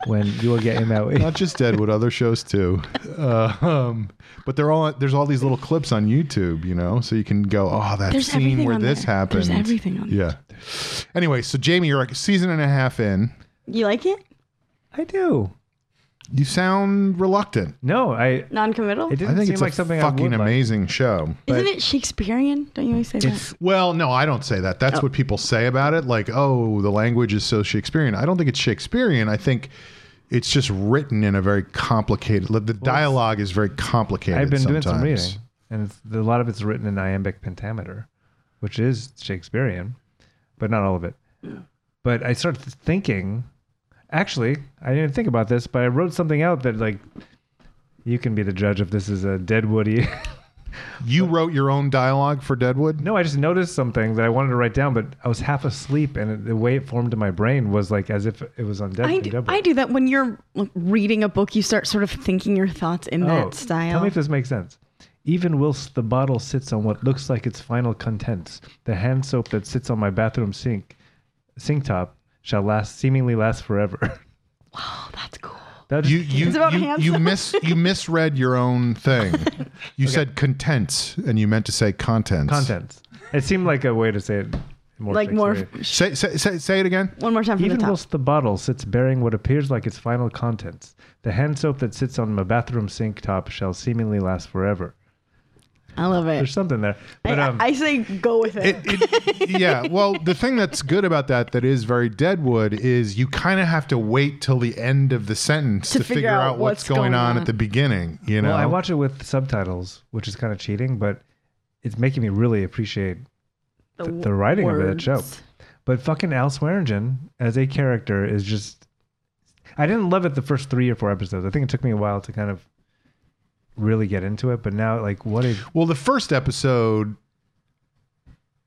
Speaker 1: when you were getting
Speaker 2: (laughs)
Speaker 1: that way.
Speaker 2: Yeah, not just Deadwood, other shows too. (laughs) Uh, um, but they're all there's all these little clips on YouTube, you know, so you can go, oh, that
Speaker 3: There's
Speaker 2: scene
Speaker 3: everything
Speaker 2: where
Speaker 3: on
Speaker 2: this
Speaker 3: there.
Speaker 2: happened.
Speaker 3: There's everything on
Speaker 2: Yeah. Anyway, so Jamie, you're like a season and a half in.
Speaker 3: You like it?
Speaker 1: I do.
Speaker 2: You sound reluctant.
Speaker 1: No, I.
Speaker 3: Non-committal?
Speaker 1: It didn't
Speaker 2: I think
Speaker 1: seem
Speaker 2: it's
Speaker 1: like
Speaker 2: a
Speaker 1: something I
Speaker 2: fucking
Speaker 1: would like.
Speaker 2: amazing show.
Speaker 3: Isn't it Shakespearean? Don't you always say that?
Speaker 2: Well, no, I don't say that.
Speaker 1: Oh.
Speaker 2: That's what people say about it. Like, oh, the language is so Shakespearean. I don't think it's Shakespearean. I think it's just written in a very complicated. The dialogue is very complicated.
Speaker 1: I've been doing some
Speaker 2: sometimes.
Speaker 1: reading, and it's, a lot of it's written in iambic pentameter, which is Shakespearean, but not all of it. But I started thinking. Actually, I didn't think about this, but I wrote something out that like you can be the judge if this is a Deadwoody.
Speaker 2: You wrote your own dialogue for
Speaker 1: (laughs)
Speaker 2: Deadwood?
Speaker 1: no, I just noticed something that I wanted to write down, but I was half asleep, and it, the way it formed in my brain was like as if it was on Dead-
Speaker 3: I do,
Speaker 1: Deadwood.
Speaker 3: I do that when you're like, reading a book, you start sort of thinking your thoughts in
Speaker 1: Oh,
Speaker 3: that style.
Speaker 1: Tell me if this makes sense. Even whilst the bottle sits on what looks like its final contents, the hand soap that sits on my bathroom sink, sink top, shall last seemingly last forever. (laughs)
Speaker 3: oh, that's cool.
Speaker 1: That
Speaker 2: You you
Speaker 3: It's about
Speaker 2: you,
Speaker 3: hands.
Speaker 2: you miss you misread your
Speaker 1: (laughs)
Speaker 2: own thing. You said contents and you meant to say contents.
Speaker 1: contents. It seemed like a way to say it More
Speaker 3: like more
Speaker 1: Shakespearean.
Speaker 2: Say, say, say, say it again.
Speaker 3: one more time from the
Speaker 1: Even
Speaker 3: top.
Speaker 1: whilst the bottle sits bearing what appears like its final contents, the hand soap that sits on my bathroom sink top shall seemingly last forever.
Speaker 3: I love
Speaker 1: There's
Speaker 3: it.
Speaker 1: something there, but
Speaker 3: Eh. I-
Speaker 1: um,
Speaker 3: I, say go with it.
Speaker 2: It, it, yeah. Well, the thing that's good about that that is very Deadwood is you kind of have to wait till the end of the sentence to, figure, out what's, going, on, at the beginning. You know,
Speaker 1: well, I watch it with subtitles, which is kind of cheating, but it's making me really appreciate
Speaker 3: the,
Speaker 1: the writing of that show.
Speaker 3: words.
Speaker 1: But fucking Al Swearingen as a character is just. I didn't love it the first three or four episodes. I think it took me a while to kind of really get into it. But now, like, what a
Speaker 2: Well, the first episode.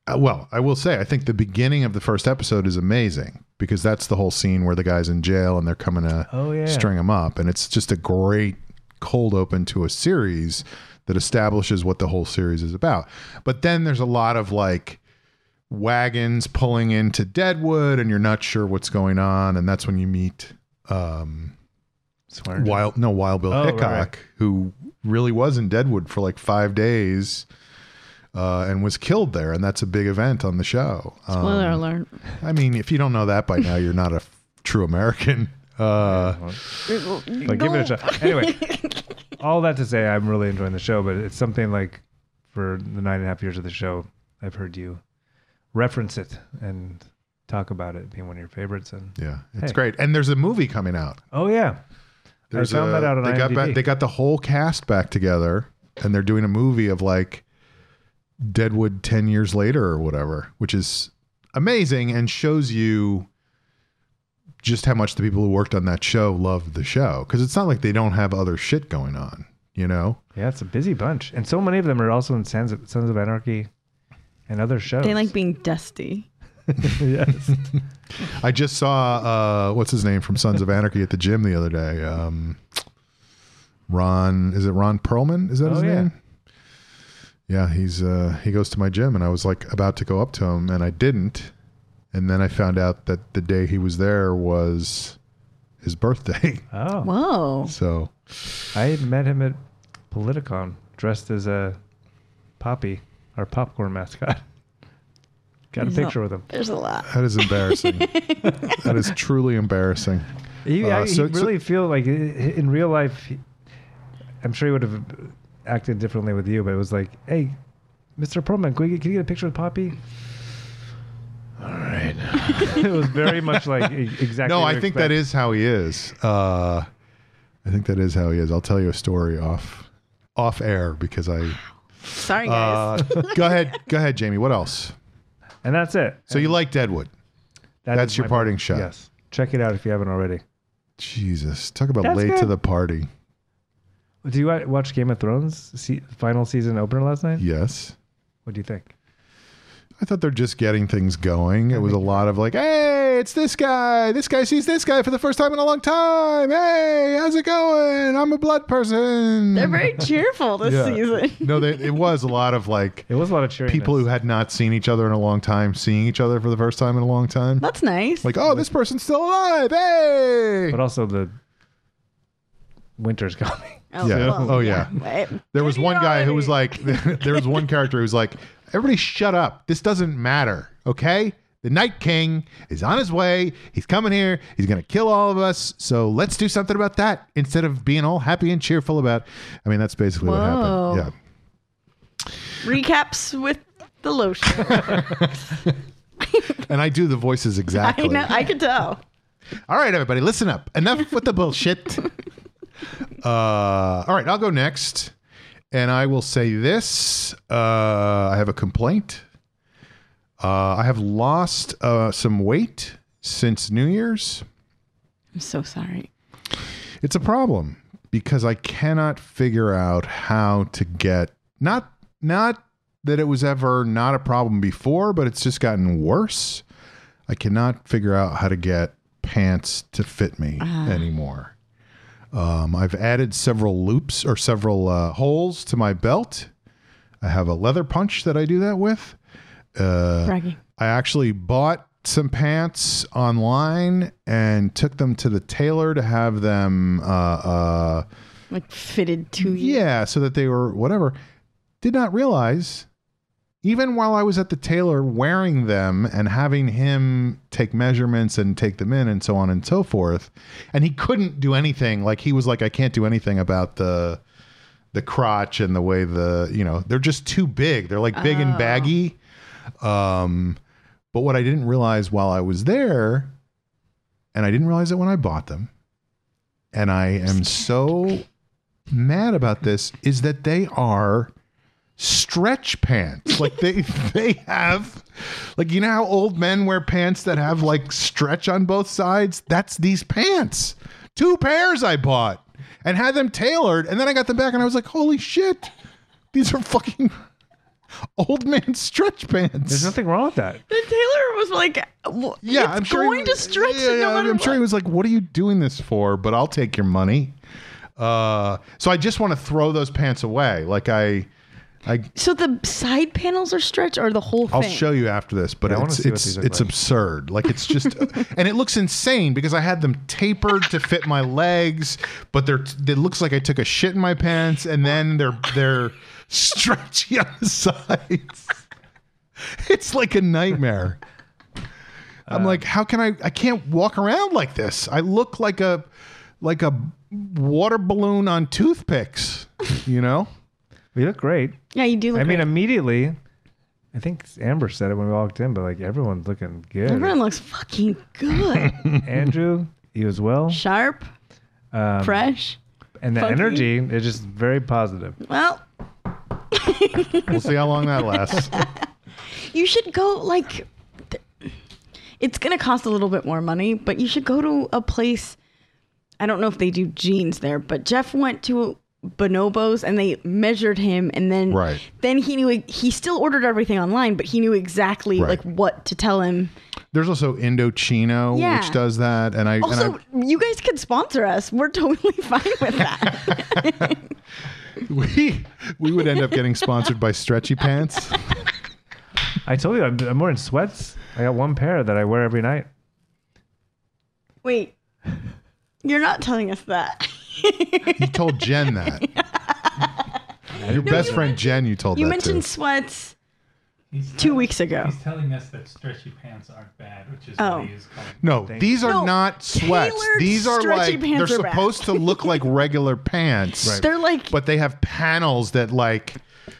Speaker 2: uh, well, I will say, I think the beginning of the first episode is amazing because that's the whole scene where the guy's in jail and they're coming to
Speaker 1: Oh, yeah.
Speaker 2: string him up, and it's just a great cold open to a series that establishes what the whole series is about. But then there's a lot of like wagons pulling into Deadwood, and you're not sure what's going on, and that's when you meet um,
Speaker 1: Swearingen.
Speaker 2: Wild no Wild Bill
Speaker 1: Oh, right,
Speaker 2: Hickok,
Speaker 1: right.
Speaker 2: who really was in Deadwood for like five days, uh, and was killed there, and that's a big event on the show. Um,
Speaker 3: Spoiler alert.
Speaker 2: I mean, if you don't know that by now, you're not a f- true American. Uh,
Speaker 1: Like, give it a shot. Anyway, all that to say, I'm really enjoying the show, but it's something like for the nine and a half years of the show, I've heard you reference it and talk about it being one of your favorites. And
Speaker 2: yeah, it's
Speaker 1: Hey.
Speaker 2: great. And there's a movie coming out.
Speaker 1: oh yeah,
Speaker 2: There's
Speaker 1: found
Speaker 2: a-
Speaker 1: that out on
Speaker 2: they got
Speaker 1: IMDb.
Speaker 2: back, they got the whole cast back together, and they're doing a movie of like Deadwood ten years later or whatever, which is amazing and shows you just how much the people who worked on that show loved the show because it's not like they don't have other shit going on, you know.
Speaker 1: yeah, it's a busy bunch, and so many of them are also in Sons of, Sons of Anarchy and other shows.
Speaker 3: They like being dusty.
Speaker 1: (laughs) yes.
Speaker 2: I just saw uh, what's his name from Sons of Anarchy at the gym the other day. Um, Ron, is it Ron Perlman? Is that
Speaker 1: Oh,
Speaker 2: his
Speaker 1: yeah.
Speaker 2: name? Yeah, he's uh, he goes to my gym, and I was like about to go up to him, and I didn't, and then I found out that the day he was there was his birthday. (laughs)
Speaker 1: Oh,
Speaker 3: Whoa.
Speaker 2: so
Speaker 1: I met him at Politicon dressed as a Poppy, our popcorn mascot. (laughs) Got a
Speaker 3: He's
Speaker 1: picture
Speaker 3: not-
Speaker 1: with him.
Speaker 3: There's a lot.
Speaker 2: that
Speaker 1: (laughs)
Speaker 2: is embarrassing. that is truly embarrassing.
Speaker 1: He,
Speaker 2: Uh,
Speaker 1: I, he
Speaker 2: so- so-
Speaker 1: really feel like i- in real life, he- I'm sure he would have acted differently with you, but it was like, hey, Mr. Perlman, can, we get, can you get a picture with Poppy? All right. (laughs) it was very much like e- exactly.
Speaker 2: No,
Speaker 1: what
Speaker 2: I
Speaker 1: you
Speaker 2: think that
Speaker 1: expect.
Speaker 2: is how he is. Uh, I think that is how he is. I'll tell you a story off off air because I
Speaker 3: Sorry, guys.
Speaker 2: Uh, go ahead, go ahead, Jamie. What else?
Speaker 1: And that's it.
Speaker 2: So you like Deadwood?
Speaker 1: That
Speaker 2: that's
Speaker 1: is
Speaker 2: your
Speaker 1: my-
Speaker 2: parting shot.
Speaker 1: Yes. Check it out if you haven't already.
Speaker 2: Jesus, talk about
Speaker 1: That's
Speaker 2: late to
Speaker 1: good.
Speaker 2: the party.
Speaker 1: Do you wa- watch Game of Thrones se- final season opener last night?
Speaker 2: Yes,
Speaker 1: What do you think?
Speaker 2: I thought they're just getting things going. It was a lot of like, hey, it's this guy. This guy sees this guy for the first time in a long time. Hey, how's it going? I'm a blood person.
Speaker 3: They're
Speaker 2: (laughs)
Speaker 3: very cheerful this
Speaker 2: Yeah. (laughs)
Speaker 3: season.
Speaker 2: no, they, it was a lot of like
Speaker 1: It was a lot of cheering.
Speaker 2: people who had not seen each other in a long time seeing each other for the first time in a long time.
Speaker 3: That's nice.
Speaker 2: Like, oh, this person's still alive. Hey.
Speaker 1: but also the winter's (laughs) coming.
Speaker 3: oh,
Speaker 2: yeah.
Speaker 3: well,
Speaker 2: Oh, yeah.
Speaker 3: But-
Speaker 2: There was
Speaker 3: Maybe
Speaker 2: one guy who was
Speaker 3: already.
Speaker 2: like, (laughs) there was one character who was like, everybody shut up. This doesn't matter. Okay. The Night King is on his way. He's coming here. He's going to kill all of us. So let's do something about that instead of being all happy and cheerful about. I mean, that's basically
Speaker 3: Whoa.
Speaker 2: what happened. Yeah.
Speaker 3: recaps with the lotion. (laughs)
Speaker 2: And I do the voices
Speaker 3: I
Speaker 2: exactly.
Speaker 3: know. I could tell.
Speaker 2: (laughs) All right, everybody, listen up. Enough with the bullshit. Uh, all right, I'll go next. And I will say this uh, I have a complaint. Uh, I have lost uh, some weight since New Year's.
Speaker 3: I'm so sorry.
Speaker 2: It's a problem because I cannot figure out how to get not not that it was ever not a problem before, but it's just gotten worse. I cannot figure out how to get pants to fit me anymore. Um, I've added several loops or several uh, holes to my belt. I have a leather punch that I do that with. Uh,
Speaker 3: Bragging.
Speaker 2: I actually bought some pants online and took them to the tailor to have them, uh, uh,
Speaker 3: Like fitted to you.
Speaker 2: yeah, so that they were whatever. Did not realize, even while I was at the tailor wearing them and having him take measurements and take them in and so on and so forth, and he couldn't do anything. Like he was like, I can't do anything about the the crotch and the way the you know they're just too big. They're like big and baggy. Um, but what I didn't realize while I was there, and I didn't realize it when I bought them, and I am so mad about this is that they are stretch pants. Like they (laughs) they have like you know how old men wear pants that have like stretch on both sides? That's these pants. Two pairs I bought and had them tailored and then I got them back and I was like, "Holy shit. These are fucking (laughs) old man stretch pants."
Speaker 1: There's nothing wrong with that.
Speaker 3: The tailor was like, well,
Speaker 2: yeah,
Speaker 3: it's
Speaker 2: I'm sure he
Speaker 3: going
Speaker 2: was-
Speaker 3: to stretch
Speaker 2: yeah,
Speaker 3: it no
Speaker 2: yeah,
Speaker 3: matter
Speaker 2: I'm sure he
Speaker 3: what.
Speaker 2: was like, "What are you doing this for?" But I'll take your money. Uh, so I just want to throw those pants away. Like I, I
Speaker 3: So the side panels are stretched or the whole
Speaker 2: I'll
Speaker 3: thing?
Speaker 2: show you after this, but
Speaker 1: I wanna
Speaker 2: it's
Speaker 1: see what
Speaker 2: it's
Speaker 1: these look
Speaker 2: it's
Speaker 1: like.
Speaker 2: absurd. Like
Speaker 1: (laughs)
Speaker 2: it's just, and it looks insane because I had them tapered to fit my legs, but they're it looks like I took a shit in my pants, and then they're they're stretchy on the (laughs) sides. It's like a nightmare. I'm
Speaker 1: Uh,
Speaker 2: like, how can I? I can't walk around like this. I look like a like a water balloon on toothpicks. You know.
Speaker 1: You look great.
Speaker 3: Yeah, you do look
Speaker 1: I mean,
Speaker 3: great.
Speaker 1: immediately, I think Amber said it when we walked in, but like everyone's looking good.
Speaker 3: Everyone looks fucking
Speaker 2: (laughs)
Speaker 3: good.
Speaker 1: Andrew, you as well.
Speaker 3: Sharp,
Speaker 1: Um,
Speaker 3: fresh.
Speaker 1: and the
Speaker 3: funky.
Speaker 1: energy is just very positive.
Speaker 3: Well,
Speaker 2: We'll see how long that lasts.
Speaker 3: you should go like th- it's going to cost a little bit more money, but you should go to a place I don't know if they do jeans there, but Jeff went to Bonobos and they measured him and then
Speaker 2: Right.
Speaker 3: then he knew he still ordered everything online, but he knew exactly
Speaker 2: Right.
Speaker 3: like what to tell him.
Speaker 2: There's also Indochino,
Speaker 3: Yeah.
Speaker 2: which does that, and I and
Speaker 3: Also,
Speaker 2: I,
Speaker 3: you guys could sponsor us. We're totally (laughs) fine with that.
Speaker 2: (laughs) we we would end up getting sponsored by Stretchy
Speaker 3: (laughs)
Speaker 2: Pants.
Speaker 1: I told you, I'm, I'm wearing sweats. I got one pair that I wear every night.
Speaker 3: Wait. You're not telling
Speaker 2: (laughs)
Speaker 3: us that.
Speaker 2: You told Jen that. Your best friend Jen, you told
Speaker 3: You
Speaker 2: that
Speaker 3: mentioned
Speaker 2: to.
Speaker 3: sweats
Speaker 4: He's
Speaker 3: two
Speaker 4: tell-
Speaker 3: weeks ago.
Speaker 4: He's telling us that stretchy pants aren't bad, which is
Speaker 3: Oh.
Speaker 4: what he is calling.
Speaker 2: No, these are
Speaker 3: No,
Speaker 2: not sweats.
Speaker 3: tailored
Speaker 2: These are
Speaker 3: stretchy
Speaker 2: like
Speaker 3: pants
Speaker 2: they're
Speaker 3: are bad.
Speaker 2: supposed to look like regular pants,
Speaker 1: Right.
Speaker 3: They're like
Speaker 2: but they have panels that like.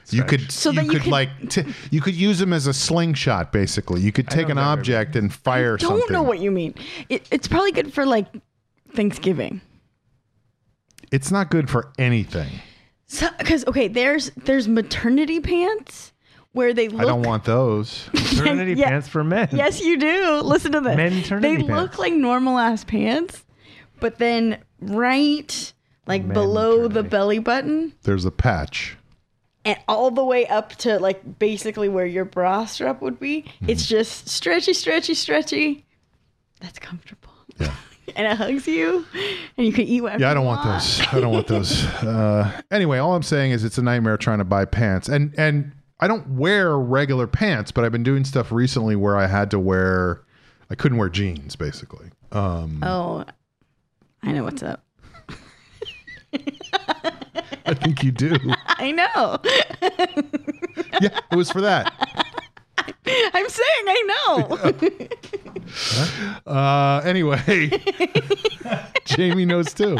Speaker 2: You could
Speaker 3: So
Speaker 2: you,
Speaker 3: that you
Speaker 2: could
Speaker 3: could-
Speaker 2: like t- you could use them as a slingshot basically. You could take
Speaker 1: don't
Speaker 2: an
Speaker 1: know, baby.
Speaker 2: object and fire
Speaker 3: don't
Speaker 2: something.
Speaker 3: know what you mean. It, it's probably good for like Thanksgiving.
Speaker 2: it's not good for anything.
Speaker 3: So, cuz okay, there's there's maternity pants where they look
Speaker 2: I don't want those.
Speaker 1: Maternity
Speaker 3: Yeah.
Speaker 1: pants for men.
Speaker 3: (laughs) Yes, you do. Listen to this.
Speaker 1: Men turnity
Speaker 3: they
Speaker 1: pants.
Speaker 3: look like normal ass pants, but then right like
Speaker 1: Men
Speaker 3: below the
Speaker 1: turnity.
Speaker 3: belly button
Speaker 2: There's a patch.
Speaker 3: and all the way up to like basically where your bra strap would be.
Speaker 2: Mm-hmm.
Speaker 3: It's just stretchy, stretchy, stretchy. That's comfortable. (laughs) and it hugs you, and you can eat whatever.
Speaker 2: Yeah, I
Speaker 3: you
Speaker 2: don't want those. I don't want
Speaker 3: (laughs)
Speaker 2: those. Uh, anyway, all I'm saying is it's a nightmare trying to buy pants, and and I don't wear regular pants, but I've been doing stuff recently where I had to wear, I couldn't wear jeans basically. Um,
Speaker 3: Oh, I know what's up.
Speaker 2: I think you
Speaker 3: (laughs)
Speaker 2: do.
Speaker 3: I know. (laughs)
Speaker 2: yeah, it was for that.
Speaker 3: I'm saying I
Speaker 2: (laughs)
Speaker 3: know.
Speaker 2: Uh,
Speaker 3: (laughs)
Speaker 2: anyway, Jamie knows too.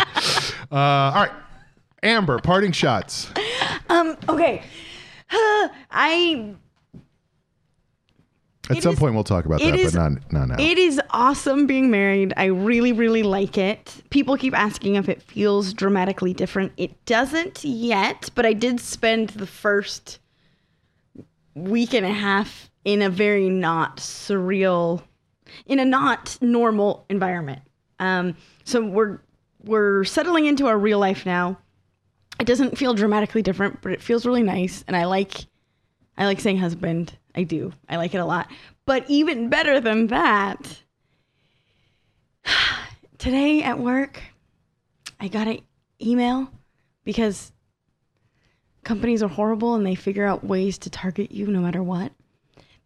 Speaker 2: Uh, all right, Amber, parting shots.
Speaker 3: um. Okay. (sighs) I
Speaker 2: At
Speaker 3: It
Speaker 2: some
Speaker 3: is-
Speaker 2: point, we'll talk about
Speaker 3: it
Speaker 2: that,
Speaker 3: is-
Speaker 2: but not not now.
Speaker 3: It is awesome being married. I really, really like it. People keep asking if it feels dramatically different. It doesn't yet, but I did spend the first week and a half in a very not surreal, in a not normal environment. Um, so we're we're settling into our real life now. It doesn't feel dramatically different, but it feels really nice, and I like I like saying husband. I do. I like it a lot. But even better than that, (sighs) today at work, I got an email because companies are horrible and they figure out ways to target you no matter what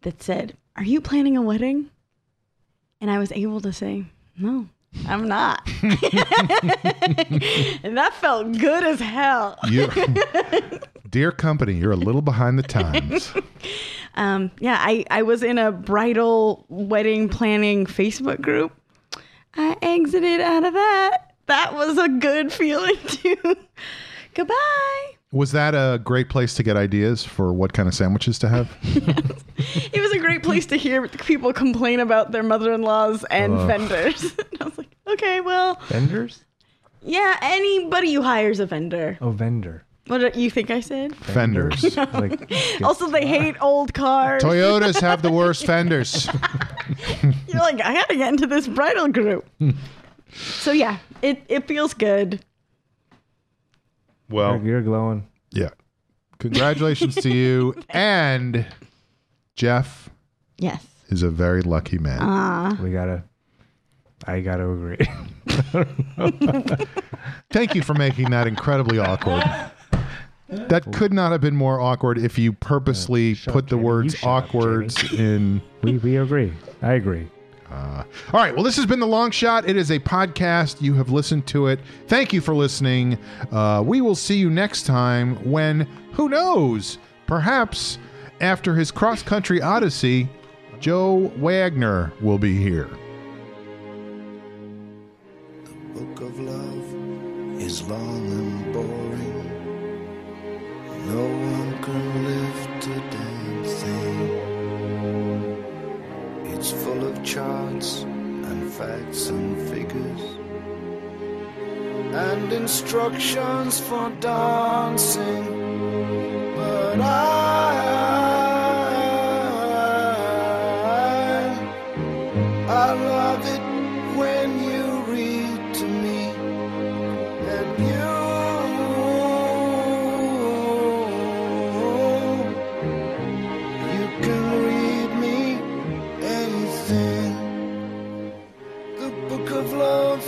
Speaker 3: that said, Are you planning a wedding? And I was able to say, No, I'm not. (laughs) and that felt good as hell. (laughs)
Speaker 2: You- dear company, you're a little behind the times.
Speaker 3: Um, yeah, I, I was in a bridal wedding planning Facebook group. I exited out of that. That was a good feeling (laughs) too. Goodbye.
Speaker 2: Was that a great place to get ideas for what kind of sandwiches to (laughs) have?
Speaker 3: It was a great place to hear people complain about their mother-in-laws and
Speaker 2: Ugh.
Speaker 3: vendors. (laughs) and I was like, okay, well,
Speaker 1: Vendors?
Speaker 3: yeah, anybody who hires a vendor.
Speaker 1: Oh, vendor.
Speaker 3: What do you think I said?
Speaker 2: fenders.
Speaker 1: like, okay.
Speaker 3: Also, they hate old cars.
Speaker 2: (laughs) Toyotas have the worst fenders.
Speaker 3: You're like, I gotta get into this bridal group. so yeah, it, it feels good.
Speaker 2: (laughs) Well,
Speaker 1: you're glowing.
Speaker 2: yeah. Congratulations to (laughs) you. And Jeff
Speaker 3: Yes.
Speaker 2: is a very lucky man.
Speaker 1: We gotta. I gotta agree.
Speaker 2: Thank you for making that incredibly awkward. That could not have been more awkward if you purposely
Speaker 1: shut
Speaker 2: put
Speaker 1: up,
Speaker 2: the
Speaker 1: Jamie. You
Speaker 2: words
Speaker 1: shut up,
Speaker 2: awkward in.
Speaker 1: we we agree. I agree.
Speaker 2: All right. Well, this has been The Long Shot. It is a podcast. You have listened to it. Thank you for listening. Uh, we will see you next time when, who knows, perhaps after his cross country odyssey, Joe Wagner will be here.
Speaker 5: book of love is long and boring. No one can lift a damn thing. It's full of charts and facts and figures and instructions for dancing. But I. I love it when you read to me that you you can read me anything. The book of love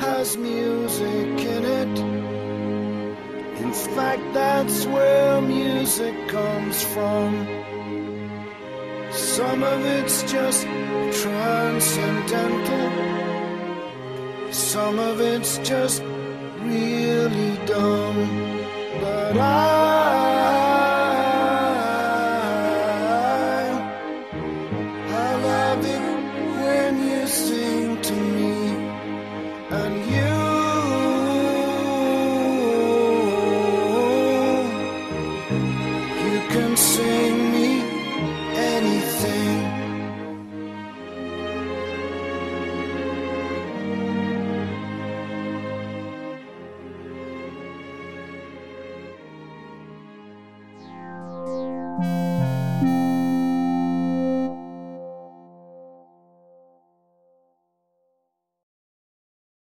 Speaker 5: has music in it. In fact, that's where music comes from. Some of it's just transcendental. Some of it's just really dumb. But I.